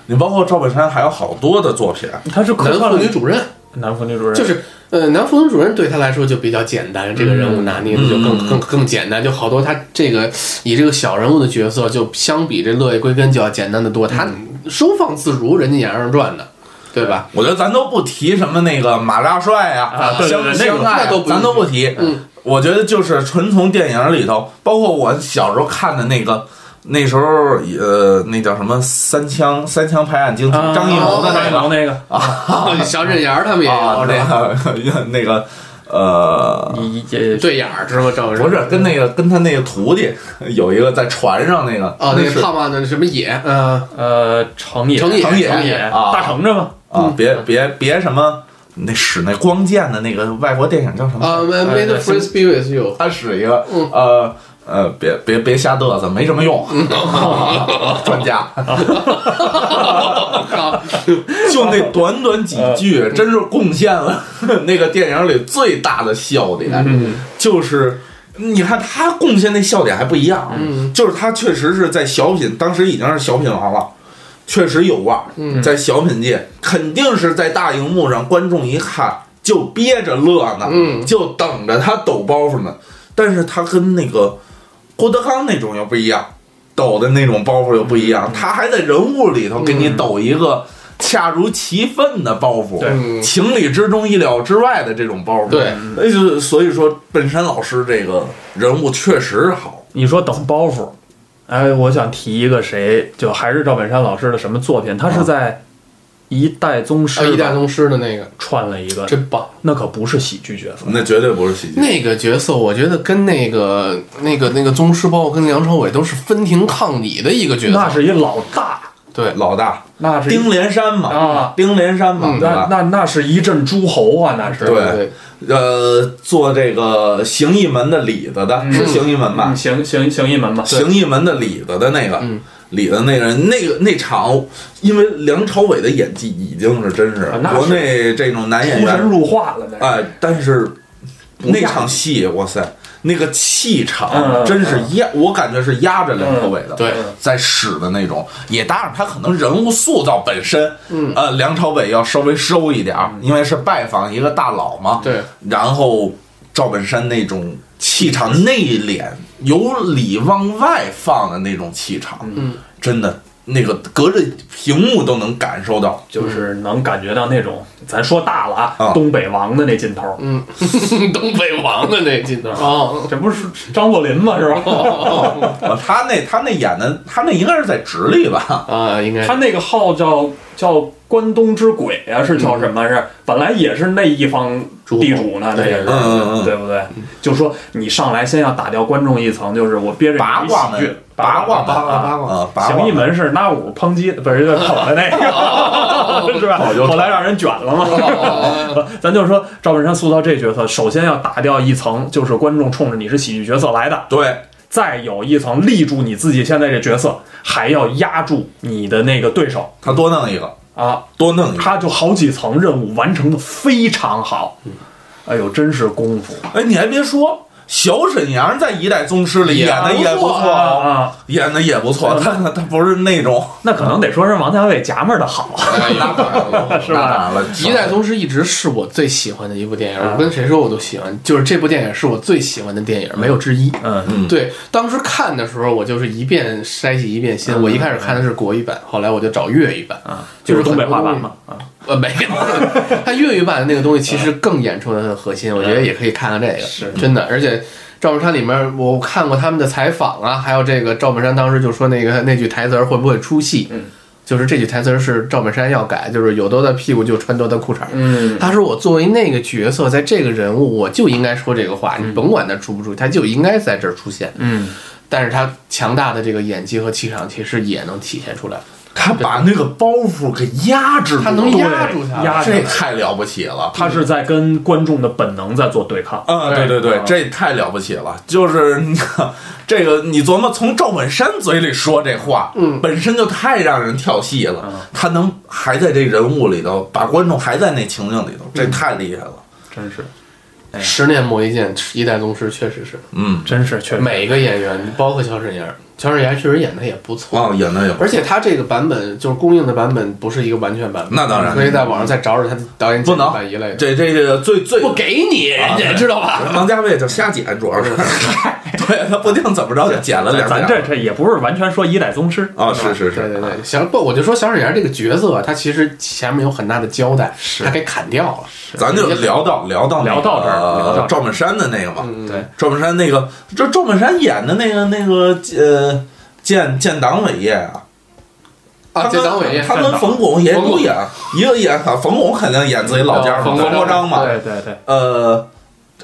[SPEAKER 3] 你包括赵本山还有好多的作品，
[SPEAKER 2] 他是
[SPEAKER 1] 男妇女主任，
[SPEAKER 2] 男妇女主任
[SPEAKER 1] 就是呃，男妇女主任对他来说就比较简单，这个人物拿捏的就更、
[SPEAKER 3] 嗯
[SPEAKER 1] 更更简单，就好多他这个以这个小人物的角色，就相比这落叶归根就要简单的多，他
[SPEAKER 3] 嗯
[SPEAKER 1] 收放自如，人家演二人转的，对吧？
[SPEAKER 3] 我觉得咱都不提什么那个马大帅啊
[SPEAKER 1] 啊、对
[SPEAKER 3] 相
[SPEAKER 1] 对对
[SPEAKER 3] 相
[SPEAKER 1] 那个
[SPEAKER 3] 爱啊
[SPEAKER 1] 那都不
[SPEAKER 3] 咱都不提。
[SPEAKER 1] 嗯，
[SPEAKER 3] 我觉得就是纯从电影里头，包括我小时候看的那个，那时候呃，那叫什么三枪三枪拍案惊奇，
[SPEAKER 2] 啊
[SPEAKER 3] 张艺谋的
[SPEAKER 2] 张艺谋那个
[SPEAKER 3] 啊，
[SPEAKER 1] 小沈阳他们也
[SPEAKER 3] 啊
[SPEAKER 1] 有，是吧？
[SPEAKER 3] 那个那个呃，
[SPEAKER 1] 对眼儿是吗？赵本山
[SPEAKER 3] 不是跟那个跟他那个徒弟有一个在船上那个
[SPEAKER 1] 哦，那
[SPEAKER 3] 是
[SPEAKER 1] 个胖胖的什么野，呃
[SPEAKER 2] 呃，程野，
[SPEAKER 1] 程野
[SPEAKER 3] 成也
[SPEAKER 1] 程野嗯
[SPEAKER 3] 啊，
[SPEAKER 2] 大成着吗？
[SPEAKER 3] 啊，别别别什么，那使那光剑的那个外国电影叫什么？
[SPEAKER 1] 啊，Made f r e e b with you，
[SPEAKER 3] 他使一个呃呃，别别别瞎嘚瑟，没什么用， 专家。就那短短几句，真是贡献了那个电影里最大的笑
[SPEAKER 1] 嗯
[SPEAKER 3] 点，就是。你看他贡献那笑点还不一样，
[SPEAKER 1] 嗯
[SPEAKER 3] 就是他确实是在小品，当时已经是小品王了，确实有腕儿，
[SPEAKER 1] 嗯
[SPEAKER 3] 在小品界肯定是在大荧幕上，观众一看就憋着乐呢，
[SPEAKER 1] 嗯
[SPEAKER 3] 就等着他抖包袱呢。但是他跟那个郭德纲那种又不一样，抖的那种包袱又不一
[SPEAKER 1] 嗯
[SPEAKER 3] 样，他还在人物里头给你抖一个恰如其分的包袱，
[SPEAKER 1] 对
[SPEAKER 3] 情理之中、意料之外的这种包袱。
[SPEAKER 1] 对，
[SPEAKER 3] 那就所以说，本山老师这个人物确实好。
[SPEAKER 2] 你说等包袱，哎，我想提一个谁，就还是赵本山老师的什么作品？他是在《一代宗师
[SPEAKER 1] 啊，》一代
[SPEAKER 2] 吧
[SPEAKER 1] 宗师的那个，
[SPEAKER 2] 串了一个，
[SPEAKER 1] 真棒。
[SPEAKER 2] 那可不是喜剧角色，
[SPEAKER 3] 那绝对不是喜剧，
[SPEAKER 1] 那个角色，我觉得跟那个、那个、那个宗师，包括跟梁朝伟都是分庭抗礼的一个角色。
[SPEAKER 2] 那是一老大，
[SPEAKER 1] 对，
[SPEAKER 3] 老大
[SPEAKER 2] 那是一
[SPEAKER 3] 丁连山嘛，
[SPEAKER 2] 啊
[SPEAKER 3] 丁连山嘛，
[SPEAKER 1] 嗯
[SPEAKER 3] 对吧
[SPEAKER 2] 那？那那是一阵诸侯啊，那是
[SPEAKER 3] 对，呃，做这个形意门的里子的，是形意门吧？
[SPEAKER 2] 嗯行行行一门嘛，
[SPEAKER 3] 形意门的里子的那个，里子那个人，那个那场，因为梁朝伟的演技已经是真是
[SPEAKER 2] 啊那是
[SPEAKER 3] 国内这种男演
[SPEAKER 2] 出神
[SPEAKER 3] 员，
[SPEAKER 2] 入化了，那是
[SPEAKER 3] 哎，但是
[SPEAKER 2] 亚
[SPEAKER 3] 那场戏，哇塞，那个气场
[SPEAKER 2] 嗯
[SPEAKER 3] 真是压，我感觉是压着梁朝伟的，
[SPEAKER 1] 对，
[SPEAKER 3] 在使的那种，也当然他可能人物塑造本身，
[SPEAKER 1] 嗯
[SPEAKER 3] 呃，梁朝伟要稍微收一点儿，因为是拜访一个大佬嘛，
[SPEAKER 1] 对，
[SPEAKER 3] 然后赵本山那种气场内敛，由里往外放的那种气场，
[SPEAKER 1] 嗯，
[SPEAKER 3] 真的那个隔着屏幕都能感受 到，
[SPEAKER 2] 就是能感觉到那种，咱说大了
[SPEAKER 3] 啊
[SPEAKER 2] 啊，东北王的那劲头，
[SPEAKER 1] 嗯， 东北王的那劲头。哦，
[SPEAKER 2] 这不是张作霖吗？是吧？
[SPEAKER 3] 啊他那他那演的他那应该是在直立吧，
[SPEAKER 1] 啊，应该是
[SPEAKER 2] 他那个号叫叫关东之鬼啊，是叫什么？是本来也是那一方地主呢，
[SPEAKER 1] 诸侯
[SPEAKER 2] 那也是，
[SPEAKER 3] 嗯嗯嗯
[SPEAKER 2] 对不对？就说你上来先要打掉观众一层，就是我憋着
[SPEAKER 3] 八
[SPEAKER 2] 你一
[SPEAKER 3] 卦
[SPEAKER 2] 喜剧
[SPEAKER 3] 门，，八卦门，
[SPEAKER 2] 八
[SPEAKER 3] 啊
[SPEAKER 2] 卦。
[SPEAKER 3] 啊，八卦
[SPEAKER 2] 行一门是拉五抨击，不是就是口的那 个，是吧？后来让人卷了
[SPEAKER 1] 哦
[SPEAKER 2] 嘛。 咱就说赵本山塑造这角色，首先要打掉一层，就是观众冲着你是喜剧角色来的，
[SPEAKER 3] 对，
[SPEAKER 2] 再有一层立住你自己现在这角色，还要压住你的那个对手
[SPEAKER 3] 他多弄一个，
[SPEAKER 2] 啊，
[SPEAKER 3] 多弄一个。
[SPEAKER 2] 他就好几层任务完成的非常好。哎呦，真是功夫
[SPEAKER 3] 哎，你还别说，小沈阳在《一代宗师》里
[SPEAKER 1] 也
[SPEAKER 3] 演的也不
[SPEAKER 1] 不错
[SPEAKER 3] 错
[SPEAKER 2] 啊
[SPEAKER 3] 哦，
[SPEAKER 2] 啊！
[SPEAKER 3] 演的也不错。他他不是那种，
[SPEAKER 2] 那可能得说是王家卫夹面的好，
[SPEAKER 3] 那当然了，
[SPEAKER 2] 是
[SPEAKER 3] 那
[SPEAKER 2] 吧
[SPEAKER 3] 当然了，
[SPEAKER 1] 《一代宗师》一直是我最喜欢的一部电影，我跟谁说我都喜欢，就是这部电影是我最喜欢的电影，没有之一。
[SPEAKER 2] 嗯，
[SPEAKER 1] 对，当时看的时候，我就是一遍筛洗一遍
[SPEAKER 2] 嗯
[SPEAKER 1] 新。我一开始看的是国语版，后来我就找粤语版，
[SPEAKER 2] 就是
[SPEAKER 1] 是
[SPEAKER 2] 啊东北
[SPEAKER 1] 很多
[SPEAKER 2] 话版
[SPEAKER 1] 东西
[SPEAKER 2] 嘛。啊，
[SPEAKER 1] 呃，没 有，
[SPEAKER 2] 嗯
[SPEAKER 1] 它粤语版的那个东西其实更演出了它的核心，我觉得也可以看看这个，是真的。而且赵本山里面，我看过他们的采访啊，还有这个赵本山当时就说那个那句台词儿会不会出戏？
[SPEAKER 2] 嗯
[SPEAKER 1] 就是这句台词儿是赵本山要改，就是有多大屁股就穿多大裤衩。
[SPEAKER 2] 嗯
[SPEAKER 1] 他说我作为那个角色，在这个人物我就应该说这个话，你甭管他出不出，他就应该在这儿出现。
[SPEAKER 2] 嗯，
[SPEAKER 1] 但是他强大的这个演技和气场，其实也能体现出来。
[SPEAKER 3] 他把那个包袱给压制住了，
[SPEAKER 1] 他能压住他
[SPEAKER 2] 压制
[SPEAKER 3] 这太了不起了。
[SPEAKER 2] 他是在跟观众的本能在做对抗。哎
[SPEAKER 3] 啊，对对对，这太了不起了！就是你看这个，你琢磨从赵本山嘴里说这话，嗯，本身就太让人跳戏了。他能还在这人物里头，把观众还在那情境里头，这太厉害了。
[SPEAKER 2] 真是，
[SPEAKER 1] 十年磨一剑，一代宗师确实是，
[SPEAKER 3] 嗯，
[SPEAKER 2] 真是确实
[SPEAKER 1] 每个演员，包括乔沈岩，乔沈岩确实演的也不错，
[SPEAKER 3] 哦，演的也不错
[SPEAKER 1] 而且他这个版本就是公映的版本，不是一个完全版本，
[SPEAKER 3] 那当然
[SPEAKER 1] 你可以在网上再找找他的导演
[SPEAKER 3] 不能
[SPEAKER 1] 版一类的，啊
[SPEAKER 3] 这这个最最
[SPEAKER 1] 不给你，人家知道
[SPEAKER 2] 啊
[SPEAKER 1] 吧？
[SPEAKER 3] 王家卫就瞎剪，主 要是，对他不定怎么着就剪了两
[SPEAKER 2] 咱
[SPEAKER 3] 下。
[SPEAKER 2] 这这也不是完全说一代宗师
[SPEAKER 3] 啊，是是
[SPEAKER 1] 对
[SPEAKER 3] 是，
[SPEAKER 1] 对对，小不，我就说小沈阳这个角色，他其实前面有很大的交代，他给砍掉了。
[SPEAKER 3] 咱就聊到聊到那个
[SPEAKER 2] 聊到这儿聊到这儿嗯
[SPEAKER 3] 赵本山的那个嘛，
[SPEAKER 1] 嗯
[SPEAKER 2] 对，
[SPEAKER 3] 赵本山那个，这赵本山演的那个那个呃，建建党伟业啊，
[SPEAKER 1] 啊，
[SPEAKER 3] 他
[SPEAKER 1] 这
[SPEAKER 3] 跟
[SPEAKER 1] 党伟业，
[SPEAKER 3] 他跟冯巩也
[SPEAKER 1] 冯巩哦
[SPEAKER 3] 都演，一个演啊，冯巩肯定演自己老家嘛，
[SPEAKER 1] 冯国
[SPEAKER 3] 冯啊国璋嘛，
[SPEAKER 2] 对对对，
[SPEAKER 3] 呃，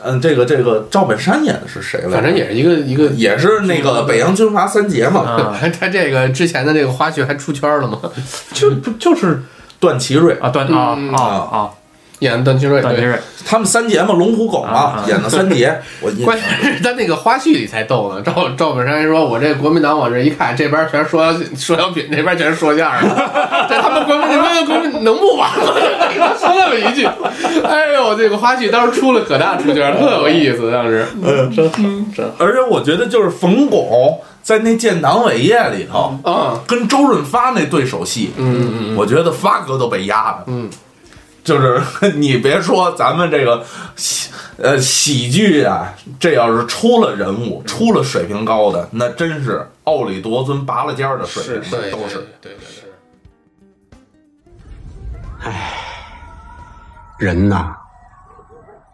[SPEAKER 3] 嗯，这个这个赵本山演的是谁来着？
[SPEAKER 1] 反正也是一个一个，
[SPEAKER 3] 也是那个北洋军阀三杰嘛，
[SPEAKER 2] 啊，
[SPEAKER 1] 他这个之前的这个花絮还出圈了吗？
[SPEAKER 2] 就不就是
[SPEAKER 3] 段祺瑞，
[SPEAKER 2] 啊段啊
[SPEAKER 1] 嗯
[SPEAKER 2] 啊啊
[SPEAKER 1] 演段祺瑞，
[SPEAKER 2] 段祺
[SPEAKER 1] 对，
[SPEAKER 2] 瑞，
[SPEAKER 3] 他们三杰嘛，龙虎狗
[SPEAKER 2] 啊
[SPEAKER 3] 嘛
[SPEAKER 2] 啊，
[SPEAKER 3] 演的三 杰，我印
[SPEAKER 1] 关键是他那个花絮里才逗呢。赵赵本山说：“我这国民党往这一看，这边全是说说小品，那边全是说相 声。这他们国民他们国民能不完吗？ 他说那么一句，哎呦，这个花絮当时出了可大出圈，特有意思。当时，
[SPEAKER 3] 而且我觉得就是冯巩在那建党伟业里头，
[SPEAKER 1] 嗯，
[SPEAKER 3] 跟周润发那对手戏，哦嗯嗯，我觉得发哥都被压了，
[SPEAKER 1] 嗯，
[SPEAKER 3] 就是 你别说咱们这个喜呃喜剧啊，这要是出了人物，出了水平高的，那真是奥里夺尊拔了尖儿的水平
[SPEAKER 1] 对，
[SPEAKER 3] 都是。
[SPEAKER 1] 对对对，
[SPEAKER 4] 人呐，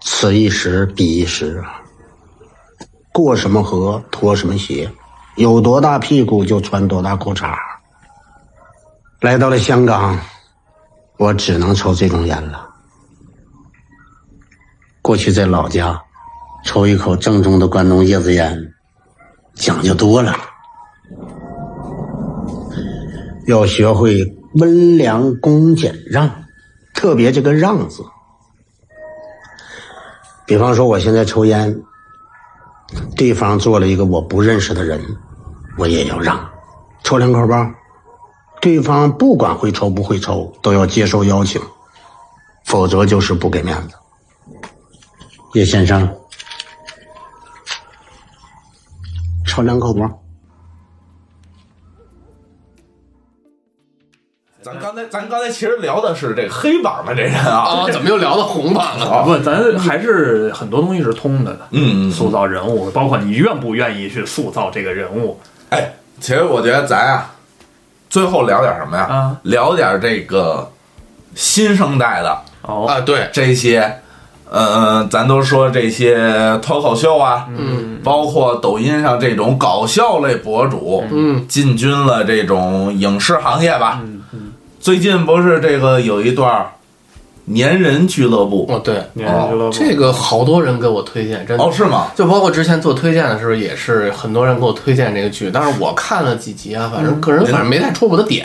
[SPEAKER 4] 此一时彼一时啊，过什么河脱什么鞋，有多大屁股就穿多大裤衩。来到了香港，我只能抽这种烟了。过去在老家，抽一口正宗的关东叶子烟，讲究多了。要学会温良恭俭让，特别这个“让”字。比方说，我现在抽烟，对方做了一个我不认识的人，我也要让，抽两口吧。对方不管会抽不会抽，都要接受邀请，否则就是不给面子。叶先生，抽两口吧。
[SPEAKER 3] 咱刚才咱刚才其实聊的是这个黑板嘛，这人啊，
[SPEAKER 1] 啊，怎么又聊到红榜了？
[SPEAKER 2] 啊不，咱还是很多东西是通的的，
[SPEAKER 3] 嗯嗯嗯
[SPEAKER 2] 塑造人物，包括你愿不愿意去塑造这个人物，
[SPEAKER 3] 哎，其实我觉得咱啊，最后聊点什么呀？
[SPEAKER 2] 啊
[SPEAKER 3] 聊点这个新生代的
[SPEAKER 2] 哦，
[SPEAKER 1] 啊，对，
[SPEAKER 3] 这些，呃，咱都说这些脱口秀啊，嗯，包括抖音上这种搞笑类博主，
[SPEAKER 1] 嗯，
[SPEAKER 3] 进军了这种影视行业吧。嗯最近不是这个有一段儿粘人俱乐部
[SPEAKER 1] 哦对，
[SPEAKER 2] 年轻俱乐部
[SPEAKER 1] 这个好多人给我推荐，真的
[SPEAKER 3] 哦，是吗？
[SPEAKER 1] 就包括之前做推荐的时候，也是很多人给我推荐这个剧，但是我看了几集啊，反正个人反正没太戳我的点，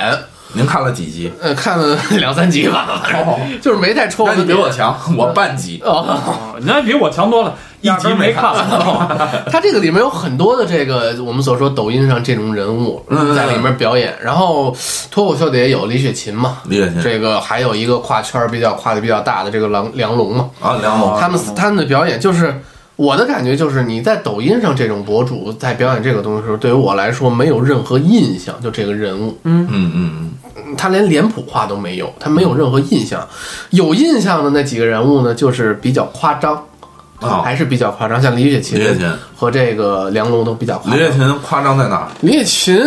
[SPEAKER 3] 您看了几集？
[SPEAKER 1] 呃，看 了两三集吧，反正、 就是没太戳我
[SPEAKER 3] 那
[SPEAKER 1] 的
[SPEAKER 3] 你
[SPEAKER 1] 点。
[SPEAKER 3] 比我强，我半集。
[SPEAKER 1] 哦，
[SPEAKER 2] 哦那比我强多了，一
[SPEAKER 3] 压根
[SPEAKER 2] 集
[SPEAKER 3] 儿
[SPEAKER 2] 没
[SPEAKER 3] 没看
[SPEAKER 2] 看，哦
[SPEAKER 1] 他这个里面有很多的这个我们所说抖音上这种人物
[SPEAKER 3] 嗯
[SPEAKER 1] 在里面表演，然后脱口秀的也有李雪琴嘛，
[SPEAKER 3] 李雪琴
[SPEAKER 1] 这个还有一个跨圈儿比较跨的比较大的这个梁梁龙嘛，
[SPEAKER 3] 啊，梁龙，
[SPEAKER 1] 他们他们的表演就是。我的感觉就是，你在抖音上这种博主在表演这个东西的时候，对于我来说没有任何印象，就这个人物，
[SPEAKER 3] 嗯嗯
[SPEAKER 1] 他连脸谱化都没有，他没有任何印象。有印象的那几个人物呢，就是比较夸张，
[SPEAKER 3] 哦
[SPEAKER 1] 还是比较夸张，像李雪琴
[SPEAKER 3] 李雪琴
[SPEAKER 1] 和这个梁龙都比较
[SPEAKER 3] 嗯，
[SPEAKER 1] 夸
[SPEAKER 3] 李雪
[SPEAKER 1] 张。
[SPEAKER 3] 琴夸张在哪儿？
[SPEAKER 1] 李雪琴，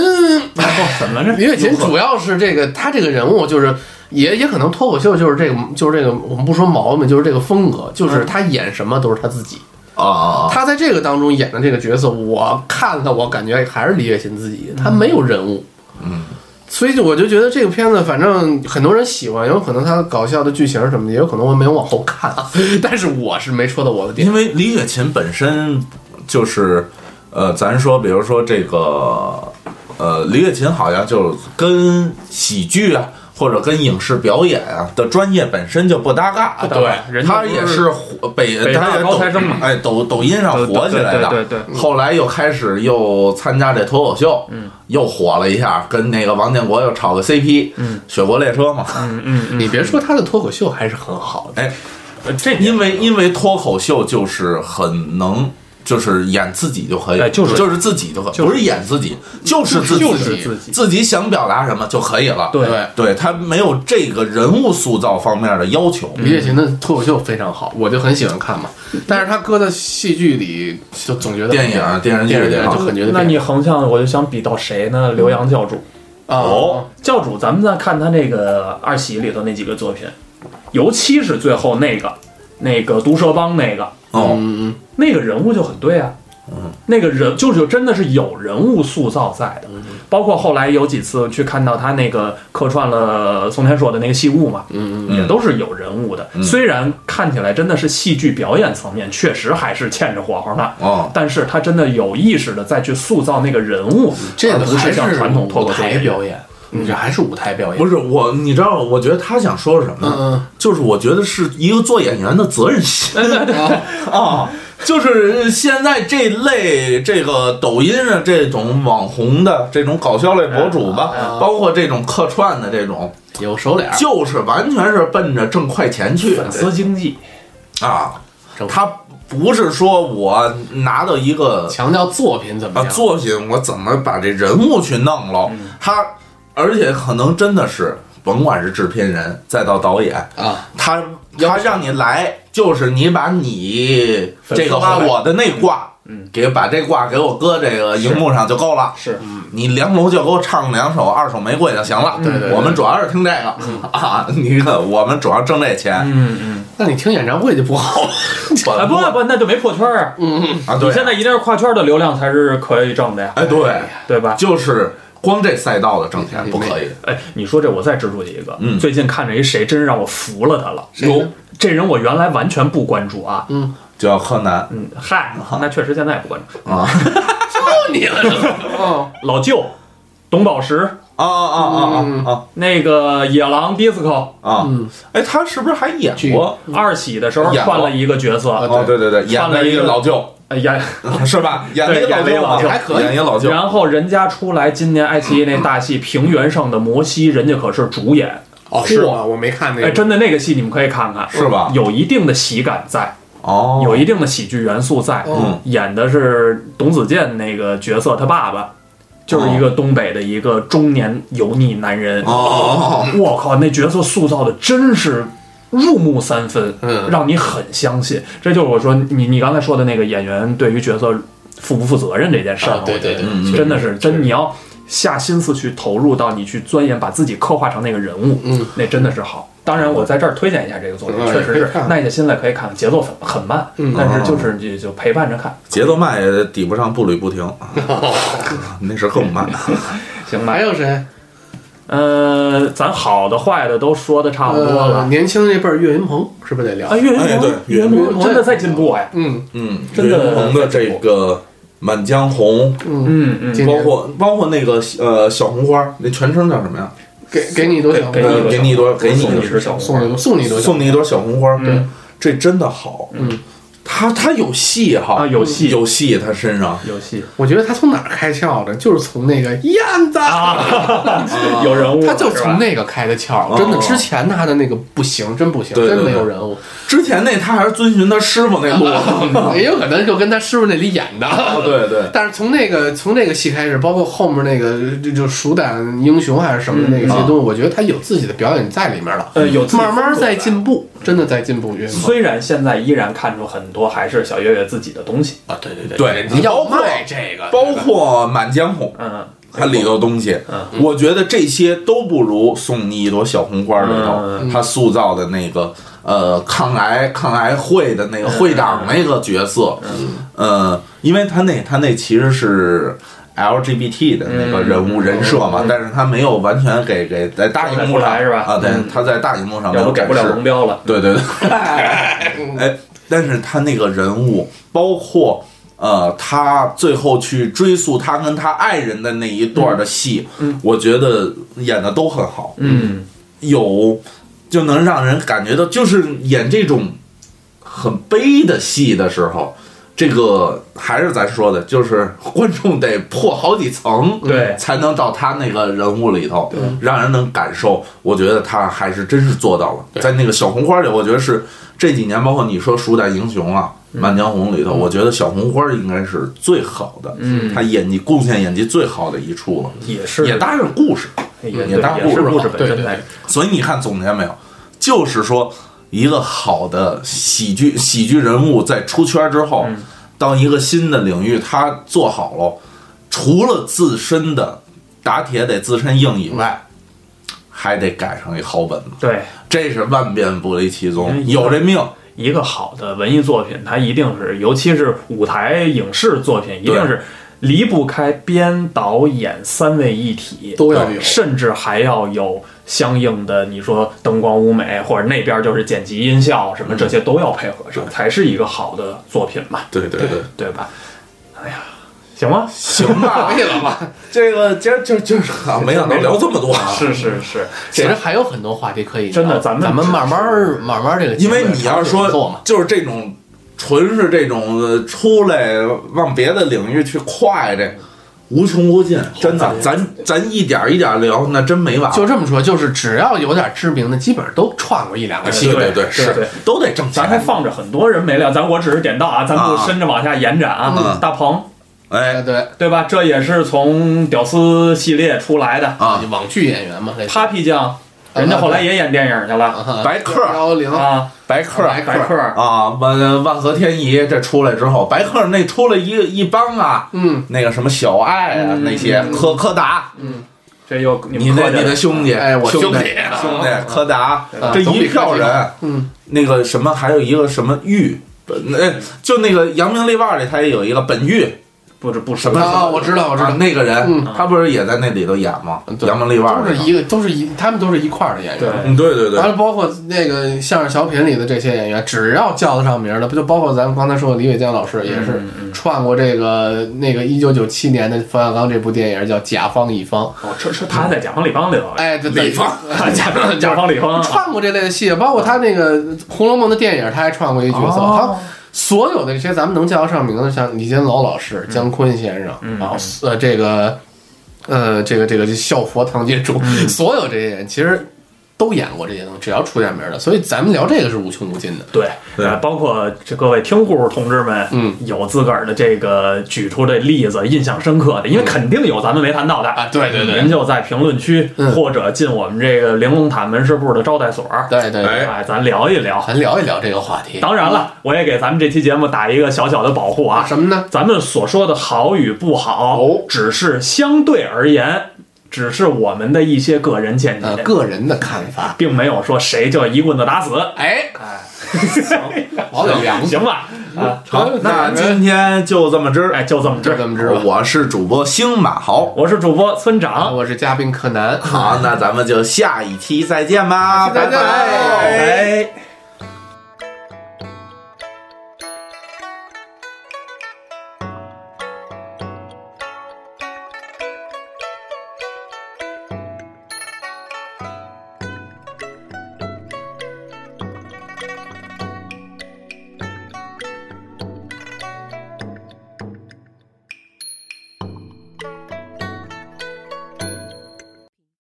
[SPEAKER 1] 哎
[SPEAKER 2] 怎么着？
[SPEAKER 1] 李雪琴主要是这个，她这个人物就是。也也可能
[SPEAKER 3] 嗯
[SPEAKER 1] 脱口秀就是这个，就是这个，我们不说毛病，就是这个风格，就是她演什么都是她自己。
[SPEAKER 3] 啊
[SPEAKER 1] 他在这个当中演的这个角色，我看了，我感觉还是李雪琴自己，他没有人物，
[SPEAKER 3] 嗯，
[SPEAKER 1] 所以就我就觉得这个片子，反正很多人喜欢，有可能它搞笑的剧情什么的，也有可能我没有往后看，啊 但是我是没戳到我的点。
[SPEAKER 3] 因为李雪琴本身就是，呃，咱说，比如说这个，呃，李雪琴好像就跟喜剧啊，或者跟影视表演啊的专业本身就不搭嘎。
[SPEAKER 2] 不搭嘎人家
[SPEAKER 3] 她
[SPEAKER 2] 不
[SPEAKER 3] 也
[SPEAKER 2] 是
[SPEAKER 3] 是火北，
[SPEAKER 2] 北
[SPEAKER 3] 她
[SPEAKER 2] 大
[SPEAKER 3] 也
[SPEAKER 2] 高
[SPEAKER 3] 抖
[SPEAKER 2] 材生嘛
[SPEAKER 3] 哎，抖抖音上火起来的。
[SPEAKER 2] 对对对对
[SPEAKER 3] 后来又开始又参加这脱口秀，嗯，又火了一下，跟那个王建国又炒个 CP，嗯，雪国列车嘛，
[SPEAKER 2] 嗯嗯呃嗯，
[SPEAKER 1] 你别说他的脱口秀还是很好的，
[SPEAKER 3] 哎，这因为因为脱口秀就是很能，就是演自己就可以，
[SPEAKER 2] 哎就是
[SPEAKER 3] 就是自己就可以，
[SPEAKER 2] 就是
[SPEAKER 3] 不是演自己，就是自己，
[SPEAKER 1] 就是自己
[SPEAKER 3] 自己想表达什么就可以了。
[SPEAKER 1] 对
[SPEAKER 3] 对，他没有这个人物塑造方面的要求。
[SPEAKER 1] 李雪琴的脱口秀非常好，我就很喜欢看嘛。但是他搁到戏剧里，就总觉得
[SPEAKER 3] 嗯电影啊电视剧
[SPEAKER 1] 电视剧
[SPEAKER 3] 里
[SPEAKER 1] 就很觉得
[SPEAKER 2] 那
[SPEAKER 1] 变
[SPEAKER 2] 你横向我就想比到谁呢？刘洋教主。
[SPEAKER 1] 哦，
[SPEAKER 2] 教主，咱们再看他那个二喜里头那几个作品，尤其是最后那个那个毒蛇帮那个，
[SPEAKER 1] 嗯
[SPEAKER 3] 哦，
[SPEAKER 2] 那个人物就很对啊。那个人就是真的是有人物塑造在
[SPEAKER 1] 嗯
[SPEAKER 2] 的，包括后来有几次去看到他那个客串了宋天硕的那个戏物嘛，
[SPEAKER 1] 嗯
[SPEAKER 2] 也都是有人物的。虽然看起来真的是戏剧表演层面确实还是欠着火候呢，
[SPEAKER 3] 哦，
[SPEAKER 2] 但是他真的有意识的再去塑造那个人物，
[SPEAKER 1] 这
[SPEAKER 2] 而
[SPEAKER 1] 个
[SPEAKER 2] 不
[SPEAKER 1] 还
[SPEAKER 2] 是像传统脱
[SPEAKER 1] 舞
[SPEAKER 2] 口秀
[SPEAKER 1] 台
[SPEAKER 2] 演员
[SPEAKER 1] 表演，嗯你这还是舞台表演，
[SPEAKER 3] 不是我，你知道，我觉得他想说什么？
[SPEAKER 1] 嗯，
[SPEAKER 3] 就是我觉得是一个做演员的责任心。啊，就是现在这类这个抖音上这种网红的这种搞笑类博主吧，
[SPEAKER 2] 哎
[SPEAKER 3] 包括这种客串的这种，
[SPEAKER 1] 有手脸儿，
[SPEAKER 3] 就是完全是奔着挣快钱去的
[SPEAKER 2] 粉丝经济，
[SPEAKER 3] 啊。他不是说我拿到一个
[SPEAKER 1] 强调作品怎么
[SPEAKER 3] 啊
[SPEAKER 1] 样？
[SPEAKER 3] 作品，我怎么把这人物去弄了？
[SPEAKER 2] 嗯
[SPEAKER 3] 他而且可能真的是，甭管是制片人，再到导演，
[SPEAKER 1] 啊，
[SPEAKER 3] 他他让你来，就是你把你这个花我的那挂，给把这挂给我搁这个荧幕上就够了。
[SPEAKER 2] 嗯是
[SPEAKER 3] 你梁龙就给我唱两首二手玫瑰就行了。
[SPEAKER 1] 对对对
[SPEAKER 3] 我们主要是听这个啊，你看我们主要挣这钱
[SPEAKER 2] 嗯嗯，
[SPEAKER 1] 那你听演唱会就不 好了。
[SPEAKER 2] 啊不不，那就没破圈儿啊。
[SPEAKER 1] 嗯，
[SPEAKER 3] 啊。
[SPEAKER 2] 你
[SPEAKER 3] 对，
[SPEAKER 2] 现在一定是跨圈的流量才是可以挣的呀，
[SPEAKER 3] 哎对，
[SPEAKER 2] 对吧？
[SPEAKER 3] 就是光这赛道的挣钱不可以。
[SPEAKER 2] 哎，你说这我再植入一个，
[SPEAKER 3] 嗯
[SPEAKER 2] 最近看着一谁，真让我服了他了。
[SPEAKER 1] 谁呢
[SPEAKER 2] 这人我原来完全不关注啊，
[SPEAKER 3] 嗯叫柯南
[SPEAKER 2] 嗯，嗨， 那确实现在也不关注。 哦
[SPEAKER 3] 啊
[SPEAKER 1] 揍你了是吧？嗯，
[SPEAKER 2] 老舅，董宝石，
[SPEAKER 3] 啊啊啊啊啊
[SPEAKER 2] 那个野狼 disco
[SPEAKER 3] 啊！哎，他是不是还演过？
[SPEAKER 2] 二喜的时候
[SPEAKER 3] 嗯演过
[SPEAKER 2] 换了一个角色，
[SPEAKER 3] 哦，对对对，演
[SPEAKER 2] 换啊了
[SPEAKER 3] 了
[SPEAKER 2] 一
[SPEAKER 3] 一
[SPEAKER 2] 个
[SPEAKER 3] 个老舅，
[SPEAKER 2] 哎呀，
[SPEAKER 3] 是吧？演了一
[SPEAKER 2] 对演了一
[SPEAKER 3] 个老
[SPEAKER 2] 老
[SPEAKER 3] 舅
[SPEAKER 2] 舅
[SPEAKER 3] 嘛，
[SPEAKER 1] 还可以
[SPEAKER 3] 演一个老舅。
[SPEAKER 2] 然后人家出来今年爱奇艺那大戏《平原上的摩西》，人家可是主演。
[SPEAKER 1] 哦，是吗？我没看那个。
[SPEAKER 2] 哎，真的那个戏你们可以看看，
[SPEAKER 3] 是吧
[SPEAKER 2] 有一定的喜感在，
[SPEAKER 3] 哦，
[SPEAKER 2] 有一定的喜剧元素在。
[SPEAKER 3] 嗯
[SPEAKER 2] 演的是董子健那个角色，他爸爸就是一个东北的一个中年油腻男人。
[SPEAKER 3] 哦，
[SPEAKER 2] 我靠，那角色塑造的真是入木三分，
[SPEAKER 1] 嗯
[SPEAKER 2] 让你很相信。这就是我说你你刚才说的那个演员对于角色负不负责任这件事儿、
[SPEAKER 1] 啊对对对
[SPEAKER 2] 我觉得
[SPEAKER 1] 嗯确实
[SPEAKER 2] 真的是真你要下心思去投入到你去钻研，把自己刻画成那个人物，
[SPEAKER 1] 嗯，
[SPEAKER 2] 那真的是好。当然，我在这儿推荐一下这个作品，
[SPEAKER 1] 嗯
[SPEAKER 2] 确实
[SPEAKER 1] 可以
[SPEAKER 2] 是
[SPEAKER 1] 看看
[SPEAKER 2] 耐下心来可以看，节奏很很慢，
[SPEAKER 1] 嗯
[SPEAKER 2] 但是就是就就陪伴着看，
[SPEAKER 3] 节奏慢也抵不上步履不停，啊
[SPEAKER 1] 哦
[SPEAKER 3] 那是更慢。啊嗯
[SPEAKER 2] 行吧
[SPEAKER 1] 还？有谁？
[SPEAKER 2] 呃，咱好的坏的都说的差不多
[SPEAKER 1] 呃
[SPEAKER 2] 了。
[SPEAKER 1] 年轻那辈儿岳云鹏是不是得聊
[SPEAKER 2] 啊，？岳云
[SPEAKER 3] 哎对
[SPEAKER 2] 鹏，岳
[SPEAKER 3] 岳
[SPEAKER 2] 云
[SPEAKER 3] 云
[SPEAKER 2] 鹏真的在进步哎，
[SPEAKER 1] 嗯
[SPEAKER 3] 嗯，
[SPEAKER 2] 真的
[SPEAKER 3] 岳云鹏的这个《满江红》，
[SPEAKER 1] 嗯，
[SPEAKER 2] 嗯嗯，
[SPEAKER 1] 今
[SPEAKER 3] 包
[SPEAKER 1] 年
[SPEAKER 3] 括包括那个呃小红花，那全称叫什么呀？
[SPEAKER 1] 给给你多少？
[SPEAKER 2] 给
[SPEAKER 3] 呃，给你一朵，给你
[SPEAKER 2] 送
[SPEAKER 3] 一
[SPEAKER 2] 你只小
[SPEAKER 1] 送
[SPEAKER 2] 红
[SPEAKER 1] 你送你多少？
[SPEAKER 3] 送你一朵小红花。
[SPEAKER 2] 嗯，
[SPEAKER 3] 这真的好。
[SPEAKER 1] 嗯，
[SPEAKER 3] 他他有戏哈，
[SPEAKER 2] 啊有戏
[SPEAKER 3] 有戏，他身上
[SPEAKER 2] 游戏
[SPEAKER 1] 我觉得他从哪儿开窍的？就是从那个燕子，
[SPEAKER 2] 啊，有人物，
[SPEAKER 1] 他就是从
[SPEAKER 2] 吧
[SPEAKER 1] 那个开的
[SPEAKER 3] 哦
[SPEAKER 1] 窍。真的，之前他的那个不行，真不行，
[SPEAKER 3] 对对
[SPEAKER 1] 真没
[SPEAKER 3] 对
[SPEAKER 1] 有人物。
[SPEAKER 3] 之前那他还是遵循他师傅那路。
[SPEAKER 1] 也有可能就跟他师傅那里演的。
[SPEAKER 3] 啊，对对，
[SPEAKER 1] 但是从那个从那个戏开始，包括后面那个就就鼠胆英雄还是什么的那个
[SPEAKER 3] 嗯啊
[SPEAKER 1] 些东西，我觉得他有自己的表演在里面了，
[SPEAKER 2] 呃有自己
[SPEAKER 1] 慢慢
[SPEAKER 2] 风格
[SPEAKER 1] 在
[SPEAKER 2] 的
[SPEAKER 1] 进步，真的在进步。岳云鹏
[SPEAKER 2] 虽然现在依然看出很多还是小岳岳自己的东西，
[SPEAKER 1] 啊，对对对
[SPEAKER 3] 对
[SPEAKER 1] 你
[SPEAKER 3] 包
[SPEAKER 1] 要
[SPEAKER 3] 括
[SPEAKER 1] 卖这个，
[SPEAKER 3] 包括《满江红》。
[SPEAKER 2] 嗯，
[SPEAKER 3] 它里头东西，我觉得这些都不如送你一朵小红花里头
[SPEAKER 2] 嗯
[SPEAKER 3] 他塑造的那个呃抗癌抗癌会的
[SPEAKER 2] 嗯
[SPEAKER 3] 那个会长那个角色，呃，因为他那他那其实是 LGBT 的那个
[SPEAKER 2] 嗯
[SPEAKER 3] 人物人设嘛，但是他没有完全给给在大荧幕
[SPEAKER 2] 表现出
[SPEAKER 3] 上
[SPEAKER 2] 来是吧
[SPEAKER 3] 啊，对
[SPEAKER 2] 嗯，
[SPEAKER 3] 他在大荧幕上没
[SPEAKER 2] 要
[SPEAKER 3] 有
[SPEAKER 2] 不给
[SPEAKER 3] 展
[SPEAKER 2] 不了
[SPEAKER 3] 示
[SPEAKER 2] 龙标了。
[SPEAKER 3] 对对对，哎，但是他那个人物，包括呃，他最后去追溯他跟他爱人的那一段的戏，
[SPEAKER 2] 嗯
[SPEAKER 3] 我觉得演的都很好，
[SPEAKER 2] 嗯，
[SPEAKER 3] 有就能让人感觉到，就是演这种很悲的戏的时候。这个还是咱说的，就是观众得破好几层，
[SPEAKER 2] 对
[SPEAKER 3] 才能到他那个人物里头，让人能感受。我觉得他还是真是做到了，在那个小红花里，我觉得是这几年，包括你说《鼠胆英雄》啊，《满江红》里头，我觉得小红花应该是最好的，
[SPEAKER 2] 嗯
[SPEAKER 3] 他演技贡献演技最好的一处了，
[SPEAKER 2] 也是
[SPEAKER 3] 也搭上故事，
[SPEAKER 2] 也
[SPEAKER 3] 也搭
[SPEAKER 2] 也是故事
[SPEAKER 3] 好
[SPEAKER 2] 本身
[SPEAKER 3] 对
[SPEAKER 2] 来
[SPEAKER 3] 对所以你看，总结没有，就是说一个好的喜剧喜剧人物在出圈之后，
[SPEAKER 2] 嗯
[SPEAKER 3] 到一个新的领域，他做好了，除了自身的打铁得自身硬以外，还得赶上一好本子。
[SPEAKER 2] 对，
[SPEAKER 3] 这是万变不离其宗，
[SPEAKER 2] 嗯
[SPEAKER 3] 有这命。
[SPEAKER 2] 一个好的文艺作品，它一定是，尤其是舞台影视作品，一定是离不开编导演三位一体，
[SPEAKER 1] 都要有
[SPEAKER 2] 甚至还要有相应的，你说灯光、舞美，或者那边就是剪辑、音效什么，这些都要配合上，才是一个好的作品嘛，
[SPEAKER 3] 对对对，
[SPEAKER 2] 对吧？哎呀，行吗？
[SPEAKER 3] 行 吧，可以了吧？这个今儿就就是啊，没想到聊这么多啊！
[SPEAKER 2] 是是是，
[SPEAKER 1] 其实还有很多话题可以聊
[SPEAKER 2] 嗯真的咱们
[SPEAKER 1] 咱们慢慢儿慢慢儿这个节
[SPEAKER 3] 因
[SPEAKER 1] 目也
[SPEAKER 3] 为
[SPEAKER 1] 尝试做嘛，
[SPEAKER 3] 你要说就是这种，纯是这种呃出来往别的领域去跨这，无穷无尽，真的，咱咱一点一点聊，那真没完。
[SPEAKER 1] 啊就这么说，就是只要有点知名的，基本上都串过一两个戏。
[SPEAKER 3] 对对对，
[SPEAKER 2] 对
[SPEAKER 3] 是都得挣
[SPEAKER 2] 咱还
[SPEAKER 3] 钱。
[SPEAKER 2] 放着很多人没聊，咱我只是点到啊，咱不
[SPEAKER 3] 啊
[SPEAKER 2] 深着往下延展啊。
[SPEAKER 3] 嗯
[SPEAKER 2] 大鹏，
[SPEAKER 3] 哎，
[SPEAKER 1] 对
[SPEAKER 2] 对吧？这也是从屌丝系列出来的。
[SPEAKER 3] 啊，
[SPEAKER 1] 网剧演员嘛，类似
[SPEAKER 2] Papi 酱，啊人家后来也演电影去
[SPEAKER 1] 啊
[SPEAKER 2] 了
[SPEAKER 3] 白客
[SPEAKER 1] 幺零
[SPEAKER 2] 啊。
[SPEAKER 3] 白客，
[SPEAKER 1] 白
[SPEAKER 2] 白
[SPEAKER 1] 客
[SPEAKER 2] 客，
[SPEAKER 3] 啊，万万和天宜这出来之后，白客那出了一一帮啊，
[SPEAKER 1] 嗯，
[SPEAKER 3] 那个什么小爱啊，那些柯柯达，
[SPEAKER 2] 这又
[SPEAKER 3] 你
[SPEAKER 2] 你们
[SPEAKER 3] 那
[SPEAKER 2] 客气
[SPEAKER 3] 你
[SPEAKER 2] 了
[SPEAKER 3] 的兄弟，
[SPEAKER 1] 哎我
[SPEAKER 3] 兄
[SPEAKER 1] 兄弟
[SPEAKER 3] 兄弟柯达
[SPEAKER 1] 啊，
[SPEAKER 3] 这
[SPEAKER 1] 总
[SPEAKER 3] 一
[SPEAKER 1] 比
[SPEAKER 3] 票
[SPEAKER 1] 柯基
[SPEAKER 3] 人，
[SPEAKER 1] 嗯，
[SPEAKER 3] 那个什么，还有一个什么玉，本哎，就那个《扬名立万》里，他也有一个本玉，
[SPEAKER 2] 不是不
[SPEAKER 3] 什么
[SPEAKER 1] 啊，我知道，我知
[SPEAKER 3] 啊
[SPEAKER 1] 道，
[SPEAKER 3] 那个人
[SPEAKER 1] 嗯，
[SPEAKER 3] 他不是也在那里头演吗？《
[SPEAKER 1] 对
[SPEAKER 3] 扬名立万》
[SPEAKER 1] 都是
[SPEAKER 3] 里
[SPEAKER 1] 一个，都是一，他们都是一块儿的演
[SPEAKER 2] 啊对
[SPEAKER 1] 员。
[SPEAKER 3] 头，嗯，对对
[SPEAKER 1] 完
[SPEAKER 3] 对，
[SPEAKER 1] 了，包括那个相声小品里的这些演员，只要叫得上名儿的，不就包括咱们刚才说的李伟健老师，
[SPEAKER 2] 嗯
[SPEAKER 1] 也是串过这个那个一九九七年的冯小刚这部电影叫《甲方乙方》。
[SPEAKER 2] 哦，这这他还在甲方李方里头，啊
[SPEAKER 1] 哎，对
[SPEAKER 3] 李芳
[SPEAKER 2] 甲方甲方李方啊，
[SPEAKER 1] 串过这类的戏，包括他那个《红楼梦》的电影，他还串过一角色。
[SPEAKER 2] 哦
[SPEAKER 1] 他所有的这些咱们能叫得上名的，像李金楼老师、姜昆先生，
[SPEAKER 2] 嗯
[SPEAKER 1] 然后呃这个呃这个这个笑佛唐杰主，
[SPEAKER 2] 嗯
[SPEAKER 1] 所有这些人其实都演过这些东西，只要出点名的，所以咱们聊这个是无穷无尽的。
[SPEAKER 2] 对，呃，包括这各位听户同志们，
[SPEAKER 1] 嗯，
[SPEAKER 2] 有自个儿的这个举出这例子，印象深刻的，因为肯定有咱们没谈到的
[SPEAKER 1] 啊对对对
[SPEAKER 2] 您就在评论区
[SPEAKER 1] 嗯
[SPEAKER 2] 或者进我们这个玲珑塔门市部的招待所，
[SPEAKER 1] 对对对，
[SPEAKER 2] 哎，咱聊一聊。
[SPEAKER 1] 咱聊一聊这个话题，
[SPEAKER 2] 当然了，我也给咱们这期节目打一个小小的保护啊，
[SPEAKER 1] 什么呢？
[SPEAKER 2] 咱们所说的好与不好，
[SPEAKER 1] 哦
[SPEAKER 2] 只是相对而言，只是我们的一些个人见解，
[SPEAKER 1] 呃，个人的看法。
[SPEAKER 2] 并没有说谁就一棍子打死。
[SPEAKER 1] 哎，
[SPEAKER 2] 哎，
[SPEAKER 1] 好有良心，
[SPEAKER 2] 行吧，啊，
[SPEAKER 3] 好，那
[SPEAKER 1] 咱们
[SPEAKER 3] 今天就这么知。
[SPEAKER 2] 哎，就这么
[SPEAKER 1] 就
[SPEAKER 2] 着。
[SPEAKER 1] 这么知道。
[SPEAKER 3] 我是主播星马豪，
[SPEAKER 2] 我是主播村长，
[SPEAKER 1] 我是嘉宾柯南，
[SPEAKER 3] 好，那咱们就下一期再见
[SPEAKER 1] 下
[SPEAKER 3] 吧，
[SPEAKER 1] 期再见哎
[SPEAKER 3] 拜拜
[SPEAKER 2] 拜。